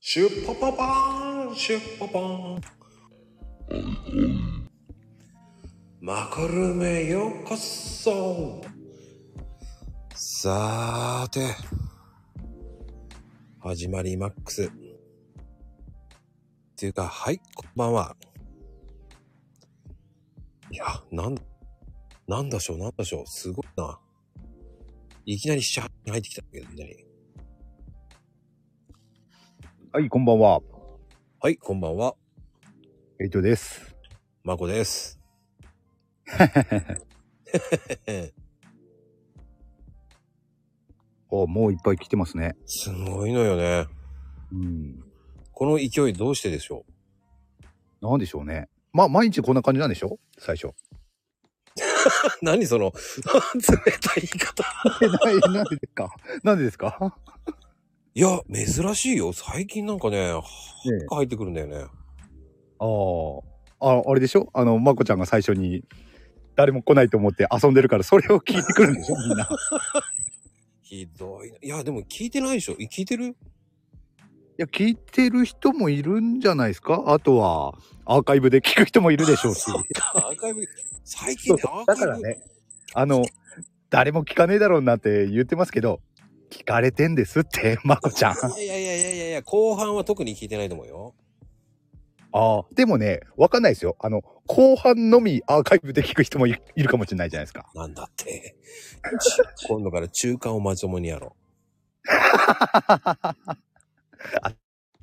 シュッパパパーンシュッパパーンマコルメようこそさーて始まりマックスっていうかはいこんばんはいやなんなんだしょうなんだしょうすごいないきなり7、8に入ってきたんだけどねはい、こんばんは。はいこんばんはエイトです。まこです。お、もういっぱい来てますね。 すごいのよね。うん。この勢いどうしてでしょなんでしょうね。まあ、毎日こんな感じなんでしょ最初。 う 何その 冷たい言い方。え、な、えなんでですかなんでですかいや、珍しいよ。最近なんかね、ええ入ってくるんだよね。ああ。あ、あれでしょあの、まこちゃんが最初に、誰も来ないと思って遊んでるから、それを聞いてくるんでし ょみんな。いひどいな。いや、でも聞いてないでしょ。い聞いて るや、聞いてる人もいるんじゃないですかあとは、アーカイブで聞く人もいるでしょうし。アーカイブ、最近そうね、そアうーカだイブ。からね、あの、誰も聞かねえだろうなんて言ってますけど、聞かれてんですって、まこちゃん。あいやいやいやいやいや、後半は特に聞いてないと思うよ。あ。でもね、わかんないですよ。あの、後半のみアーカイブで聞く人もいいるかもしれないじゃないです か。なんだって。 今度から中間をまともにやろ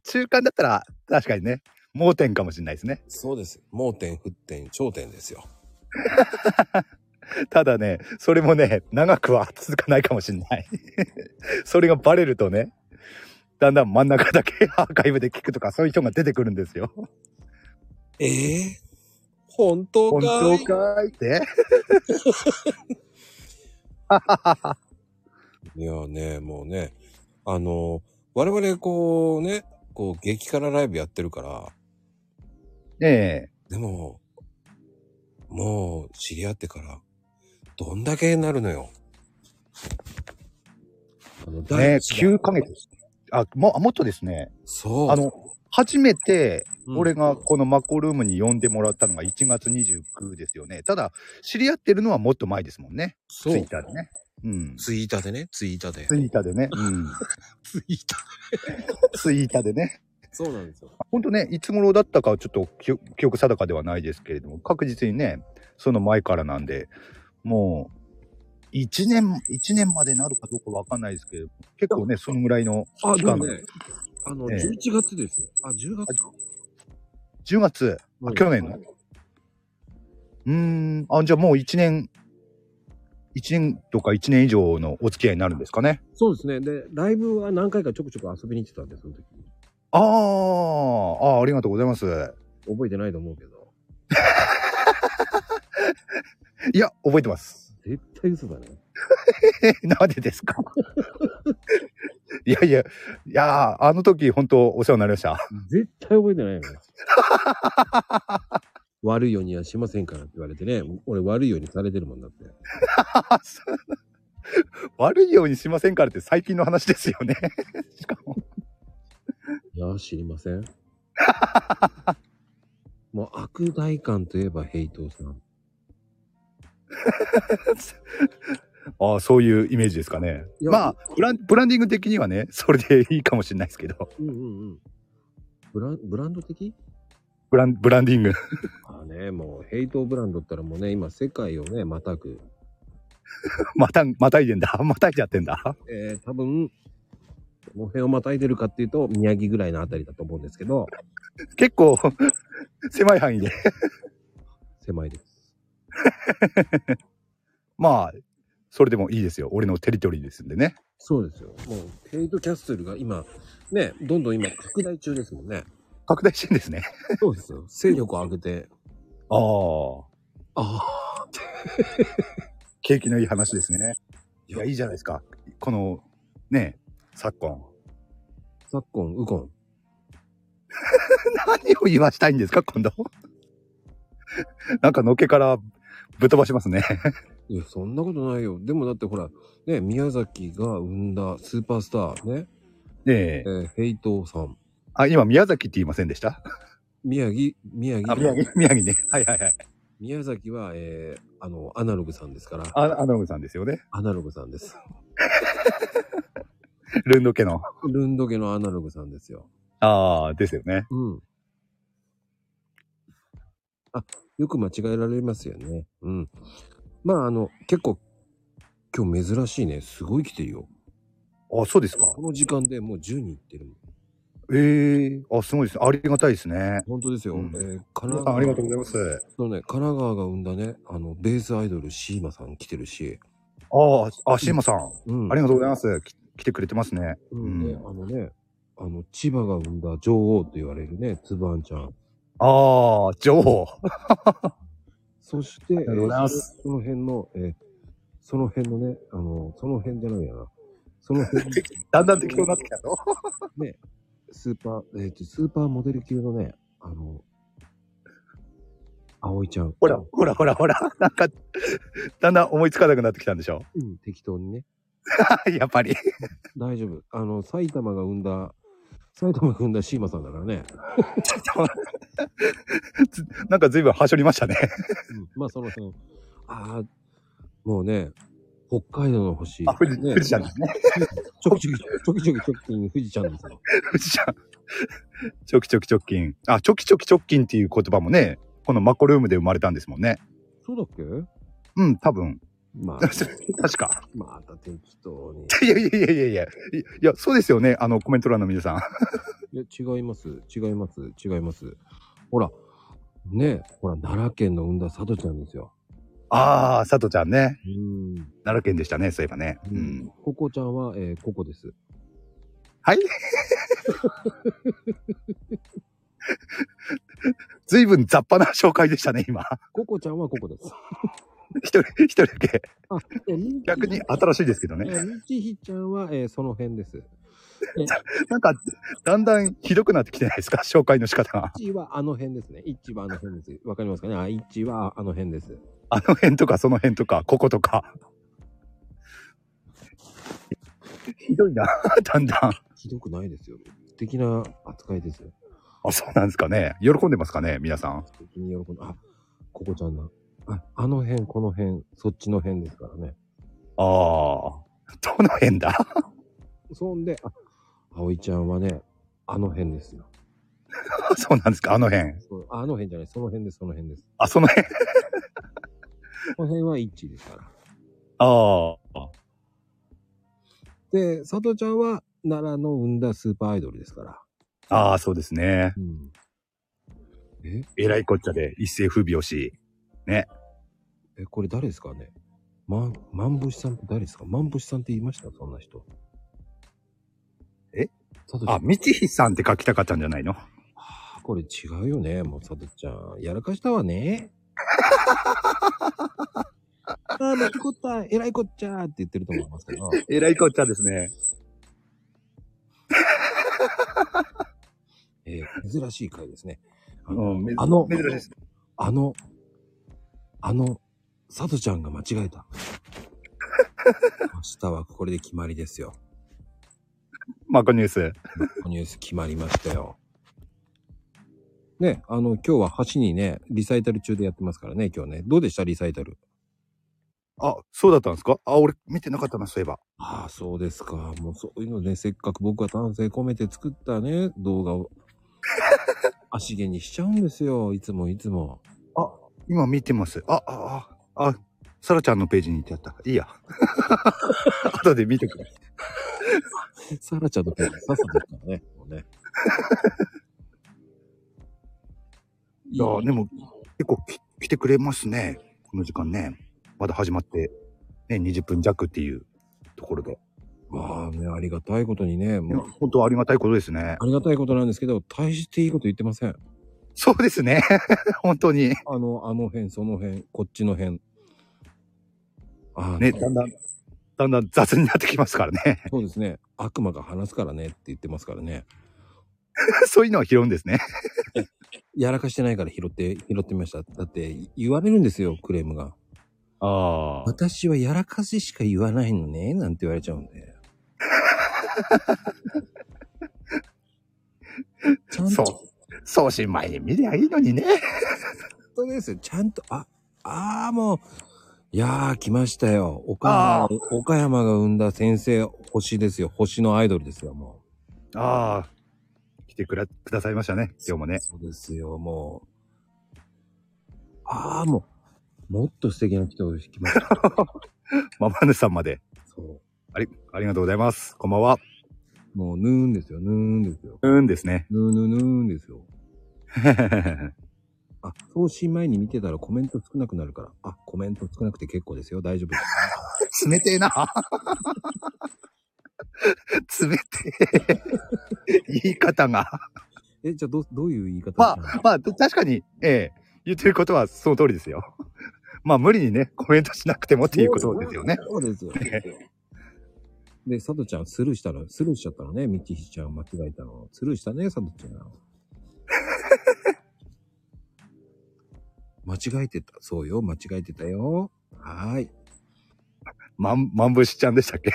中間だったら、確かにね、盲点かもしれないですねう。。そうです。盲点、沸点、頂点ですよ。ただね、それもね、長くは続かないかもしれない。 それがバレるとね、だんだん真ん中だけ アーカイブで聞くとか、そういう人が出てくるんですよ。ええ本当か本い当かいって。いやね、もうね、あの、我々こうね、こう激辛ライブやってるから、ねえ。でも、もう知り合ってから、どんだけなるのよ。あのね、一弾9ヶ月。あ、も、あもっとですね。そう。あの、初めて、うん、俺がこのマコルームに呼んでもらったのが1月29ですよね。ただ、知り合ってるのはもっと前ですもんね。ツそイうッ。ターでね。うん。ツイータでね、ツイータで。ツイッターでね。 うん。ツイータツイッターでね。そうなんですよ。ほんとね、いつ頃だったかはちょっと記憶記憶定かではないですけれども、確実にね、その前からなんで、もう、1年、一年までなるかどうかわかんないですけれども、結構ね、そのぐらいのあ、期で間もが、ね、あの、ええ11月ですよ。あ、10月10月、あ去年のうーん、あ、じゃあもう1年、1年とか1年以上のお付き合いになるんですかね。そうですね。で、ライブは何回かちょくちょく遊びに行ってたんで、その時。あーあー、ありがとうございます。覚えてないと思うけど。いや、覚えてます。 絶対嘘だね。え、なんでですか いやいや、いやー、あの時本当お世話になりました。 絶対覚えてないよね。 悪いようにはしませんからって言われてね、俺悪いようにされてるもんだって。悪いようにしませんからって最近の話ですよね。 しかも。いや、知りませ ん。もう悪大感といえばヘイトさん。ああ、そういうイメージですかね。いやまあブラン、ブランディング的にはね、それでいいかもしれないですけど。 うんうんうん。ブランブランド的ブラン、ブランディング。 ああね、もうヘイトブランドったらもうね、今世界をね、またく。また、またいでんだ。 またいじゃってんだ。えー、多分、この辺をまたいでるかっていうと、宮城ぐらいのあたりだと思うんですけど、結構、 狭い範囲で。狭いです。まあ、それでもいいですよ。俺のテリトリーですんでね。そうですよ。もう、ヘイトキャッスルが今、ね、どんどん今拡大中ですもんね。拡大してんですね。そうですよ。勢力を上げて。ああ。ああ。景気のいい話ですね。いや、いいじゃないいですか。この、ね、昨今。昨今、ウコン。 何を言わしたいんですか、今度。 なんかのっけからぶっ飛ばします ね。いや、そんなことないよ。でもだってほら、ね、宮崎が生んだスーパースター、ね、ねええーヘイトさん。あ、今、宮崎って言いませんでした宮城、宮城、あ、宮城、宮城ね。はいはいはい。宮崎は、えー、あの、アナログさんですから、あアナムさんですよね。アナログさんです。ルンド家の。ルンド家のアナログさんですよ。ああ、ですよね。うん。あ、よく間違えられますよね。うん。まあ、あの、結構、今日珍しいね。すごい来てるよ。あ、そうですか。この時間でもう10人いってるもん。ええあ、すごいですね。ありがたいですね。本当ですよ。うんえー神奈皆さん川ありがとうございます。のね、神奈川が生んだね、あの、ベースアイドル、シーマさん来てるし。ああ、あ、シーマさん、うん。ありがとうございます。き来てくれてますね。うん、ねうあのね、あの、千葉が生んだ女王と言われるね、つぶあんちゃん。ああ、女王。そして、ありがとうございますその辺の、えーその辺のね、あの、その辺じゃないやな。その辺のだんだん適当になってきたのスーパー、えっ、と、スーパーモデル級のね、あの、葵ちゃん。ほら、ほら、ほら、ほら。なんか、だんだん思いつかなくなってきたんでしょうん、適当にね。 やっぱり。大丈夫。あの、埼玉が生んだ、埼玉が生んだシーマさんだからね。 なんか随分はしょりましたね。うん、まあ、その辺。ああ、もうね、北海道の星。あ、富士、ね富士山ですね。ちょきちょき、ちょきちょき、ちょきちょき、富士ちゃんですよ。富士山。 チョキチョキチョッキン。あ、チョキチョキチョッキンっていう言葉もね、このマコルームで生まれたんですもんね。そうだっけうん、多分。 まあ、確か。 また適当に。いやいやいやいやいや、いや、そうですよね。あの、コメント欄の皆さん。 いや、違います、違います、違います。ほら、ねえ、ほら、奈良県の生んだ佐渡ちゃんですよ。ああ、佐藤ちゃんね。うん。奈良県でしたね、そういえばね。うん。ココちゃんは、えー、ココです。はい ずいぶん雑把な紹介でしたね、今。ココちゃんはココです。一人、一人だけ。あ、えミッチー逆に新しいですけどえね。ミチヒちゃんは、えー、その辺です。なんか、だんだんひどくなってきてないですか 紹介の仕方が。イッチはあの辺ですね。イッチはあの辺です。わかりますかねあ、イッチはあの辺です。あの辺とか、その辺とか、こことか。ひどいな、 だんだん。ひどくないですよ。的な扱いですよ。あ、そうなんですかね。喜んでますかね、皆さん。的に喜んで、あ、ココちゃんな。あ、あの辺、この辺、そっちの辺ですからね。ああ、どの辺だ そんで、あ、葵ちゃんはね、あの辺ですよ。そうなんですかあの辺。そうあの辺じゃない、その辺です、その辺です。あ、その辺。この辺は一致ですから。ああ。で、佐藤ちゃんは奈良の生んだスーパーアイドルですから。ああ、そうですね。うん。え、えらいこっちゃで一世不備をし。え、これ誰ですかねま、万星さんって誰ですか万星さんって言いましたそんな人。え佐藤ちゃんあ、みちひさんって書きたかったんじゃないのあこれ違うよね、もう佐藤ちゃん。やらかしたわ ね。あー、まいこった、えらいこっちゃーって言ってると思いますけど。えらいこっちゃですね。えー珍しい回ですね。あの、うん、めあの珍しいです。あの、あの、佐藤ちゃんが間違え た。明日はこれで決まりですよ。マコニュース。このニュース決まりましたよ。ね、あの、今日は橋にね、リサイタル中でやってますからね、今日ね。どうでしたリサイタル。あ、そうだったんですかあ、俺見てなかったな、そういえば。ああ、そうですか。もうそういうのね、せっかく僕が丹精込めて作ったね、動 画を。足毛にしちゃうんですよ。いつもいつも。今見てます。あ、あ、あ、あ、サラちゃんのページに行ってあった。いいや。 後で見てくれ。サラちゃんとペンさっさと行ったね。も うね。いや、でも結構き来てくれますね。この時間ね。まだ始まって、ね、20分弱っていうところで。まあね、ありがたいことにね、いやもう、本当ありがたいことですね。ありがたいことなんですけど、大していいこと言ってません。そうですね。 本当に。あの、あの辺、その辺、こっちの辺。ああ、ね、だんだん、だんだん雑になってきますからね。 そうですね。悪魔が話すからねって言ってますからね。そういうのは拾うんですね。やらかしてないから拾って、拾ってみました。だって、言われるんですよ、クレームが。ああ。私はやらかししか言わないのね、なんて 言われちゃうんで。ちゃんそうと、。送信前に見りゃいいのにね。本当ですよ。ちゃんと、あ、ああ、もう、いやー、来ましたよ。岡あ山、岡山が生んだ先生、星ですよ。星のアイドルですよ、もああ。来てくらくださいましたね、今日もう。ね。そうですよ、もう。ああ、もう、もっと素敵な人を引きました。ママヌさんまで。そあり、ありがとうございます。こんばんは。う。もう、ぬーんですよ、ぬーんですよ。うーんです ね。ぬーぬーぬーんですよ。あ、送信前に見てたらコメント少なくなるから。あ、コメント少なくて結構ですよ。大丈夫です。冷てえな。 冷てえ。言い方が。え、じゃあ、どう、どういう言い方まあ、まあ、確かに、ええ言ってることはその通りですよ。まあ、無理にね、コメントしなくてもっていうことですよね。そうですよ。で、佐藤ちゃんスルーしたの、スルーしちゃったのね。ミキヒちゃん間違えたの。スルーしたね、佐藤 ちゃん。間違えてた。そうよ、間違えてたよ。はーい。まん、まんぶしちゃんでしたっけ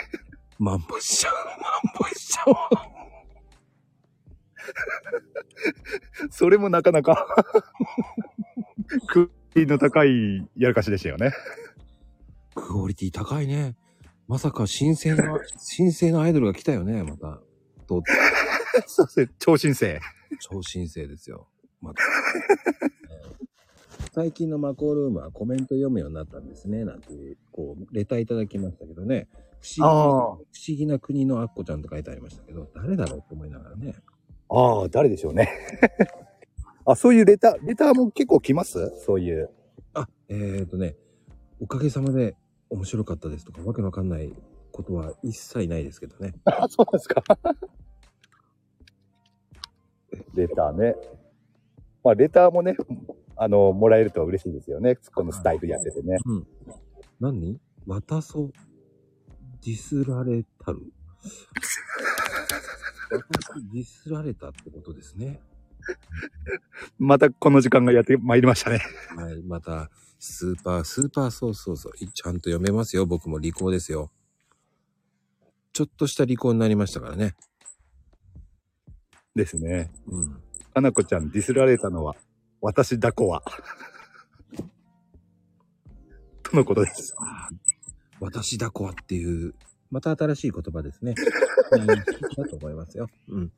マンボしちゃん、マンボしちゃんは。それもなかな か、クオリティの高いやらかしでしたよね。クオリティ高いね。まさか新生の、 新生のアイドルが来たよね、また。と、そうですね、超新星。超新星ですよ。また。最近のマコールームはコメント読むようになったんですね、なんていう、こう、レターいただきましたけどね。不思あ議不思議な国のアッコちゃんと書いてありましたけど、誰だろうと思いながらね。あ。ああ、誰でしょうね。 あ、そういうレター、レターも結構来ますそういう。あ、えー、とね、おかげさまで面白かったですとか、わけのわかんないことは一切ないですけどね。あ、そうなんですか。レターね。まあ、レターもね、あの、もらえると嬉しいですよね。このスタイルやっててね。うん。何渡そう。ディスられたる。私ディスられたってことですね。またこの時間がやってまいりましたね。はい。また、スーパー、スーパー、そうそうそう。いちゃんと読めますよ。僕も利口ですよ。ちょっとした利口になりましたからね。ですね。うん。かなこちゃんディスられたのは、私だこは。とのことです。ああ、私だこはっていう、また新しい言葉ですね。うんだと思いますよ。うん。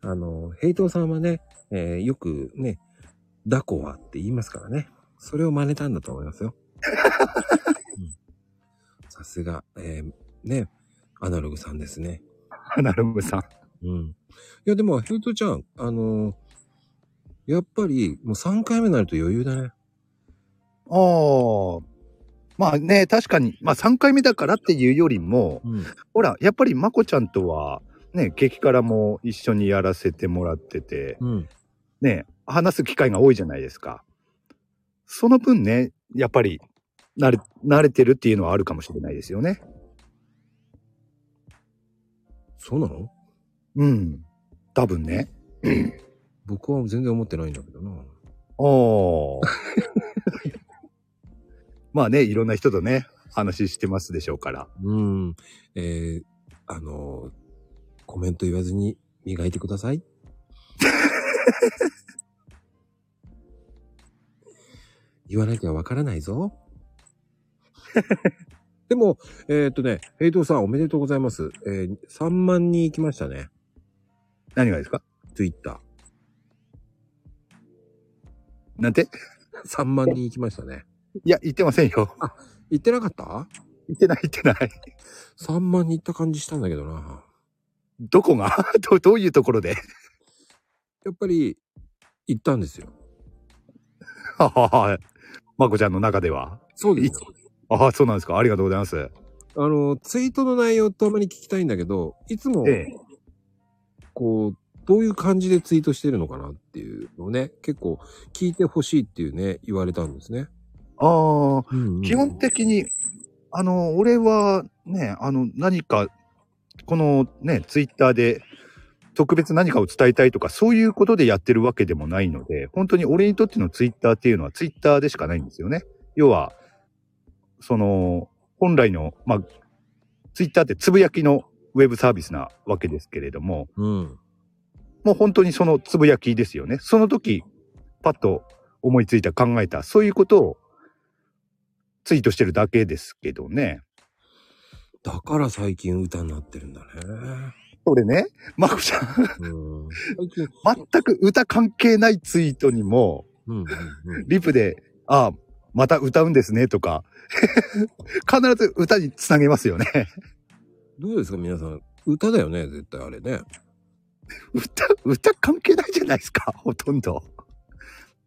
あの、ヘイトさんはね、えーよくね、だこはって言いますからね。それを真似たんだと思いますよ。うんさすが、えーね、アナログさんですね。アナログさん。うん。いや、でも、ヘルトちゃん、あのーやっぱり、もう3回目になると余裕だね。ああ。まあね、確かに、まあ3回目だからっていうよりも、うん。ほら、やっぱりまこちゃんとは、ね、激辛も一緒にやらせてもらってて、うん。ね、話す機会が多いじゃないですか。その分ね、やっぱり、慣れ、慣れてるっていうのはあるかもしれないですよね。そうなのうん。多分ね。僕は全然思ってないんだけどな。おー。 まあね、いろんな人とね、話してますでしょうから。うん。えー、あのーコメント言わずに磨いてください。 言わなきゃわからないぞ。 でも、えーっとね、ヘイトさんおめでとうございます。えー、3万人行きましたね。何がですか Twitter。なんて3万人行きましたね。いや、言ってませんよ。行ってなかった言ってない、言ってない。 ?3 万人行った感じしたんだけどな。どこが どどういうところで やっぱり、行ったんですよ。はははまこちゃんの中では。そうです。ああ、そうなんですか。ありがとうございます。あの、ツイートの内容たまに聞きたいんだけど、いつも、ええ。こう、どういう感じでツイートしてるのかなっていうのをね、結構聞いてほしいっていうね、言われたんですね。ああ、基っ本て的に、あの、俺はね、あの、何か、このね、ツイッターで、特別何かを伝えたいとか、そういうことでやってるわけでもないので、本当に俺にとってのツイッターっていうのはツイッターでしかないんですよね。要は、その、本来の、まあ、ツイッターってつぶやきのウェブサービスなわけですけれども、うん。ももう本当にそのつぶやきですよね。その時、パッと思いついた、考えた、そういうことをツイートしてるだけですけどね。だから最近歌になってるんだね。それね、マコちゃん、うん。最 近、全く歌関係ないツイートにも、うんうんうん。リプで、ああ、また歌うんですね、とか、 必ず歌につなげますよね。どうですか皆さん。歌だよね絶対あれね。歌、歌関係ないじゃないですか、 ほとんど。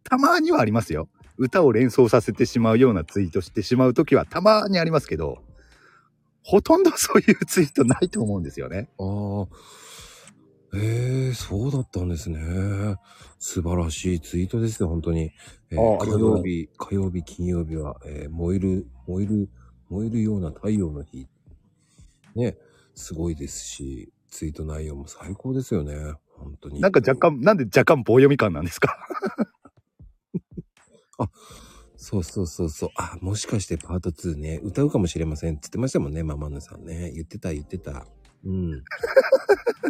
たまにはありますよ。歌を連想させてしまうようなツイートしてしまうときはたまにありますけど、ほとんどそういうツイートないと思うんですよね。ああ。ええそうだったんですね。素晴らしいツイートですよ、本当に。えーあああ火りがとうござ曜い日、火曜日、金曜日は、えー燃える、燃える、燃えるような太陽の日。ね、すごいですし、ツイート内容も最高ですよね、本当に。なんか若干、なんで若干棒読み感なんですか そうそうそうそう。あ、もしかしてパート2ね、歌うかもしれませんって言ってましたもんね、ママヌさんね。言ってた言ってた。うん。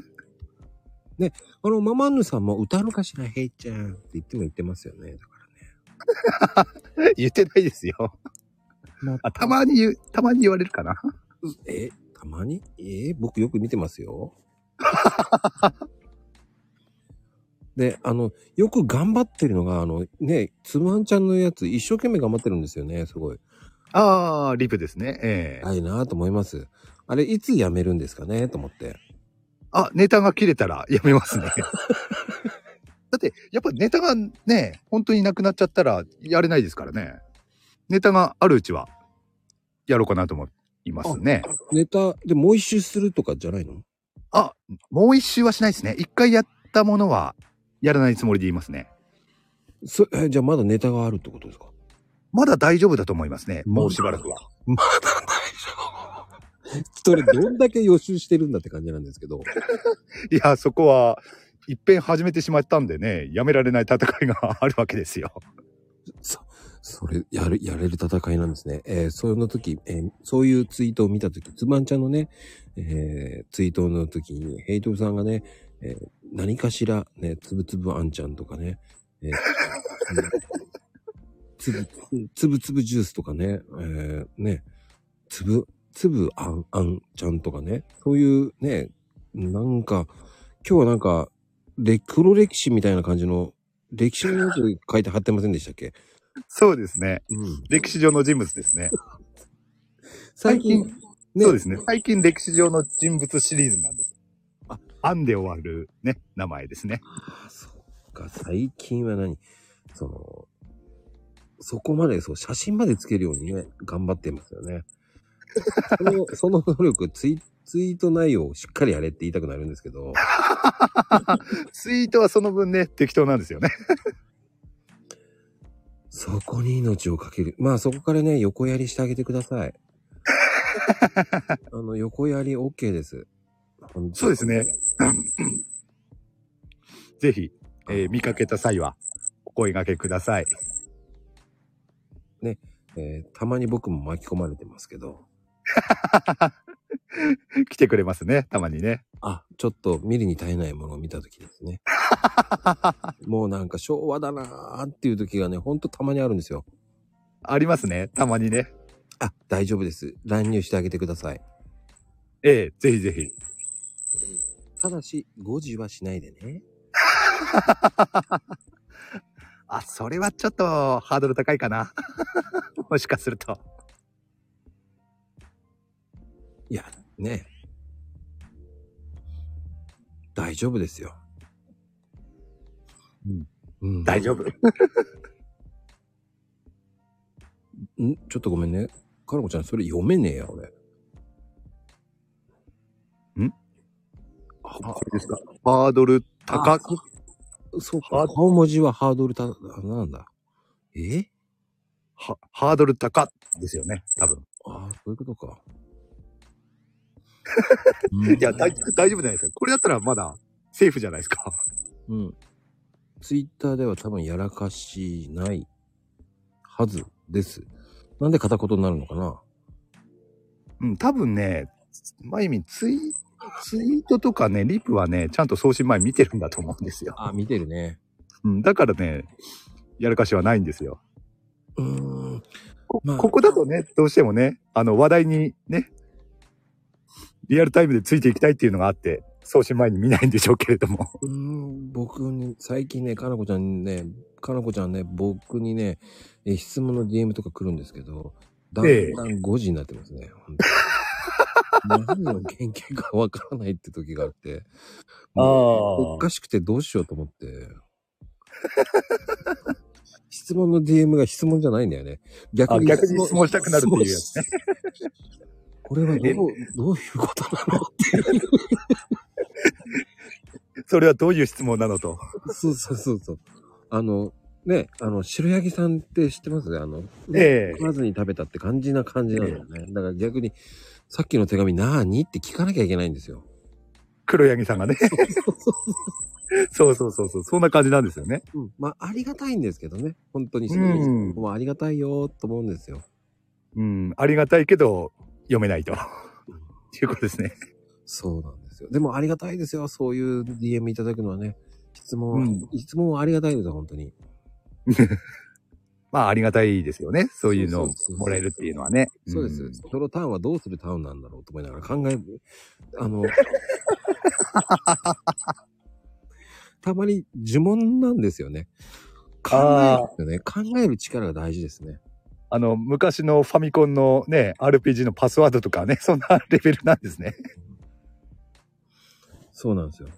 ね、あの、ママヌさんも歌うのかしら、ヘイちゃんって言っても言ってますよね。だか言ってないですよ。らね。あたまに言う、たまに言われるかな。え、たまにえ僕よく見てますよ。 で、あの、よく頑張ってるのが、あの、ね、つむはんちゃんのやつ、一生懸命頑張ってるんですよね、すごい。ああ、リプですね。ええ偉いなと思います。あれ、いつやめるんですかねと思って。あ、ネタが切れたら やめますね。だって、やっぱネタがね、本当になくなっちゃったらやれないですからね。ネタがあるうちは、やろうかなと思いますね。ネタでもう一周するとかじゃないのもう一周はしないですね。一回やったものは、やらないつもりで言いますね。そえじゃあまだネタがあるってことですかまだ大丈夫だと思いますね。もうしばらくは。まだ大丈夫。それどんだけ予習してるんだって感じなんですけど。いや、そこは、一遍始めてしまったんでね、やめられない戦いがあるわけですよ。そ、それ、やる、やれる戦いなんですね。えー、その時、えーそういうツイートを見た時、つばんちゃんのね、えーツイートの時に、ヘイトさんがね、えー何かしら、ね、つぶつぶあんちゃんとかね、えー うんつぶ、つぶつぶジュースとかね、えーね、つぶ、つぶあん、あんちゃんとかね、そういうね、なんか、今日はなんか、レ黒歴史みたいな感じの、歴史のやつ書いて貼ってませんでしたっけそうですね。うん歴史上の人物ですね。最近、ね、そうですね。最近歴史上の人物シリーズなんです。ああ、アンで終わるね、名前ですね。あそっか、最近は何その、そこまで、そう、写真までつけるようにね、頑張ってますよね。その、その能力、ツイ、ツイート内容をしっかりやれって言いたくなるんですけど、ツイートはその分ね、適当なんですよね。そこに命をかける。まあそこからね、横やりしてあげてください。あの、横やり OK です。本当そうですね。 ぜひ、えー見かけた際は、お声掛けください。 えーたまに僕も巻き込まれてますけど、来てくれますね、たまにね。あ、ちょっと見るに耐えないものを見た時です ね。もうなんか昭和だなーっていう時がね、ほんとたまにあるんですよ。ありますね、たまにね。あ、大丈夫です。乱入してあげてください。ええぜひぜひ。ただし、5時はしないでね。あ、それはちょっとハードル高いかな。 もしかすると。いや、ねえ。大丈夫ですよ。うん。うん。大丈夫。んちょっとごめんね。かなこちゃん、それ読めねえや、俺。んあ、これですかハードル高あそそうハーか。ド顔文字はハードルた、なんだ。えはハードル高ですよね、多分。ああ、そういうこと か。いや、大大丈夫じゃないですか。これだったらまだセーフじゃないですか。うん。ツイッターでは多分やらかしないはずです。なんで片言になるのかなうん、多分ね、まゆみんツイツイートとかね、リプはね、ちゃんと送信前見てるんだと思うんですよ。あ、見てるね。うん、だからね、やらかしはないんですよ。うーん。こまあここだとね、どうしてもね、あの話題にね、リアルタイムでついていきたいっていうのがあって、送信前に見ないんでしょうけれども。うーん僕ね、最近ね、かなこちゃんにね、かなこちゃんね、僕にね、え質問の DM とか来るんですけど、だんええだん5時になってますね。本当に何の原型かわからないって時があって、もうおかしくてどうしようと思って。質問の DM が質問じゃないんだよね。逆あ逆に質問したくなるっていうやつね。これはどう、どういうことなのそれはどういう質問なのと。 そうそうそうそう。あの、ね、あの、白ヤギさんって知ってますあの、ねええ食わずに食べたって感じな感じなんだよね。だから逆に、さっきの手紙なーにって聞かなきゃいけないんですよ。黒柳さんがね。 そうそうそうそう。そんな感じなんですよね。うん。まあ、ありがたいんですけどね。本当に。うんもうありがたいよーと思うんですよ。うん。ありがたいけど、読めないと。っていうことですね。そうなんですよ。でもありがたいですよ。そういう DM いただくのはね。質問は、うん質問はありがたいですよ、本当に。まあ、ありがたいですよね。そういうのをもらえるっていうのはね。そうです。んそのターンはどうするターンなんだろうと思いながら考え、あ の、たまに呪文なんですよね。考えるあんですよね。考える力が大事ですね。あの、昔のファミコンのね、RPG のパスワードとかね、 そんなレベルなんですね。そうなん ですよ。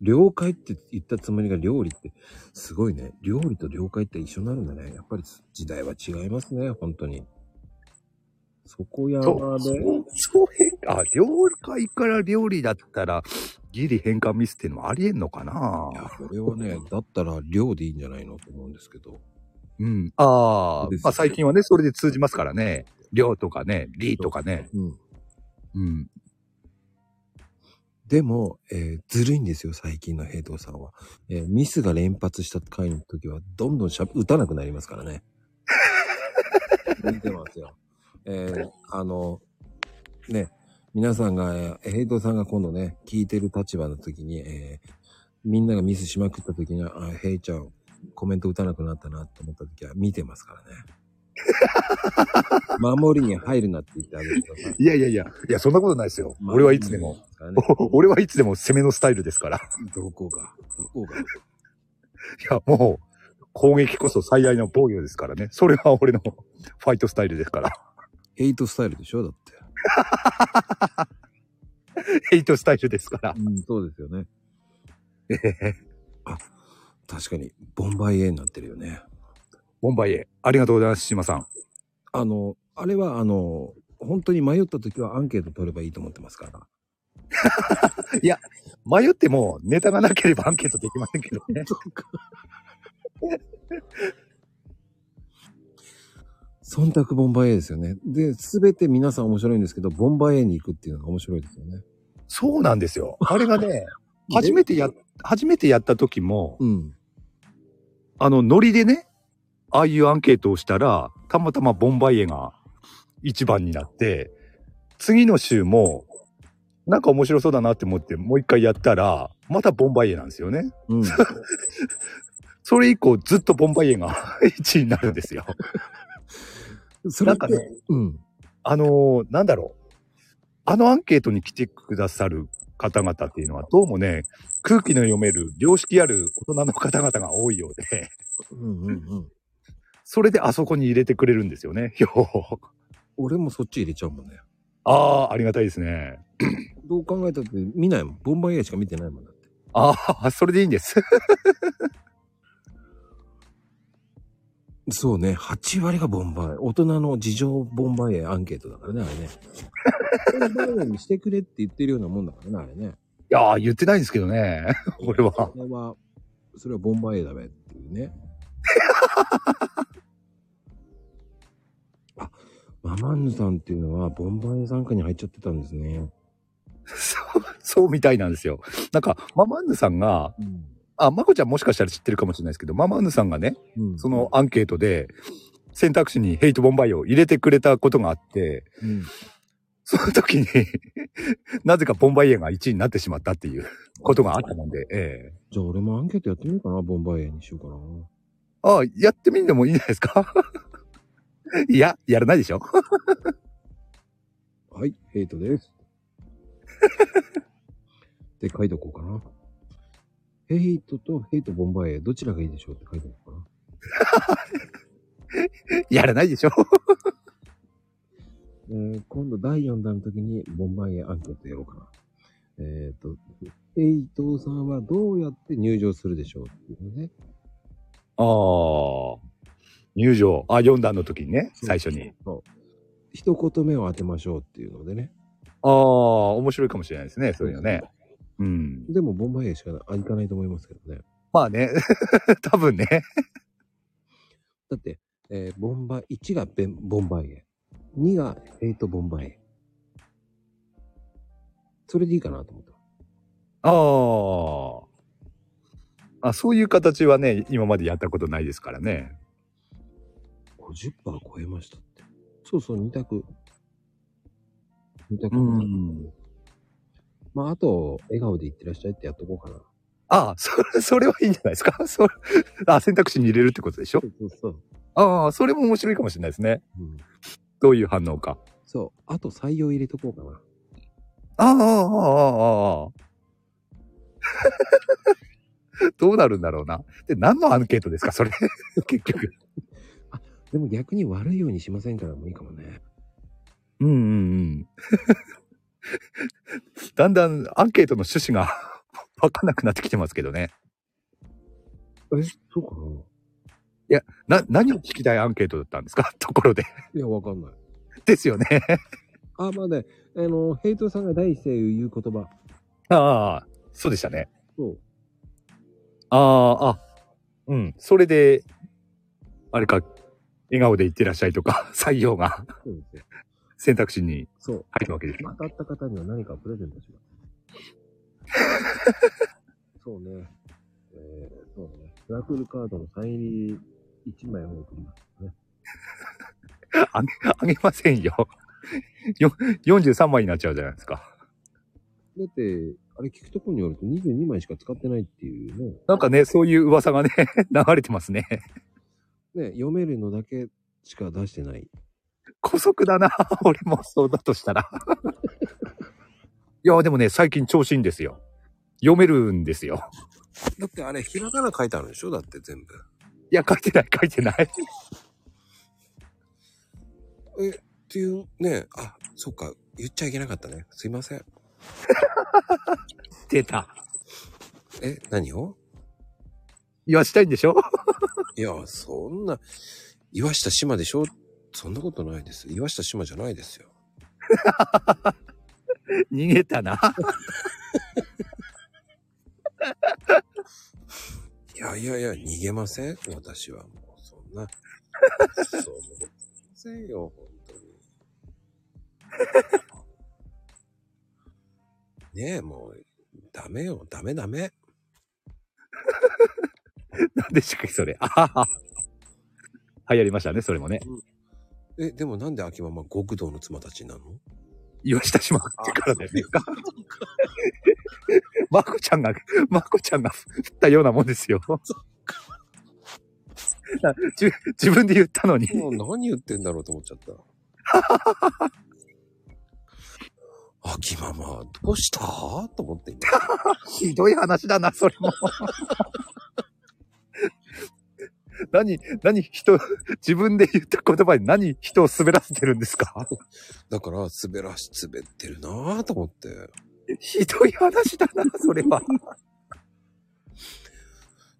了解って言ったつもりが料理って、すごいね。料理と了解って一緒になるんだね。やっぱり時代は違いますね、本当に。そこやまで。そう変化、あ、料理から料理だったら、ギリ変換ミスっていうのはありえんのかないや、これはね、だったら量でいいんじゃないのと思うんですけど。うん。ああです、まあ最近はね、それで通じますからね。量とかね、リとかね。うん。うん。でも、えーずるいんですよ、最近の平等さんは。えーミスが連発した回の時は、どんどんしゃ打たなくなりますからね。見てますよ。えーあの、ね、皆さんが、えー平等さんが今度ね、聞いてる立場の時に、えーみんながミスしまくった時には、あ、平ちゃん、コメント打たなくなったなって思った時は、見てますからね。 守りに入るなって言ってあげてください。いやいやいや、いや、そんなことないですよ。俺はいつでも。。 俺はいつでも攻めのスタイルですから。 どこが、どこが。いや、もう、攻撃こそ最大の防御ですからね。それは俺のファイトスタイルですから。 ヘイトスタイルでしょだって。ヘイトスタイルですから。うん、そうですよね。あ、確かに、ボンバイエになってるよね。ボンバイエ。ありがとうございます、島さん。あの、あれは、あの、本当に迷った時はアンケート取ればいいと思ってますから。迷ってもネタがなければアンケートできませんけど ね。忖度ボンバイエですよね。で、すべて皆さん面白いんですけど、ボンバイエに行くっていうのが面白いですよね。そうなんですよ。あれがね、初めてや、初めてやった時も、うん。あの、ノリでね、ああいうアンケートをしたら、たまたまボンバイエが一番になって、次の週も、なんか面白そうだなって思って、もう一回やったら、またボンバイエなんですよね。うん。 それ以降、ずっとボンバイエが 1位になるんですよ。そなれんかかねね、うん。あのーなんだろう。あのアンケートに来てくださる方々っていうのは、どうもね、空気の読める、良識ある大人の方々が多いようで、うんうんうん。それであそこに入れてくれるんですよね、票を俺もそっち入れちゃうもんね。ああ、ありがたいですね。どう考えたって見ないもん。ボンバイエしか見てないもんだって。ああ、それでいいんです。 そうね。8割がボンバイ。大人の事情ボンバイエアンケートだからね、あれね。ボンバイエにしてくれって言ってるようなもんだからね、あれね。いやー、言ってないんですけどね、 俺はそ。れは、それはボンバイエだべっていうね。あ、ママンヌさんっていうのはボンバイエ参加に入っちゃってたんですね。そう、そうみたいなんですよ。なんか、ママンヌさんが、うん。あ、マコちゃんもしかしたら知ってるかもしれないですけど、ママンヌさんがね、うん、その、アンケートで、選択肢にヘイトボンバイを入れてくれたことがあって、うん、その時に、 なぜかボンバイエンが1位になってしまったっていうことがあったもんで、ええじゃあ俺もアンケートやってみようかな、ボンバイエンにしようかな。ああ、やってみんでもいいんじゃないですか いや、やらないでしょ はい、ヘイト です。で、書いとこうかな。ヘイトとヘイトボンバイエ、どちらがいいでしょうって書いとこうかな。やらないでしょ えー今度第4弾の時にボンバイエアンケートやろうかな。えっ、と、ヘイトさんはどうやって入場するでしょうっていうね。ああ。入場。あ、4段の時にね、最初に。。そう。一言目を当てましょうっていうのでね。ああ、面白いかもしれないですね、そういうのね。うん。でもボンバイエしかなあいかないと思いますけどね。まあね、 多分ね。だって、えーボンバイ、1がベンボンバイエ。2がヘイトボンバイエ。それでいいかなと思った。ああ。あ、そういう形はね、今までやったことないですからね。 50%超えましたって。そうそう、2択。2択。うんまあ、あと、笑顔でいってらっしゃいってやっとこうかな。ああ、そ れ、それはいいんじゃないですか。 それ、あ、選択肢に入れるってことでしょそうそうそう。ああ、それも面白いかもしれないですね。うん、どういう反応か。そう。あと、採用入れとこうかな。ああ、ああ、ああ、ああ。 どうなるんだろうな。で、何のアンケートですか、それ。 結局。でも逆に悪いようにしませんからもういいかもね。うんうんうん。だんだんアンケートの趣旨が わかんなくなってきてますけどね。え、そうかなな、何を聞きたいアンケートだったんですか ところで。いや、わかんない。ですよね。 あ、まあね、あの、ヘイトさんが第一声言う言葉。ああ、そうでしたね。そう。ああ、あ、うん。それで、あれか、笑顔でいってらっしゃいとか、 採用がそうですよ。選択肢にそう。入るわけですね。当たった方には何かプレゼントします。 そうね。えー、そうね。ドラクルカードのサイン入り1枚を送ります。あげ、あげませんよ。よ、43枚になっちゃうじゃないですか。だって、あれ聞くとこによると22枚しか使ってないっていうね。なんかね、そういう噂がね、 流れてますね。ね、読めるのだけしか出してない。古速だな、 俺もそうだとしたら。いや、でもね、最近調子いいんですよ。読めるんですよ。だってあれ、ひらがな書いてあるでしょだって全部。いや、書いてない、書いてない。っていうね、あ、そっか、言っちゃいけなかったね。すいません。出た。え、何を言わしたいんでしょいや、そんな、岩下島でしょそんなことないです。岩下島じゃないですよ。逃げたな。いやいやいや、逃げません。私はもう、そんな。そう思ってませんよ、本当に。ねえ、もう、ダメよ、ダメダメ。なんでしかそれ。あはは。流行りましたね、それもね。え、でもなんで秋ママ極道の妻たちなの言わしたしまってからだよね。 まこちゃんが、まこちゃんが振ったようなもんですよ。なじ自分で言ったのに。もう何言ってんだろうと思っちゃった。 秋ママ、どうしたと思って今。ひどい話だな、それも。 何、何、人、自分で言った言葉に何、人を滑らせてるんですかだから、滑らし、滑ってるなぁと思って。ひどい話だな、それは。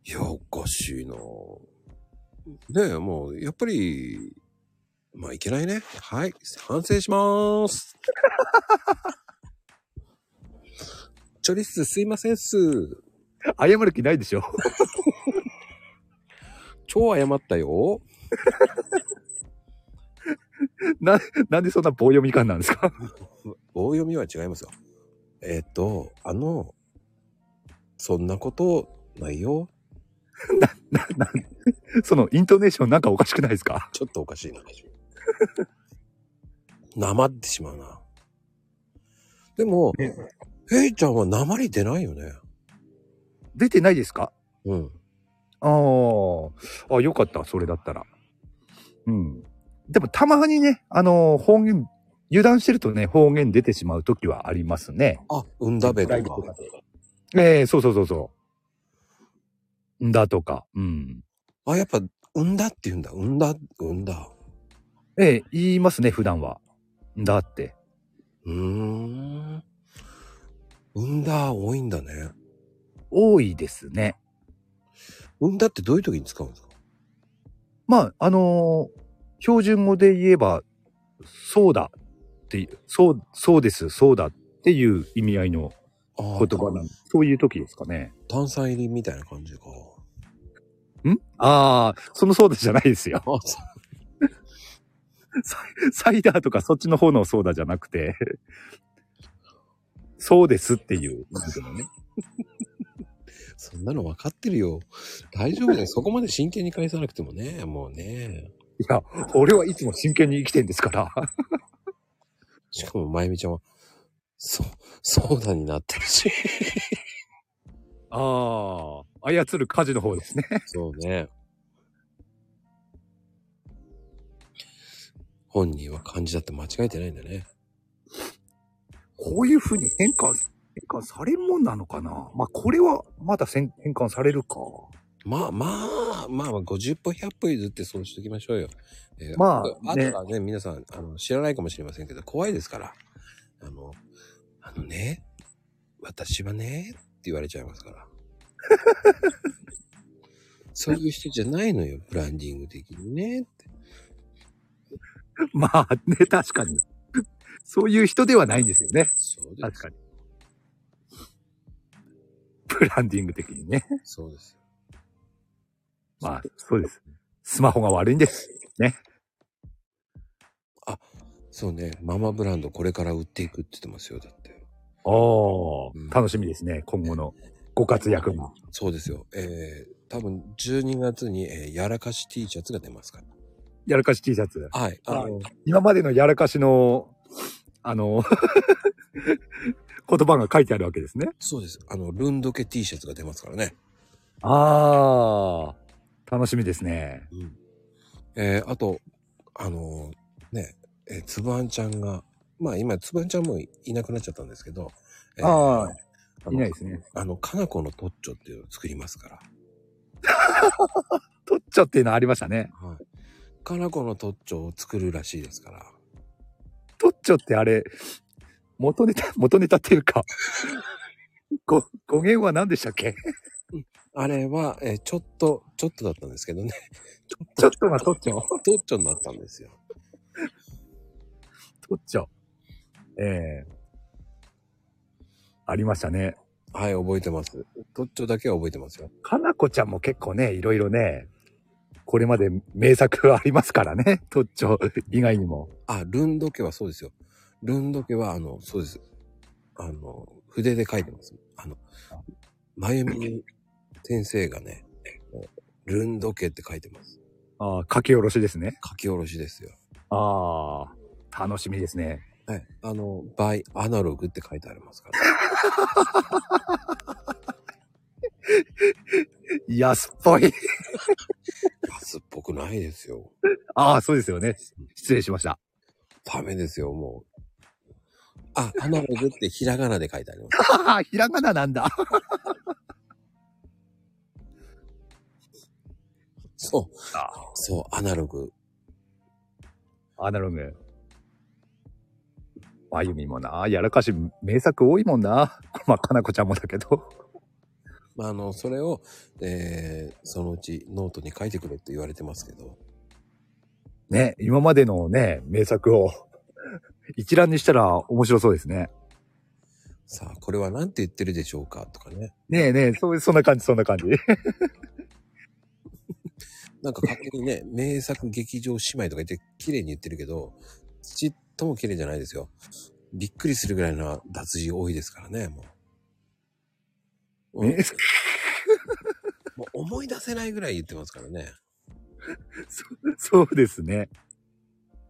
いや、おかしいなぁねえ、もう、やっぱり、まあ、いけないね。はい。反省しまーす。 チョリス、すいませんっす。謝る気ないでしょ。超謝ったよ。な、なんでそんな棒読み感なんですか棒読みは違いますよ。えっ、と、あの、そんなことないよ。そのイントネーションなんか おかしくないですかちょっとおかしいな。なまってしまうな。でもね、ヘイちゃんは鉛出ないよね。出てないですかうん。ああ、あ、よかった、それだったら。うん。でも、たまにね、あのー方言、油断してるとね、方言出てしまう時はありますね。あ、うんだべとラかイブ。とかで。ええそうそうそうそう。んだとか、うん。あ、やっぱ、うんだって言うんだ。うんだ、うんだ。ええ言いますね、普段は。んだって。うーん。うんだ多いんだね。多いですね。うんだってどういう時に使うんですかまあ、あのー標準語で言えば、そうだって、そう、そうです、そうだっていう意味合いのあ言ー葉なんそういう時ですかね。炭酸入りみたいな感じか。んああ、そのソーダじゃないですよ。 あ、サイサイダーとかそっちの方のソーダじゃなくて、 そうですっていう。 そんなの分かってるよ。大丈夫だよ。そこまで真剣に返さなくてもね、もうね。いや、俺はいつも真剣に生きてんですから。しかも、まゆみちゃんは、そ、 そうだになってるし。ああ、操る家事の方ですね。そうね。本人は漢字だって間違えてないんだね。 こういう風に変換、変換されるもんなのかなまあ、これはまだ変変換されるか。まあまあ、まあまあ、50歩100歩譲ってそうしときましょうよ。えーまああねとはね、皆さんあの知らないかもしれませんけど、怖いですから。あの、あのね、私はね、って言われちゃいます から。そういう人じゃないのよ、ブランディング的にね。って まあね、確かに。 そういう人ではないんですよね。そうで確かに。ブランディング的にね。す。そうです。まあ、そうです。スマホが悪いんです。そうね、ママブランドこれから売っていくって言ってますよ、だって。おーうん楽しみですね。今後のご活躍も。そうですよ。えー、多分12月に、えーやらかし T シャツが出ますから。やらかし T シャツ。はい。あの、今までのやらかしの、あの、 言葉が書いてあるわけですね。そうです。あの、ルンドケ T シャツが出ますからね。ああ、楽しみですね。うん。えーあと、あのーね、えーつぶあんちゃんが、まあ今、つぶあんちゃんもいなくなっちゃったんですけど、えーああのいないですね。あの、かなこのトッチョっていうのを作りますから。取っちゃっていうのありましたね。はい。かなこのトッチョを作るらしいですから。取っちゃってあれ、元ネタ、元ネタっていうか、ご語源は何でしたっけあれは、えーちょっと、ちょっとだったんですけ どね。ちょっとが取っちゃう。トッチョになったんですよ。取っちゃう。ええありましたね。はい、覚えてます。トッチョだけは覚えてますよ。かなこちゃんも結構ね、いろいろね、これまで名作はありますからね、トッチョ以外にも。あ、ルンド家はそうですよ。ルンド家は、あの、そうです。あの、筆で書いてます。あの、まゆみ先生がね、ルンド家って書いてます。ああ、書き下ろしですね。書き下ろしですよ。ああ、楽しみですね。はい。あの、バイアナログって書いてありますから。安っぽい。安っぽくないですよ。ああ、そうですよね。失礼しました。ダメですよ、もう。あ、アナログってひらがなで書いてあります。ああ、ひらがななんだ。そう、あそう、アナログ。アナログ。まゆみもな、やらかし名作多いもんな。まあ、かなこちゃんもだけど。まあ、あの、それを、えー、そのうちノートに書いてくれって言われてますけど。ね、今までのね、名作を一覧にしたら面白そうですね。さあ、これは何て言ってるでしょうかとかね。ねえねえ、そうそんな感じ、そんな感じ。 なんか勝手にね、名作劇場姉妹とか言って綺麗に言ってるけど、ちっとも綺麗じゃないですよ。びっくりするぐらいの脱字多いですからね、もう。うんねもう思い出せないぐらい言ってますからね。そそうですね。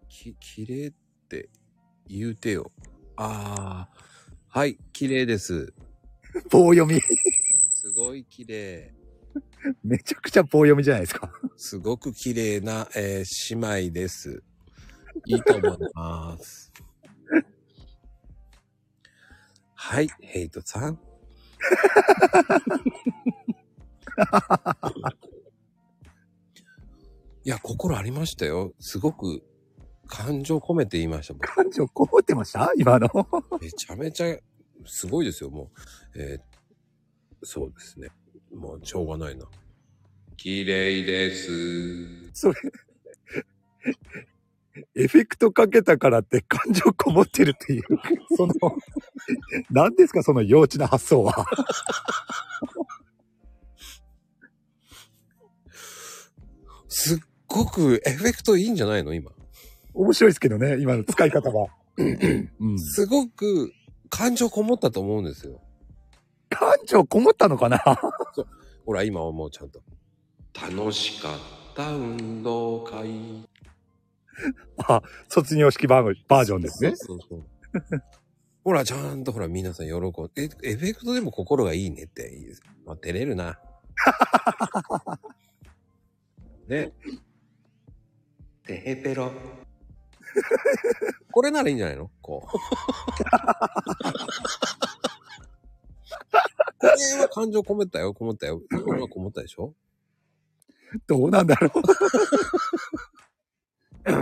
き、綺麗って言うてよ。ああ、はい、綺麗です。棒読み。すごい綺麗。めちゃくちゃ棒読みじゃないですか。すごく綺麗な、えー姉妹です。いいと思います。はい、ヘイトさん。いや、心ありましたよ。すごく感情込めて言いました。僕感情こもってました今の。 めちゃめちゃすごいですよ、もう。えーそうですね。もうしょうがないな。綺麗です。それ。エフェクトかけたからって感情こもってるっていう、その、何ですかその幼稚な発想は。すっごくエフェクトいいんじゃないの今。面白いですけどね、今の使い方は。うんすごく感情こもったと思うんですよ。感情こもったのかな ほら、今はもうちゃんと。楽しかった運動会。あ、卒業式バーバージョンですね。そうそうそう。ほら、ちゃんとほら、皆さん喜んで、え、エフェクトでも心がいいねっていいです。まあ、照れるな。 ね。てへぺろ。これならいいんじゃないのこう。これは感情こもったよ、こもったよ。今こもったでしょどうなんだろう。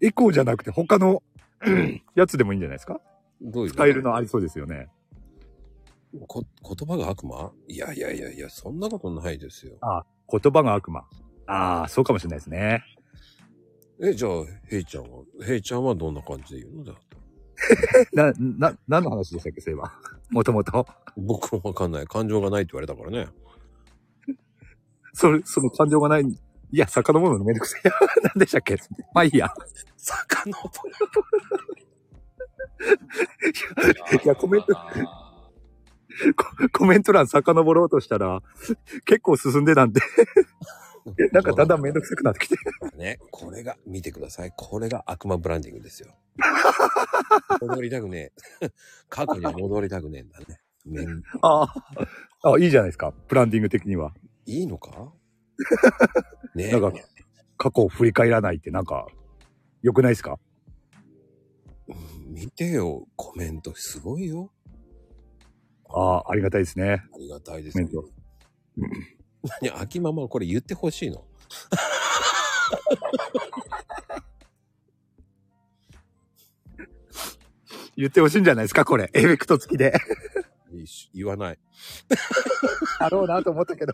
エコーじゃなくて他のうんやつでもいいんじゃないですかどういう使えるのありそうですよね。こ言葉が悪魔いやいやいやいや、そんなことないですよ。言葉が悪魔。ああ、そうかもしれないですね。え、じゃあ、ヘイちゃんは、ヘイちゃんはどんな感じで言うのだと。な、な、何の話でしたっけ、そういえば。もともと。僕もわかんない。感情がないって言われたからね。それ、その感情がない。いや、遡るのめんどくせえ。 何でしたっけまあいいや。遡る。いや、コメント、ココメント欄遡ろうとしたら、結構進んでたんで、なんかだんだんめんどくさくなってきて。ね、これが、見てください。これが悪魔ブランディングです よ。戻りたくねえ。 過去には戻りたくねえんだね。めんああ、あいいじゃないですか。ブランディング的には。いいの かねえなんか、過去を振り返らないってなんか、良くないですかうん見てよ、コメントすごいよ。ああ、ありがたいですね。ありがたいでコすメよン。ト。 何、秋ママはこれ言ってほしいの言ってほしいんじゃないですかこれ。エフェクト付きで。いいし言わない。だろうなと思ったけど。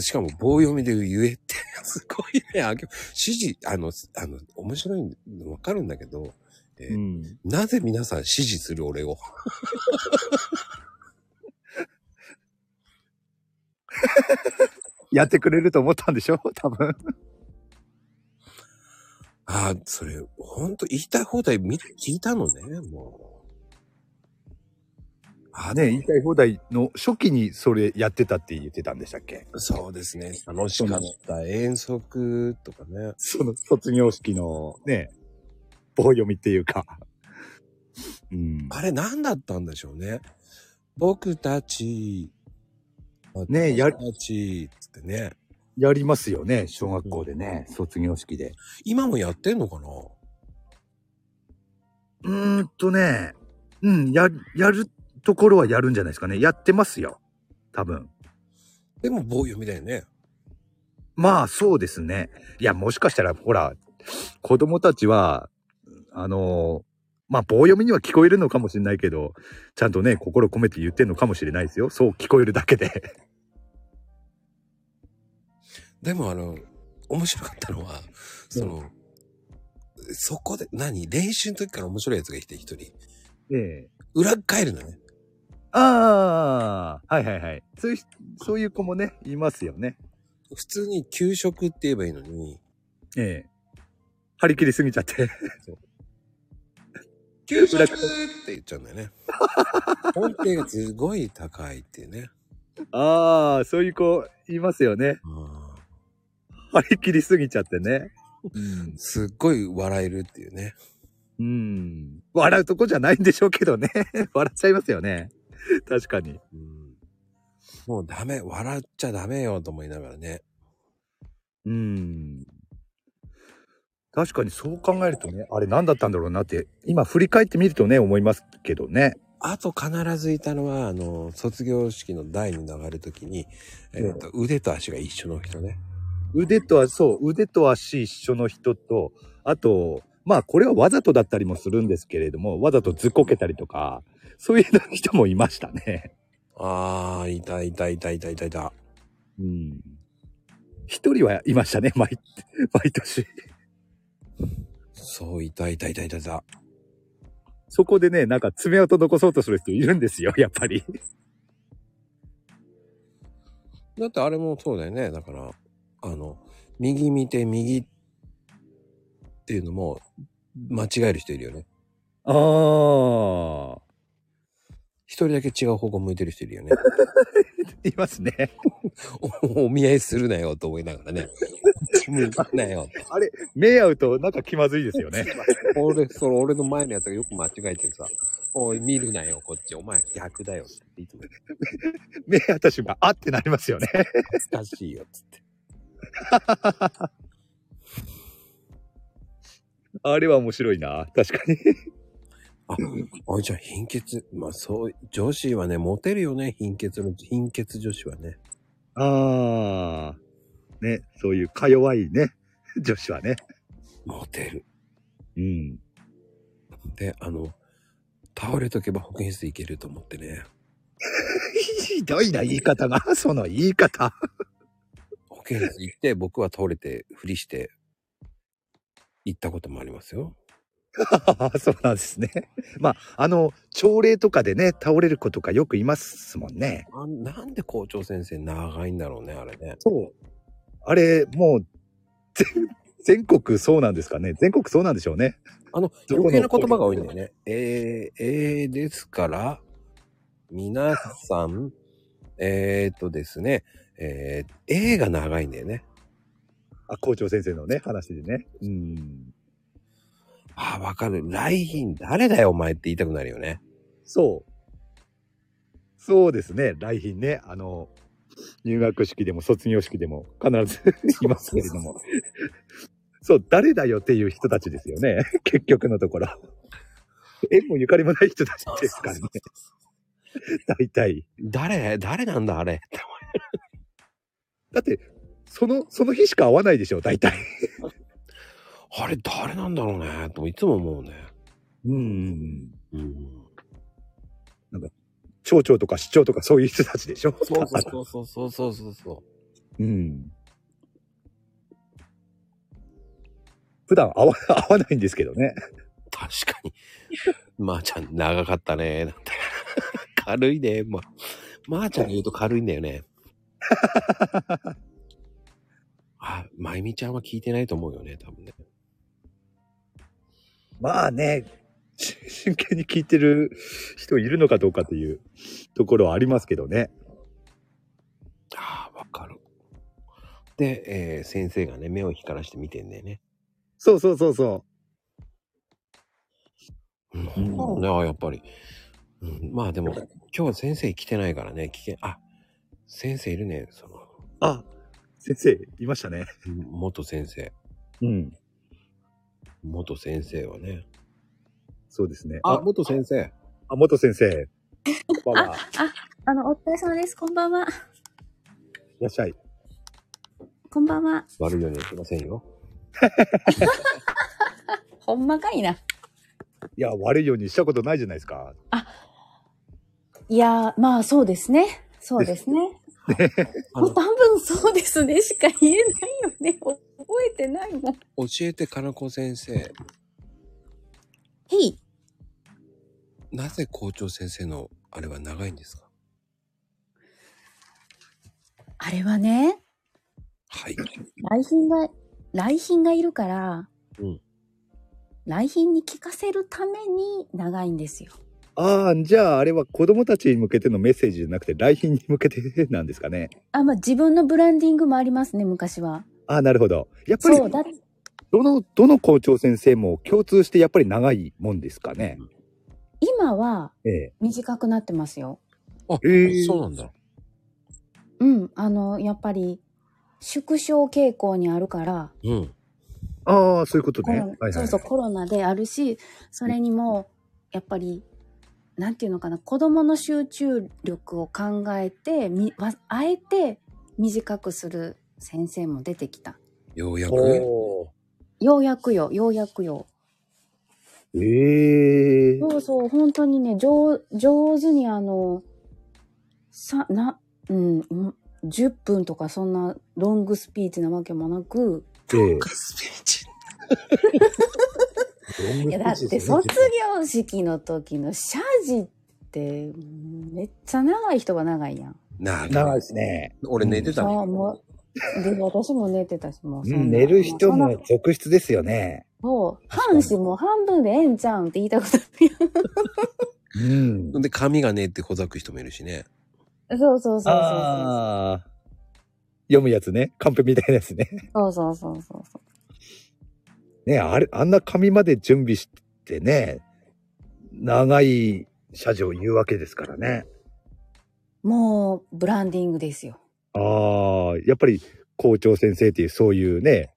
しかも棒読みで言えって、すごいね。あき指示、あの、あの、面白いのわかるんだけど、え うん。なぜ皆さん指示する俺を。やってくれると思ったんでしょ多分。ああ、それ、ほんと言いたい放題見聞いたのね、もう。ああ、ね、ね言いたい放題の初期にそれやってたって言ってたんでしたっけそうですね。楽しかった。遠足とかね。その卒業式のね、棒読みっていうか。うん。あれ何だったんでしょうね。僕たち、ねや僕たち、つってね。やりますよね、小学校でね、卒業式で。今もやってんのかなうーんとね、うん、や、やるところはやるんじゃないですかね。やってますよ。多分。でも棒読みだよね。まあ、そうですね。いや、もしかしたら、ほら、子供たちは、あのまあ、棒読みには聞こえるのかもしれないけど、ちゃんとね、心込めて言ってんのかもしれないですよ。そう聞こえるだけで。でもあの、面白かったのは、その、そこで、何練習の時から面白いやつが来て一人。 ええ。裏返るのね。ああ、はいはいはい。そういう人、そういう子もね、いますよね。普通に給食って言えばいいのに、ええ。張り切りすぎちゃって。給食って言っちゃうんだよね。音程がすごい高いっていうね。ああ、そういう子、いますよね。うん張り切りすぎちゃってね。うん。すっごい笑えるっていうね。うん。笑うとこじゃないんでしょうけどね。 笑っちゃいますよね。確かに。うん、もうダメ、笑っちゃダメよと思いながらね。うん。確かにそう考えるとね、あれ何だったんだろうなって、今振り返ってみるとね、思いますけどね。あと必ずいたのは、あの、卒業式の台に流れるときに、えっと、腕と足が一緒の人ね。腕とは、そう、腕と足一緒の人と、あと、まあこれはわざとだったりもするんですけれども、わざとずっこけたりとか、そういう人もいましたね。ああ、いたいたいたいたいたいた。うん。一人はいましたね、毎、毎年。そう、いたいたいたいたいた。そこでね、なんか爪痕残そうとする人いるんですよ、やっぱり。だってあれもそうだよね。だから、あの、右見て右っていうのも間違える人いるよね。ああ、一人だけ違う方向向いてる人いるよね。 いますね。おお見合いするなよと思いながらね。 向くなよ。あれ、目合うとなんか気まずいですよね。 俺、それ俺の前のやつがよく間違えてさ。おい、見るなよ、こっち。お前、逆だよ。っていつも目合った瞬間、あってなりますよね。恥ずかしいよ。つって。あれは面白いな、確かに。あ、あじゃあ貧血。まあそう、女子はね、モテるよね。貧血の、貧血女子はね。ああ、ね、そういうか弱いね、女子はね。モテる。うん。で、あの、倒れとけば保健室行けると思ってね。ひどいな、言い方が。その言い方。 保健室行って、僕は倒れて、ふりして、行ったこともありますよ。そうなんですね。まあ、あの、朝礼とかでね、倒れる子とかよくいますもんね。あなんで校長先生長いんだろうね、あれね。そう。あれ、もう、全、全国そうなんですかね。全国そうなんでしょうね。あの、どこの余計な言葉が多いんだよね。えー、えー、ですから、皆さん、えー、っとですね、えー、A が長いんだよね。あ、校長先生のね、話でね。うん。ああ、わかる。来賓誰だよ、お前って言いたくなるよね。そう。そうですね。来賓ね、あの、入学式でも卒業式でも必ず いますけれども。そう、誰だよっていう人たちですよね。結局のところ。縁もゆかりもない人たちですからね。大体。誰誰なんだ、あれ。ってだって、その、その日しか会わないでしょ、大体。あれ、誰なんだろうね、といつも思うね。うん。うん。町長とか市長とかそういう人たちでしょ。。そうそうそうそうそうそうそうん。普段会わ 会わないんですけどね。う。確かに。まー、ちゃん、長かったね。なんて軽いね。ま、まー、ちゃんが言うと軽いんだよね。あ、まゆみちゃんは聞いてないと思うよね、多分ね。まあね、し真剣に聞いてる人いるのかどうかというところはありますけどね。ああ、わかる。で、えー先生がね、目を光らして見てんだよね。そうそうそうそうん、なんだろうね、やっぱり。うん、まあでも、今日は先生来てないからね、聞け、あ、先生いるね、その、う。あ、先生、いましたね。元先生。うん。元先生はね。そうですね。ああ、、元先生。あ元先 生。こんばんは。あの、お疲れ様です。こんばんは。いらっしゃい。こんばんは。悪いようにはしませんよ。ほんまかいな。いや、悪いようにしたことないじゃないですか。いやー、まあそうですね。そうですね。あものう多、分そうですねしか言えないよね。 お覚えてないもん。教えて、かなこ先生。へい。なぜ校長先生のあれは長いんですかあれはね、はい。来賓が、来賓がいるから、うん来賓に聞かせるために長いんですよ。ああ、じゃああれは子供たちに向けてのメッセージじゃなくて、来賓に向けてなんですかね。あ、まあ自分のブランディングもありますね、昔は。ああ、なるほど。やっぱりそう、だ、どの、どの校長先生も共通してやっぱり長いもんですかね。今はええ。短くなってますよ。あ、えーそうなんだ。うん。あの、やっぱり、縮小傾向にあるから、うん。ああ、そういうことコね。ロはいはい。そうそう、コロナであるし、それにも、やっぱり、なんていうのかな、子供の集中力を考えて、みわあえて短くする先生も出てきた。ようやくね。おーようやくよ、ようやくよ。ええそうそう、本当にね、上上手にあの、さ、な、うん、ん10分とかそんなロングスピーチなわけもなく、ええスピーチ。いやだって卒業式の時の謝辞って、めっちゃ長い人は長いやん。なあ、長いですね。俺寝てたああ、の。もう、で、私も寝てたし、もううそんん、な。寝る人そんなも続出ですよね。そう、半紙もう半分でええんちゃうんって言いたことなういん。で、髪がねえってこざく人もいるしね。やん そうそうそうそうああ。読むやつね。カンペみたいなやつね。そう。そうそうそうそうそう。ねあれ、あんな紙まで準備してね、長い謝辞を言うわけですからね。もう、ブランディングですよ。ああ、やっぱり校長先生っていうそういうね、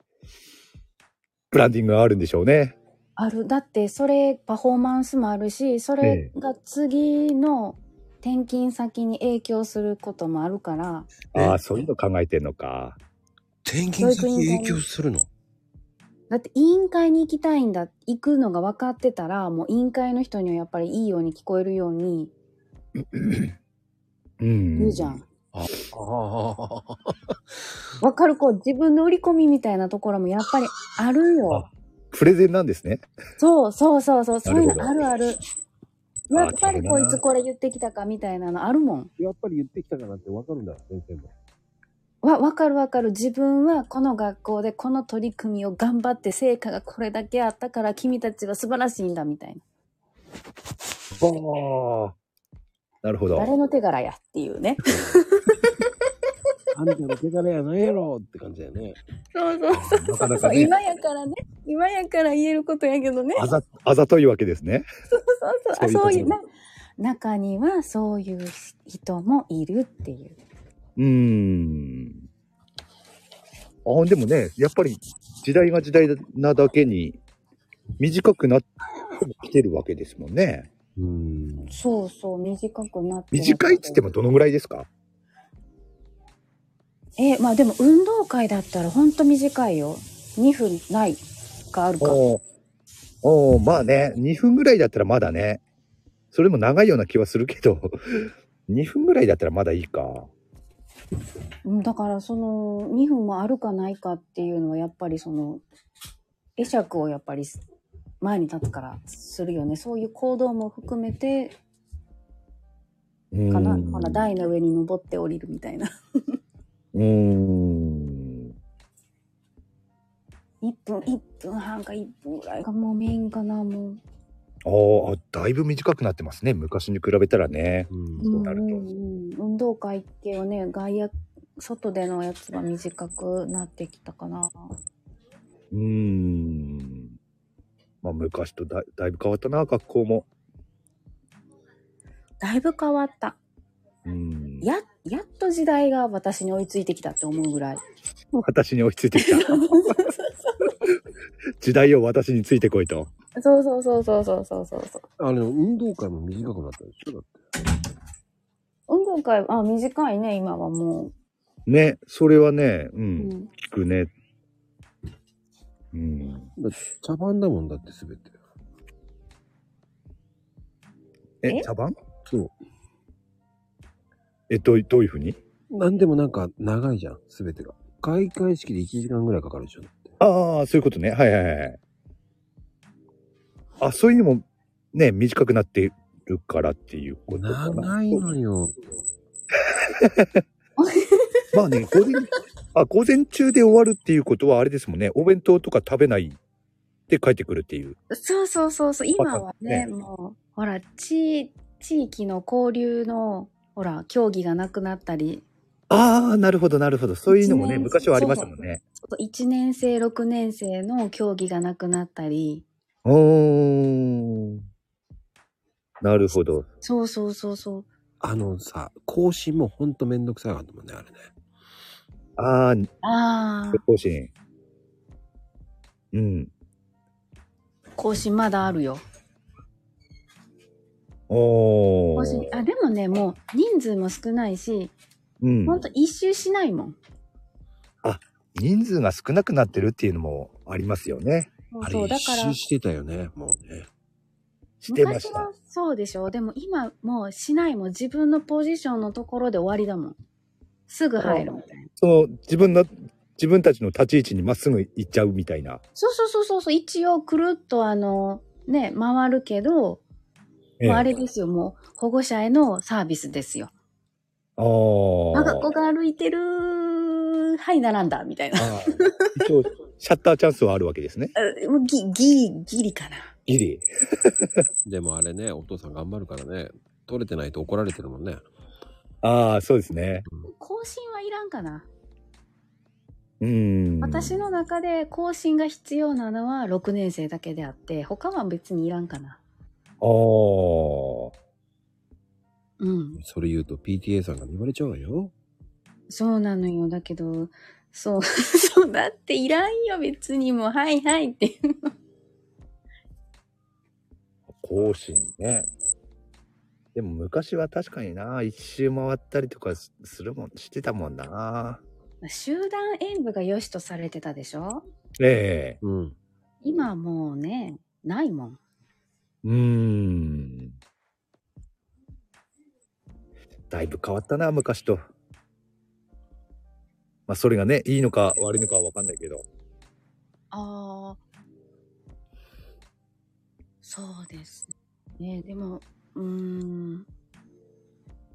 ブランディングがあるんでしょうね。あるだってそれパフォーマンスもあるしそれが次の転勤先に影響することもあるからあえあ、そういうの考えてんのか。転勤先に影響するの。だって委員会に行きたいんだ行くのが分かってたらもう委員会の人にはやっぱりいいように聞こえるようにうん。言うじゃん。ああ。分かるこう自分の売り込みみたいなところもやっぱりあるよプレゼンなんですね。そうそうそうそうそういうのなあるほるどああるやっぱりこいなるほどつこれ言ってきたかみたいなのあるもんやっぱり言ってきたかなってわかるんだ、先生も。わ、わかるわかる。自分はこの学校でこの取り組みを頑張って成果がこれだけあったから君たちは素晴らしいんだみたいああ。なるほな。誰ど。の手柄やっていうね。あんたの手柄やないやろって感じだよね。そうそうなかなそかう。ね、今やからね。今やから言えることやけどね。あざ、あざといわけですね。そうそう。あそそうういいううこな。中にはそういう人もいるっていう。うーん。あ、でもね、やっぱり時代が時代なだけに、短くなってきてるわけですもんね。うん。そうそう、短くなってる。短いっつってもどのぐらいですかえ、まあでも運動会だったらほんと短いよ。2分ないがあるか。おーおーまあね、2分ぐらいだったらまだね。それも長いような気はするけど、2分ぐらいだったらまだいいか。うんだからその2分もあるかないかっていうのはやっぱりその会釈をやっぱり前に立つからするよねそういう行動も含めてうーんかなほら台の上に登って降りるみたいな うーん。 1分1分半か1分ぐらいがもうメインかなもうあーあ、だいぶ短くなってますね。昔に比べたらね。うん。うなるとんうんうん運動会系はね外野外でのやつは短くなってきたかなうーん。まあ昔とだだいぶ変わったな、学校も。だいぶ変わったうーん。ややっと時代が私に追いついてきたって思うぐらい私に追いついてきた。 時代を私についてこいと。そうそうそうそうそうそうそうそう。あの、運動会も短くなったでしょだって。運動会、あ、短いね、今はもね、それはね、うん、う。うん聞くね。うん。だって茶番だもんだってすべて。え、え茶番そう。え、どういどういうふうになんでもなんか長いじゃん、すべてが。開会式で1時間ぐらいかかるでしょ。ああ、そういうことね。はいはいはい。あ、そういうのも、ね、短くなってるからっていうことかな。長いのよ。まあね、午前、あ、午前中で終わるっていうことはあれですもんね。お弁当とか食べないで帰ってくるっていう。そうそうそうそう、今はねね、もう、ほら、地、地域の交流の、ほら、競技がなくなったり、ああ、なるほど、なるほど。そういうのもね、一年昔はありましたもんね。ちょっと1年生、6年生の競技がなくなったり、おー。なるほど。そうそうそうそう。あのさ、更新もほんとめんどくさいかったもんね、あれね。ああ、ああ、更新。うん。更新まだあるよ。お更新ー。あ、でもね、もう人数も少ないし、うんほ。んと一周しないもん。人数が少なくなってるっていうのもありますよね。そうあそれう、だ一から周、してたよね、もうね。してま昔したは。そうでしょ。でも今もうしないもん自分のポジションのところで終わりだもん。すぐ入るみたいな。その、自分の、自分たちの立ち位置にまっすぐ行っちゃうみたいな。そうそうそうそうそう、一応くるっとあの、ね、回るけど、ええもうあれですよ、もう保護者へのサービスですよ。あー我が子が歩いてる、はい、並んだ、みたいな。あー一応、シャッターチャンスはあるわけですね。あもうギ、ギリ、ギリかな。ギリ。 でもあれね、お父さん頑張るからね、取れてないと怒られてるもんね。ああ、そうですね。更新はいらんかな。うーん。私の中で更新が必要なのは6年生だけであって、他は別にいらんかな。あうん。それ言うと PTA さんが言われちゃうよ。そうなのよ。だけど、そう、 そう、だっていらんよ、別にもう、はいはいっていう。あ、更新ね。でも昔は確かにな、一周回ったりとかすするもん、してたもんな。集団演舞が良しとされてたでしょええうん。今はもうね、ないもん。うーん。だいぶ変わったな、昔と。まあ、それがね、いいのか悪いのかはわかんないけど。ああ。そうですね。でも、うーん。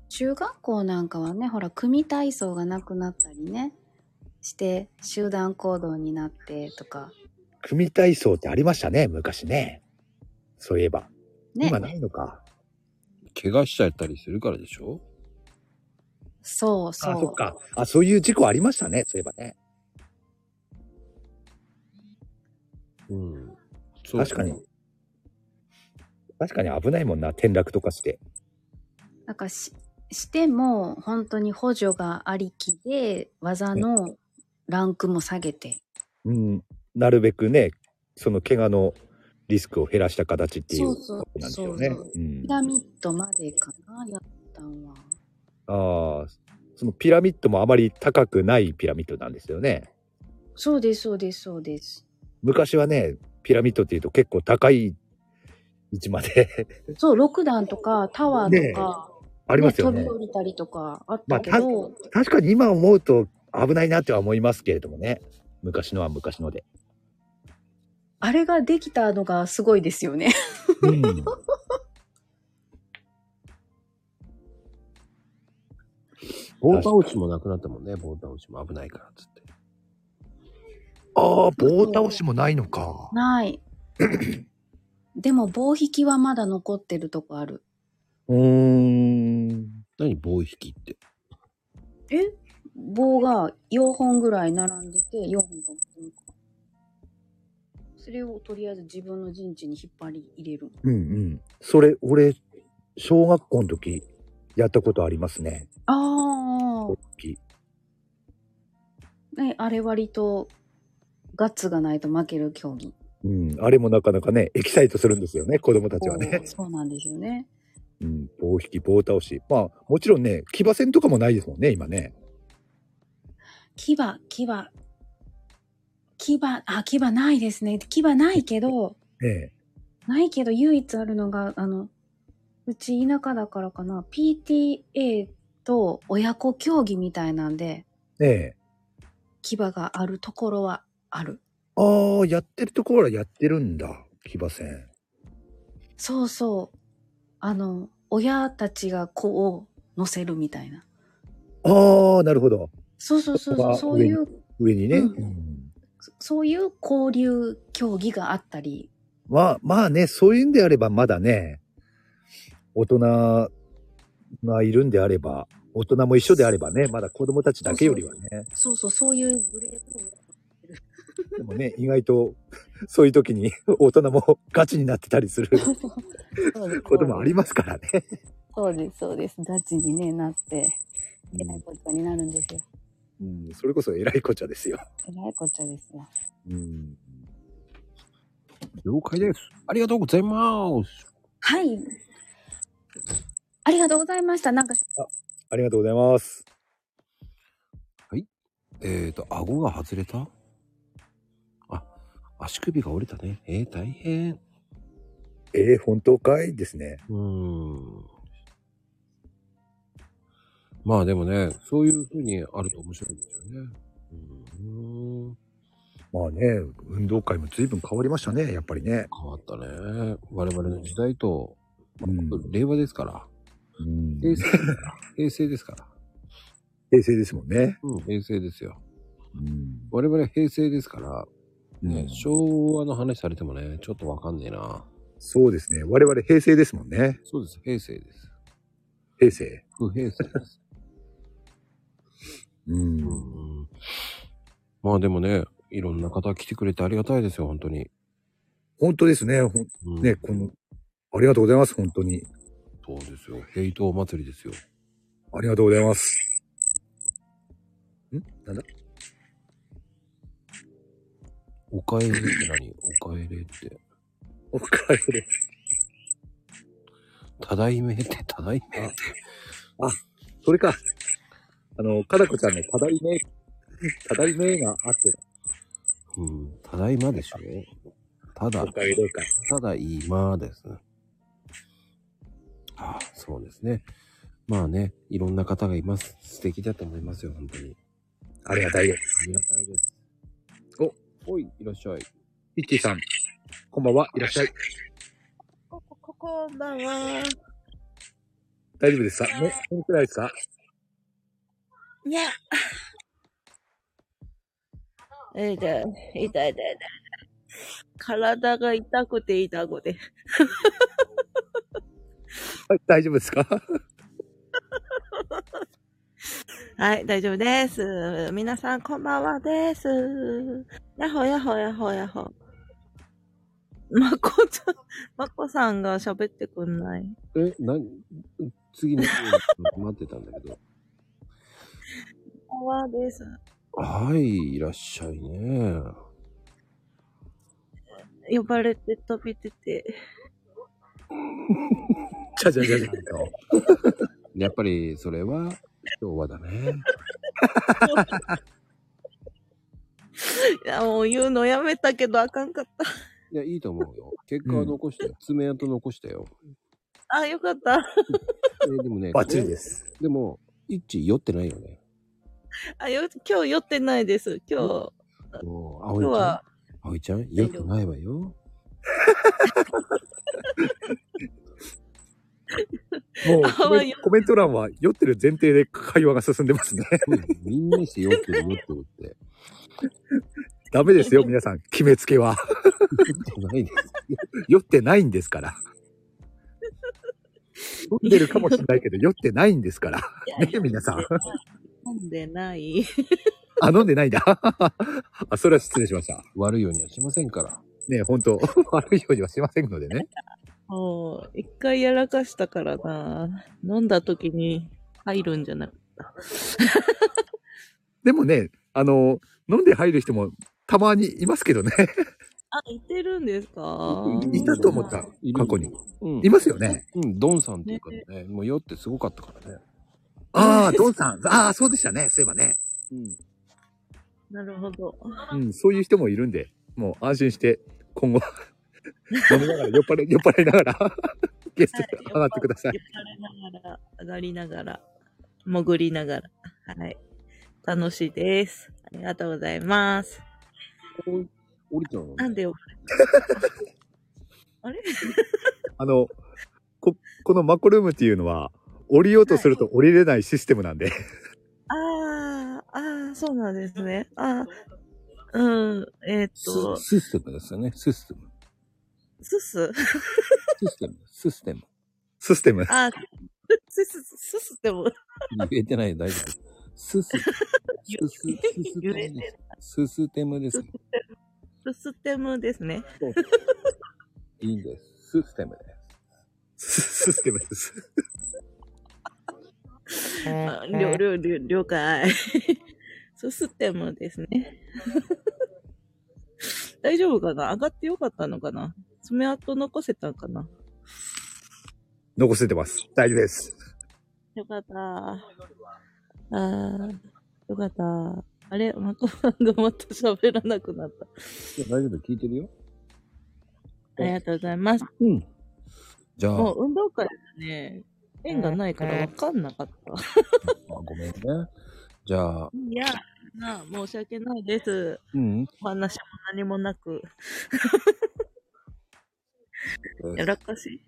中学校なんかはね、ほら、組体操がなくなったりね、して、集団行動になってとか、組体操ってありましたね、昔ね。そういえば。ね今。ないのか。怪我しちゃったりするからでしょそうそう。あ、そっか。あ、そういう事故ありましたね、そういえばね。うん。そう確かに。。確かに危ないもんな、転落とかして。なんかし、しても、本当に補助がありきで、技のランクも下げて。うん。なるべくね、その怪我のリスクを減らした形っていうそうこそうとなんでしょうね。そうそううんピラミッドまでかな、やったんは。ああ、そのピラミッドもあまり高くないピラミッドなんですよね。そうです、そうです、そうです。昔はね、ピラミッドっていうと結構高い位置まで そう、六段とかタワーとか、ありますよねね飛び。降りたりとかあったけまあど、確かに今思うと危ないなっては思いますけれどもね。昔のは昔ので。あれができたのがすごいです よね。うん。 棒倒しもなくなったもんね、棒倒しも危ないからっつって。ああ、棒倒しもないのか。ない。でも棒引きはまだ残ってるとこある。うーん。何棒引きって。え棒が4本ぐらい並んでて、4本か5本か。それをとりあえず自分の陣地に引っ張り入れる。うんうん。それ、俺、小学校の時、やったことありますね。あ大きい。あ、ね、あれ割とガッツがないと負ける競技。うん。あれもなかなかね、エキサイトするんですよね、子供たちはね。そうなんですよね。うん、棒引き、棒倒し。まあ、もちろんね、騎馬戦とかもないですもんね、今ね。牙、牙、牙、あ、牙ないですね。牙ない けど、ええ。ないけど唯一あるのが、あの、うち田舎だからかな、PTA と親子競技みたいなんで、ええ。牙があるところはある。ああ、やってるところはやってるんだ、騎馬戦。そうそう。あの、親たちが子を乗せるみたいな。ああ、なるほど。そうそうそうそう、そういう、上にね。うんうんそういう交流競技があったり。まあ、まあね、そういうんであればまだね、大人がいるんであれば、大人も一緒であればね、まだ子供たちだけよりはね。そうそう、そういうグレープでもね、意外と、そういう時に大人もガチになってたりする こともありますからね。そうです、そうです。ガチに、ね、なって、うえらいこっちゃになるんですよ。ん、うんそれこそ偉いこっちゃですよ。えらいこっちゃですよ。うん。了解です。ありがとうございます。はい。ありがとうございました。 なんか、ありがとうございます。えっ、ー、と、顎が外れたあ、足首が折れたね。えー、大変。えー、本当かいですね。うーん。まあでもね、そういう風にあると面白いですよね。うーん。まあね、運動会も随分変わりましたね、やっぱりね。変わったね。我々の時代と、うん令和ですから。うん平成です から。平成ですから。平成ですもんね。うん、平成ですよ。うん我々平成ですから、ねうん昭和の話されてもね、ちょっとわかんねえな。そうですね。我々平成ですもんね。そうです、平成です。平成。不平成です。うんう。ん、まあでもね、いろんな方来てくれてありがたいですよ、本当に。本当ですね。ほんうん、ね、この、ありがとうございます、本当に。そうですよ。ヘイト祭りですよ。ありがとうございます。んなんだおかえりって 何おかえりって。おかえり。ただいめって、ただいめって。それか。あの、かなこちゃんのただいめ、ただいめがあって、うん、ただいまでしょただお、かえりか。ただいまです。ああ、そうですね。まあね、いろんな方がいます。素敵だと思いますよ、本当に。ありがたいです。ありがたいです。お、おい、いらっしゃい。いっちーさん、こんばんは、いらっしゃい。ここ、ここんばんは。大丈夫ですかね、眠くないですかいや。痛い、痛い、痛い、痛い。体が痛くて痛くて。はい、大丈夫ですかはい、大丈夫です。皆さん、こんばんはです。やっほやっほやっほやっほ。まこちゃん、まこさんが喋ってくんない。え、な、次の待ってたんだけど。こんばんはです。はい、いらっしゃいね。呼ばれて飛び出て。じゃじゃじゃじゃ。やっぱり、それは、昭和だね。いや、もう言うのやめたけど、あかんかった。いや、いいと思うよ。結果は残したよ。爪痕残したよ。あ、よかった。えでもね、バッチリです。これでも、一致酔ってないよね。あ、よ、今日酔ってないです。今日、もう、葵ちゃん今日は、。葵ちゃん、酔ってないわよ。もうあコメまあコメント欄は酔ってる前提で会話が進んでますね。うんみんなして酔ってる酔ってるって。 ダメですよ、皆さん。決めつけは。じゃないです。酔ってないんですから。飲んでるかもしれないけ ど、酔ってないんですから。ねえ、皆さん。飲んで ない。あ、飲んでないんだ。 あ、それは失礼しました。悪いようにはしませんから。ねえ、本当悪いようにはしませんのでね。もう、一回やらかしたからな。飲んだ時に入るんじゃなくでもね、あの、飲んで入る人もたまにいますけどね。あ、いてるんですかいたと思ったいる、過去に。うんい。ますよね。うん、ドンさんっていうかね、もう酔ってすごかったからね。ああ、ドンさん。ああ、そうでしたね。そういえばね。うん。なるほど。うん、そういう人もいるんで、もう安心して、今後、 飲みながら、酔っ払い、酔っ払いながら、ゲストに上がってください。酔っ払いながら、上がりながら、潜りながら。はい。楽しいです。ありがとうございます。おい、おりちゃん。なんで呼ばれたあれあの、こ、このマコルームっていうのは、降りようとすると降りれないシステムなんで、 ああ、ああ、そうなんですね。ああ、うん、えーっシと、システムですよね。システム。すすシステム。システム。システム。あ、すす、すすっても、言えてない、大丈夫。すす、すす、すす言テえてムないすすテムです。すすってもですね。いいんです。すすテムです。すすテムです。ありょうりょうりょう了解。すすってもですね。大丈夫かな上がってよかったのかな爪痕残せたんかな残せてます。大丈夫です。よかった。あー、よかった。あれマコさんがまた喋らなくなった。いや大丈夫、聞いてるよ。ありがとうございます。うん。じゃあ、もう運動会だね、縁がないからわかんなかった。あごめんね。じゃあ、いや、なあ、申し訳ないです。うん。お話も何もなく。やらかし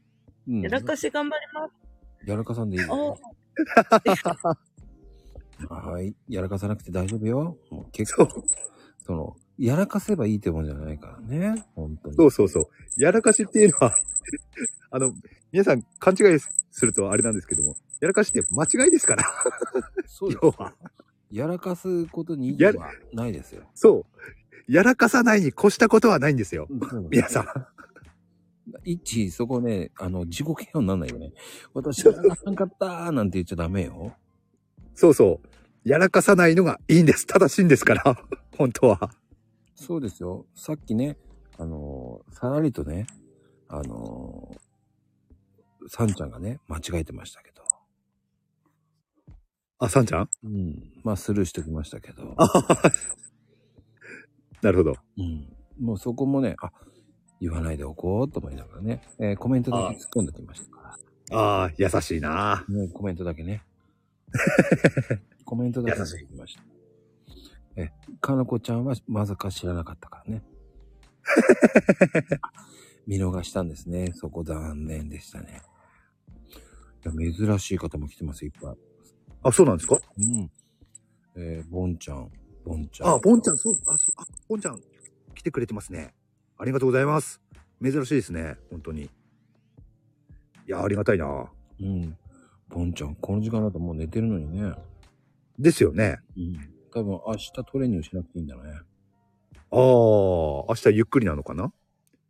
うんやらかし頑張ります。やらかさんでいいおよ。はい。やらかさなくて大丈夫よ。もう結そ構う、その、やらかせばいいってもんじゃないからね。本当に。そうそうそう。やらかしっていうのは、 あの、皆さん勘違いするとあれなんですけども、やらかしって間違いですから。そうです要はやらかすことに意や義るはないですよ。そう。やらかさないに越したことはないんですよ。うん皆さん。一、そこね、あの、自己嫌悪にならないよね。私、やらかさんかったーなんて言っちゃダメよ。そうそう。やらかさないのがいいんです。正しいんですから。本当は。そうですよ。さっきね、あのーさらりとね、あのーさんちゃんがね、間違えてましたけど。あ、さんちゃんうん。まあ、スルーしときましたけど。あははなるほど。うん。もうそこもね、あ、言わないでおこうと思いながらね、えーコメントだけ突っ込んできましたかああ、優しいな。ら。ね、コメントだけ ね。コメントだけ優出していきました。え、かのこちゃんはまさか知らなかった からね。見逃したんですね。そこ残念でしたね。いや、珍しい方も来てます、いっぱい。あ、そうなんですかうん。えー、ぼんちゃん、ぼんちゃん。あ、ぼんちゃん、そう、あ、そう、あ、ぼんちゃん、来てくれてますね。ありがとうございます。珍しいですね。本当に。いや、ありがたいな。うん。ぼんちゃん、この時間だともう寝てるのにね。ですよね。うん。多分明日トレーニングしなくていいんだね。ああ、明日ゆっくりなのかな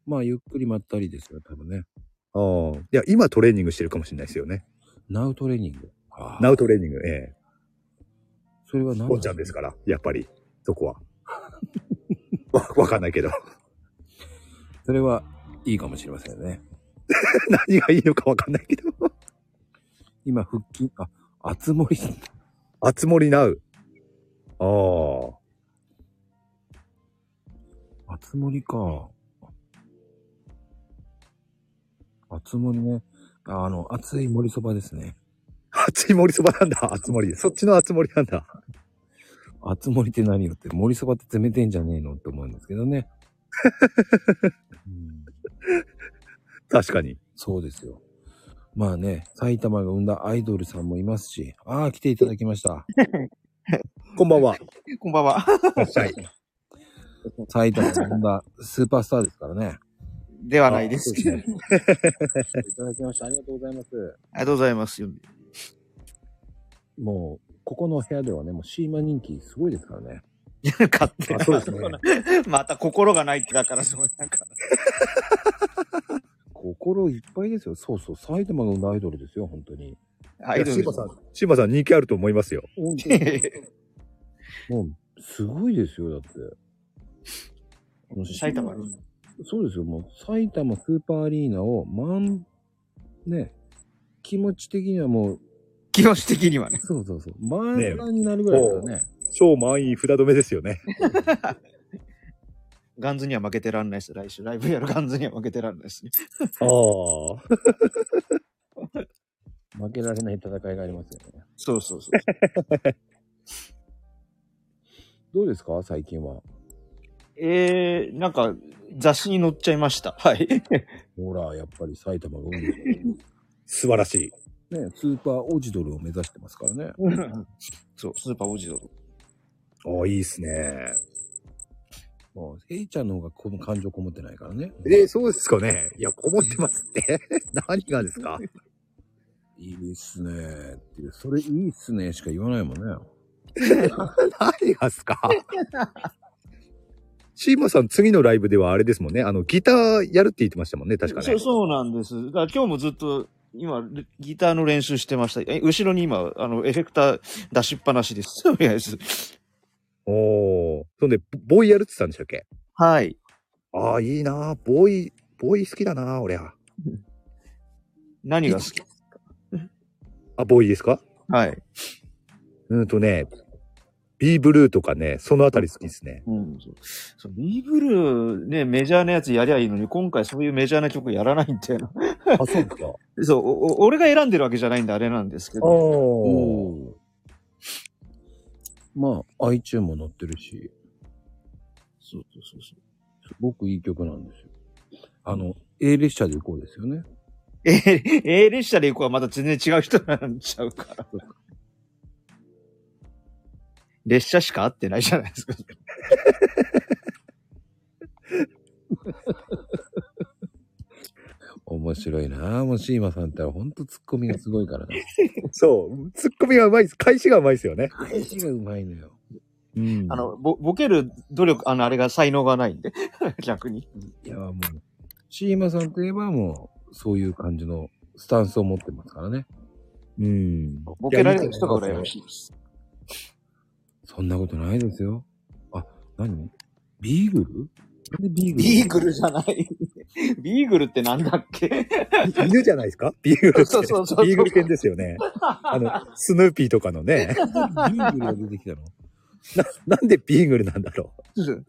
まあ、ゆっくりまったりですよ、多分ね。ああ。いや、今トレーニングしてるかもしれないですよね。ナウトレーニング。ああナウトレーニング、えそれはえ。何ぼんちゃんですから、やっぱり、そこは。 わ、わかんないけど。 それはいいかもしれませんね。何がいいのかわかんないけど。今、腹筋、あ、厚盛り。 あつ森ナウ。ああ。厚盛りか。厚盛りね。ああの、熱い盛りそばですね。熱い森そばなんだ、熱森。そっちの熱森なんだ。厚盛りって何よって、盛りそばって冷てんじゃねえのって思うんですけど ね。うん確かに。そうですよ。まあね、埼玉が生んだアイドルさんもいますし、ああ、来ていただきました。こんばんは。こんばんは。 いらっしゃい。埼玉が生んだスーパースターですからね。ではないですそうけですど。あね。 いただきました。ありがとうございます。りがとうございます。もう、ここの部屋ではね、もうシーマ人気すごいですからね。勝手あそうですね。 また心がないってだから、そのなんか。心いっぱいですよ。そうそう、埼玉が生んだアイドルですよ、本当に。アいイやドシルーバ さん、シーバさん人気あると思いますよ。本当にで す。もう、すごいですよ、だって。もう埼玉に。そうですよ、もう埼玉スーパーアリーナを、まん、ね、気持ち的にはもう、気持ち的にはね。そうそうそう、満ンになるぐらいですからね。超満員札止めですよね。 ガンズには負けてらんないです。来週ライブやるガンズには負けてらんないですね。ああ。負けられない戦いがありますよね。そうそうそう。どうですか、最近は。えー、なんか雑誌に載っちゃいました。はい。 ほら、やっぱり埼玉が多いですよ素晴らしい。ね。スーパーオジドルを目指してますからね。そう、スーパーオジドル。ああ、いいっすね。もう、ヘイちゃんの方がこの感情こもってないからね。 え、そうですかね。いや、こもってますって。何がですかいいっすねーっていう、それいいっすねーしか言わないもんね。何がっすかシーマさん、次のライブではあれですもんね。あの、ギターやるって言ってましたもんね、確かね。そうそうなんです。だから今日もずっと、今、ギターの練習してました。え後ろに今、あの、エフェクター出しっぱなしです。 とりあえず。おー。そんで、ボボーイやるって言ってたんでしたっけはい。ああ、いいなーボーイ、ボーイ好きだなー俺は。何が好きあ、ボーイですかはい。うーんとね、B ブルーとかね、そのあたり好きですね。うん。そうそう、ビーブルーね、メジャーなやつやりゃいいのに、今回そういうメジャーな曲やらないんだよな。あ、そうですか。 そう、おお俺が選んでるわけじゃないんであれなんですけど。おー。まあ、iTune も載ってるし、そうそうそうそう。すごくいい曲なんですよ。あの、A 列車で行こうですよね。えー、えー、列車で行くはまた全然違う人なんちゃうから。列車しか会ってないじゃないですか。面白いなぁ。もうシーマさんったらほんとツッコミがすごいからな。そう。ツッコミがうまいです。返しがうまいですよ ね。返しがうまいのよ。うん。あ、の、ぼ、ボケる努力、あの、あれが才能がないんで。 逆に。いや、もう、シーマさんといえばもう、そういう感じのスタンスを持ってますからね。うん。ボケられる人が羨ましいです。そんなことないですよ。あ、何ビーグルなんでビーグルビーグルじゃない。 ビーグルってなんだっけ犬じゃないですかビーグル犬。そうそうそうそうビーグル犬ですよね。あの、スヌーピーとかのね。なんでビーグルが出てきた のなんでビーグルなんだろう。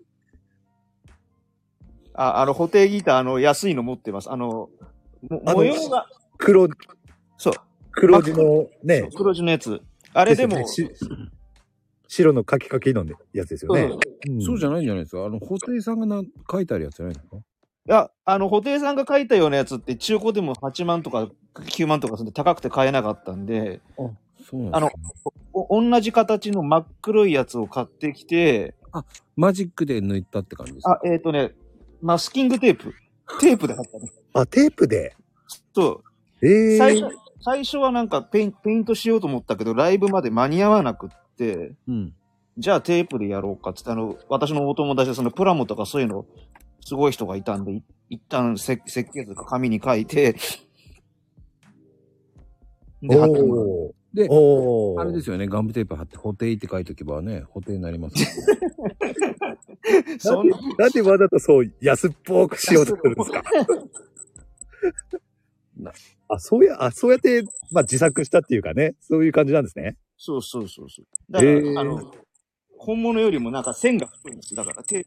あ、あの、固定ギター、あの、安いの持ってます。あの、もあの模様が、黒、そう、黒地のそねう。黒字のやつ。あれですよも、ねし白のカキカキのやつですよねそう。そうじゃゃないんじゃないですか。あの、ホテイさんがな書いてあるやつじゃないですかいや、あの、布袋さんが書いたようなやつって中古でも8万とか9万とかするんで高くて買えなかったんで、あ、そうなんですか、あの、お同じ形の真っ黒いやつを買ってきて、マジックで抜いたって感じですかあ、えっ、とね、マスキングテープ。テープで貼ったね。あ、テープで。そえう。え最ー初、。最初はなんかペインペイントしようと思ったけど、ライブまで間に合わなくって、うん。じゃあテープでやろうかっつって、あの、私のお友達でそのプラモとかそういうの、すごい人がいたんで、い一旦設設計図か紙に書いて、で、貼ってもらう。おーでおーあれですよね、ガムテープ貼って、ホテイって書いとけばね、ホテイになりますよねなそんんなでなんでわざとそう安っぽくしようとするんですかなあ、そうや、あ、そうやって、まあ、自作したっていうかね、そういう感じなんですね。そうそうそうそう。だから、へーあの、本物よりもなんか線が太いんです。だから手、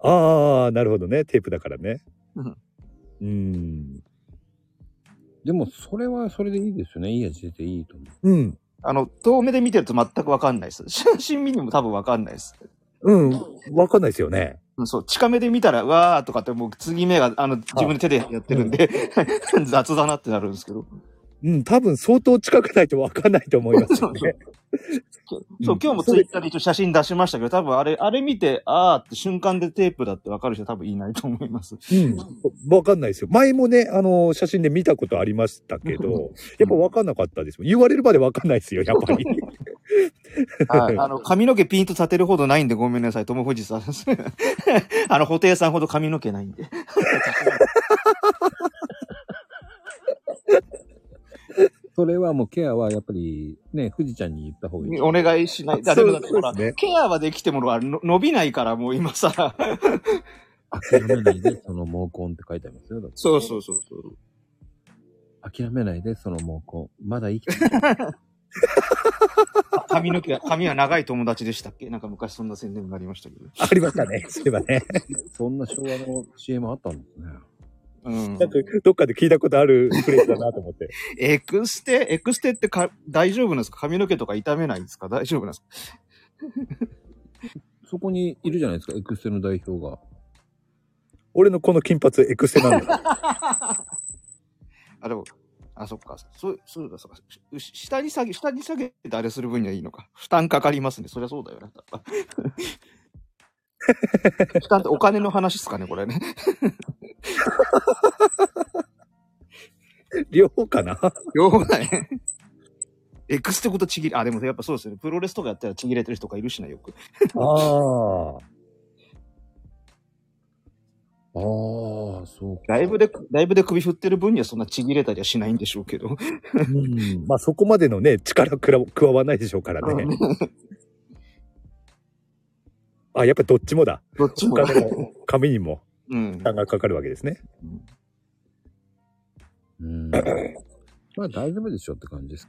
ああ、なるほどね。テープだからね。うんうん。でも、それはそれでいいですよね。いい味出ていいと思う。うん。あの、遠目で見てると全くわかんないです。写真見にも多分わかんないです。うん。わかんないですよね。うんそう、近めで見たら、わーとかってもう次目が、あの、自分で手でやってるんで、 雑だなってなるんですけど。うん。多分相当近くないとわかんないと思います よね。そう、今日もツイッターで一応写真出しましたけど、多分あれ、あれ見て、あーって瞬間でテープだってわかる人多分いないと思います。うん。わかんないですよ。前もね、あの、写真で見たことありましたけど、やっぱわかんなかったですもん。言われるまでわかんないですよ、やっぱり。 はい。あの、髪の毛ピンと立てるほどないんでごめんなさい、友藤さん。 あの、布袋さんほど髪の毛ないんで。それはもうケアはやっぱり、ね、富士ちゃんに言った方がいい。お願いしない。だそうでもだってほら、そうですねケアはできてものの伸びないから、もう今さ。諦めないで、その毛根って書いてありますよ。だってそうそうそうそう。諦めないで、その毛根。まだ生き てる。髪の毛、髪は長い友達でしたっけなんか昔そんな宣伝がありましたけど。ありましたね。そういえばね。そんな昭和の CM あったんですね。うんなん。か、どっかで聞いたことあるフレーズだなと思って。エクステ、エクステってか大丈夫なんですか髪の毛とか痛めないんですか大丈夫なんですかそこにいるじゃないですか、エクステの代表が。俺のこの金髪エクステなんだ。あ、でも、あ、そっか。そう、そうだ、そっか。し下に下げ、下に下げてあれする分にはいいのか。負担かかりますね。そりゃそうだよな。 負担ってお 金の話ですかね、これね。両方か な両方だね。X ってことちぎれ、あ、でもやっぱそうですよね。プロレスとかやったらちぎれてる人がいるしな、よく。ああ。ああ、そうか。ライブで、ライブで首振ってる分にはそんなちぎれたりはしないんでしょうけど。うんまあそこまでのね、力くら加わないでしょうからね。あ、やっぱどっちもだ。 どっちも。他の紙にもうん負。担がかかるわけですね。うん。まあ大丈夫でしょって感じです。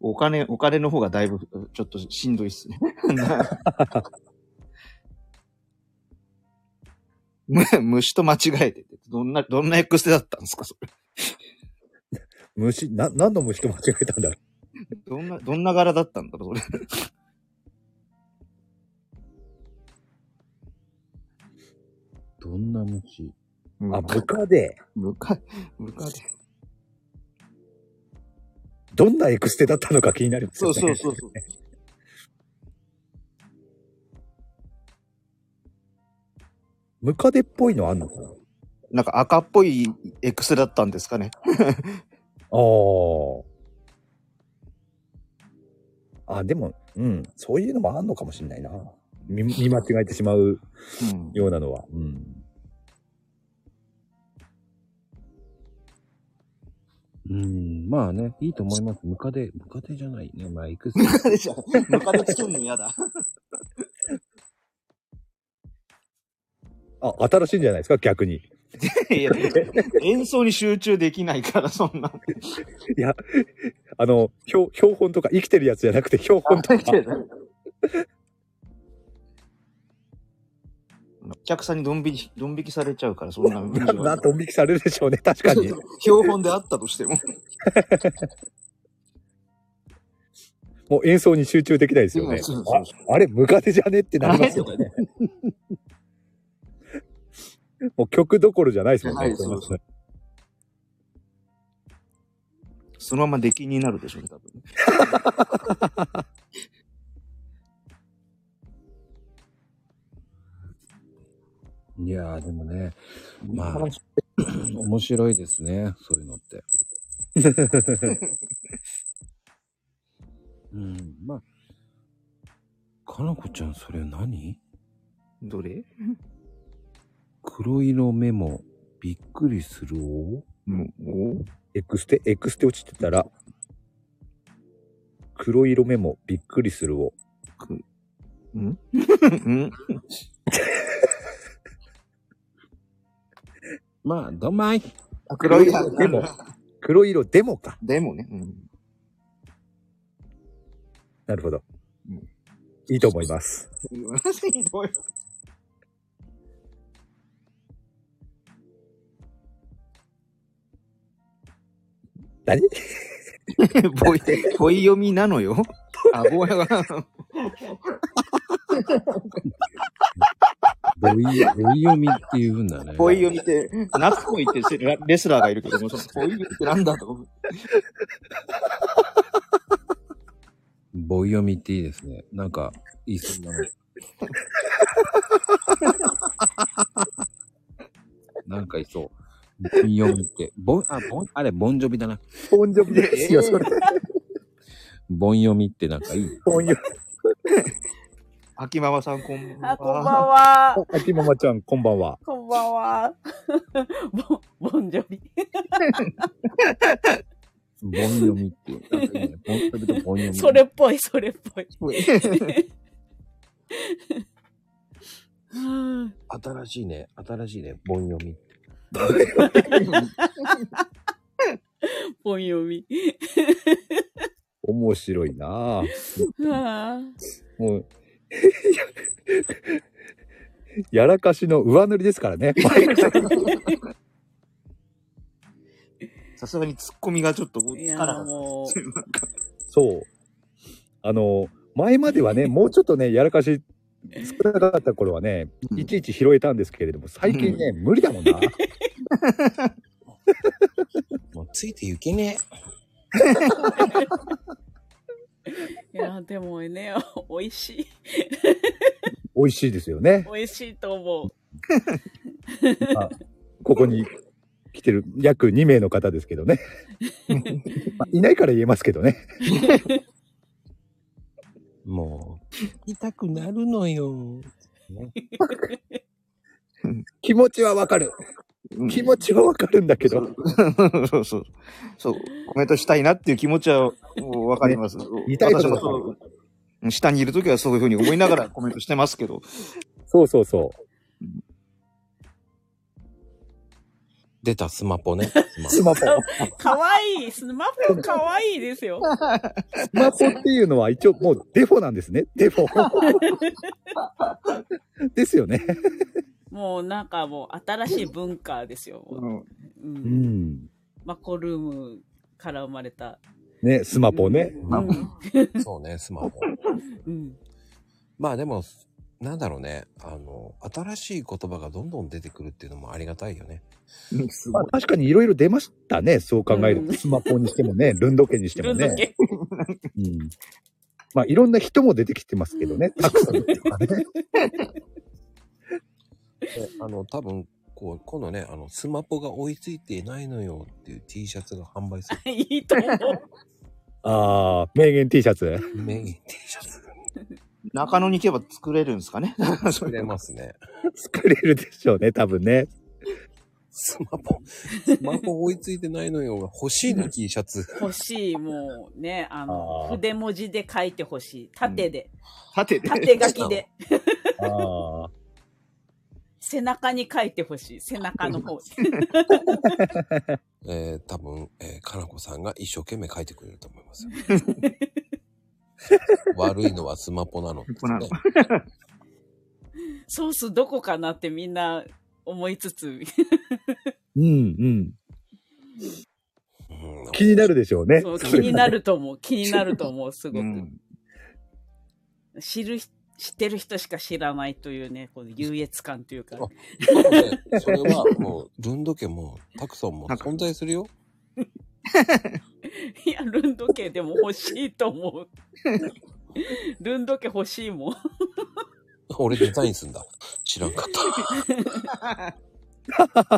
お金、お金の方がだいぶ、ちょっとしんどいっすね。 む虫と間違えてて、どんな、どんな X 手だったんですか、それ。虫、な、何の虫と間違えたんだろどんな、どんな柄だったんだろう、それ。どんな虫う。あ、む部下で、むか、むかで。どんなエクステだったのか気になります そようね。そうそうそう。ムカデっぽいのあんのかなあなんか赤っぽい X だったんですかね。あ。あ、でも、うん、そういうのもあんのかもしれないな。見見間違えてしまううん。ようなのは。うん。うん、まあね、いいと思います。ムカデ、ムカデじゃないね。まあ、いくつむ かでじゃん、むかでつけるの嫌だ。あ、新しいんじゃないですか逆に。いや、演奏に集中できないから、そんな。あの、標標本とか、生きてるやつじゃなくて標本とか。 お客さんにドン引き、ドン引きされちゃうから、そんな無理は。 な、ドン引きされるでしょうね。確かに。標本であったとしても。もう演奏に集中できないですよねそうそうそうそ。ああれ、ムカデじゃねってなりますよね。 もう曲どころじゃないですもんはね。いそうそそのまま出禁になるでしょうね、多分ね。いやー、でもね、まあ、面白いですね。そういうの って。うん、まあ、かなこちゃん、それ何どれ黒色メモ、びっくりするおもう、エクステ、エクステ落ちてたら、黒色目もびっくりするを。おんうんまあ、どんまい。黒いでも、黒色でもか。でもね、うん。なるほどうん。いいと思います。ひどい。何ボイ、ボイ読みなのよ。あ、ボイは、ボイ、ボイ読みって言うんだね。ボイ読みって、ナッコイってレスラーがいるけども、そのボイ読みってなんだと思う。ボイ読みっていいですね。なんか、いいそんなの。なんかいそう。ボイ読みって。ボン、あ、ボン、あれ、ボンジョビだな。ボンジョビですよ、それ。ボン読みってなんかいい。ボン ジョビ。秋ママさんこんばんは。あ、こんばんは。あきママちゃん、こんばんは。こんばんは。ボボンジョビ。ボン読みって。なんかいいね。ボンジョビとボン読み。それっぽい、それっぽい。うん新しいね。新しいね。ボン読み。ボン読み。面白い なぁ。あーもう、 やらかしの上塗りですからね。さすがにツッコミがちょっとい疲れやがー、もう。そう。あの、前まではね、もうちょっとね、やらかし少なかった頃はね、いちいち拾えたんですけれども、最近ね、無理だもんな。もうついていけねいや、でもね、美味しい。 美味しいですよね。 美味しいと思う。ここに来てる約2名の方ですけどね。まあいないから言えますけどね。もう、痛くなるのよ。気持ちはわかる。うん気持ちはわかるんだけど。 そうそう。そう、コメントしたいなっていう気持ちはもうわかります。痛いこと私もそううん下にいるときはそういうふうに思いながらコメントしてますけど。そうそうそう。出たスマポね。スマホ。かわいい。スマホかわいいですよ。スマホっていうのは一応もうデフォなんですね。デフ ォ。ですよね。もうなんかもう新しい文化ですよ。うんう、うんん。マコルームから生まれた。ね、スマホね。 うまんあそうね、スマホ。うんまあでも、なんだろうね。あの、新しい言葉がどんどん出てくるっていうのもありがたいよね。すまごあい。確かにいろいろ出ましたね。そう考えるうんと。スマホにしてもね、ルンドケにしてもルンねド。ケうんまあいろんな人も出てきてますけどね。たくさんとかね。であの、多分、こう、今度ね、あの、スマポが追いついていないのよっていう T シャツが販売する。いいと思う。ああ、名言 T シャツ。名言 T シャツが中野に行けば作れるんです かね。売れますね。作れるでしょうね、多分ね。スマポ、スマポ追いついてないのよが欲しいな T シャツ。欲しい、もうね、あのあ、ー筆文字で書いてほしい。縦で、縦で。縦書きで、ああ。背中に書いてほしい。背中の方。えー、多分、えー、かなこさんが一生懸命書いてくれると思いますよ。悪いのはスマポなのって、なのね。ソースどこかなってみんな思いつつ、うんうん。うん気になるでしょうね。そう気になると思う。気になると思う、すごうく。ん。知る人、知ってる人しか知らないというね、この優越感というか。ねそれはもう、ルンド家もタクソンも存在するよ。いや、ルンドケでも欲しいと思う。 ルンドケ欲しい もん。俺デザインすんだ。知らんかった。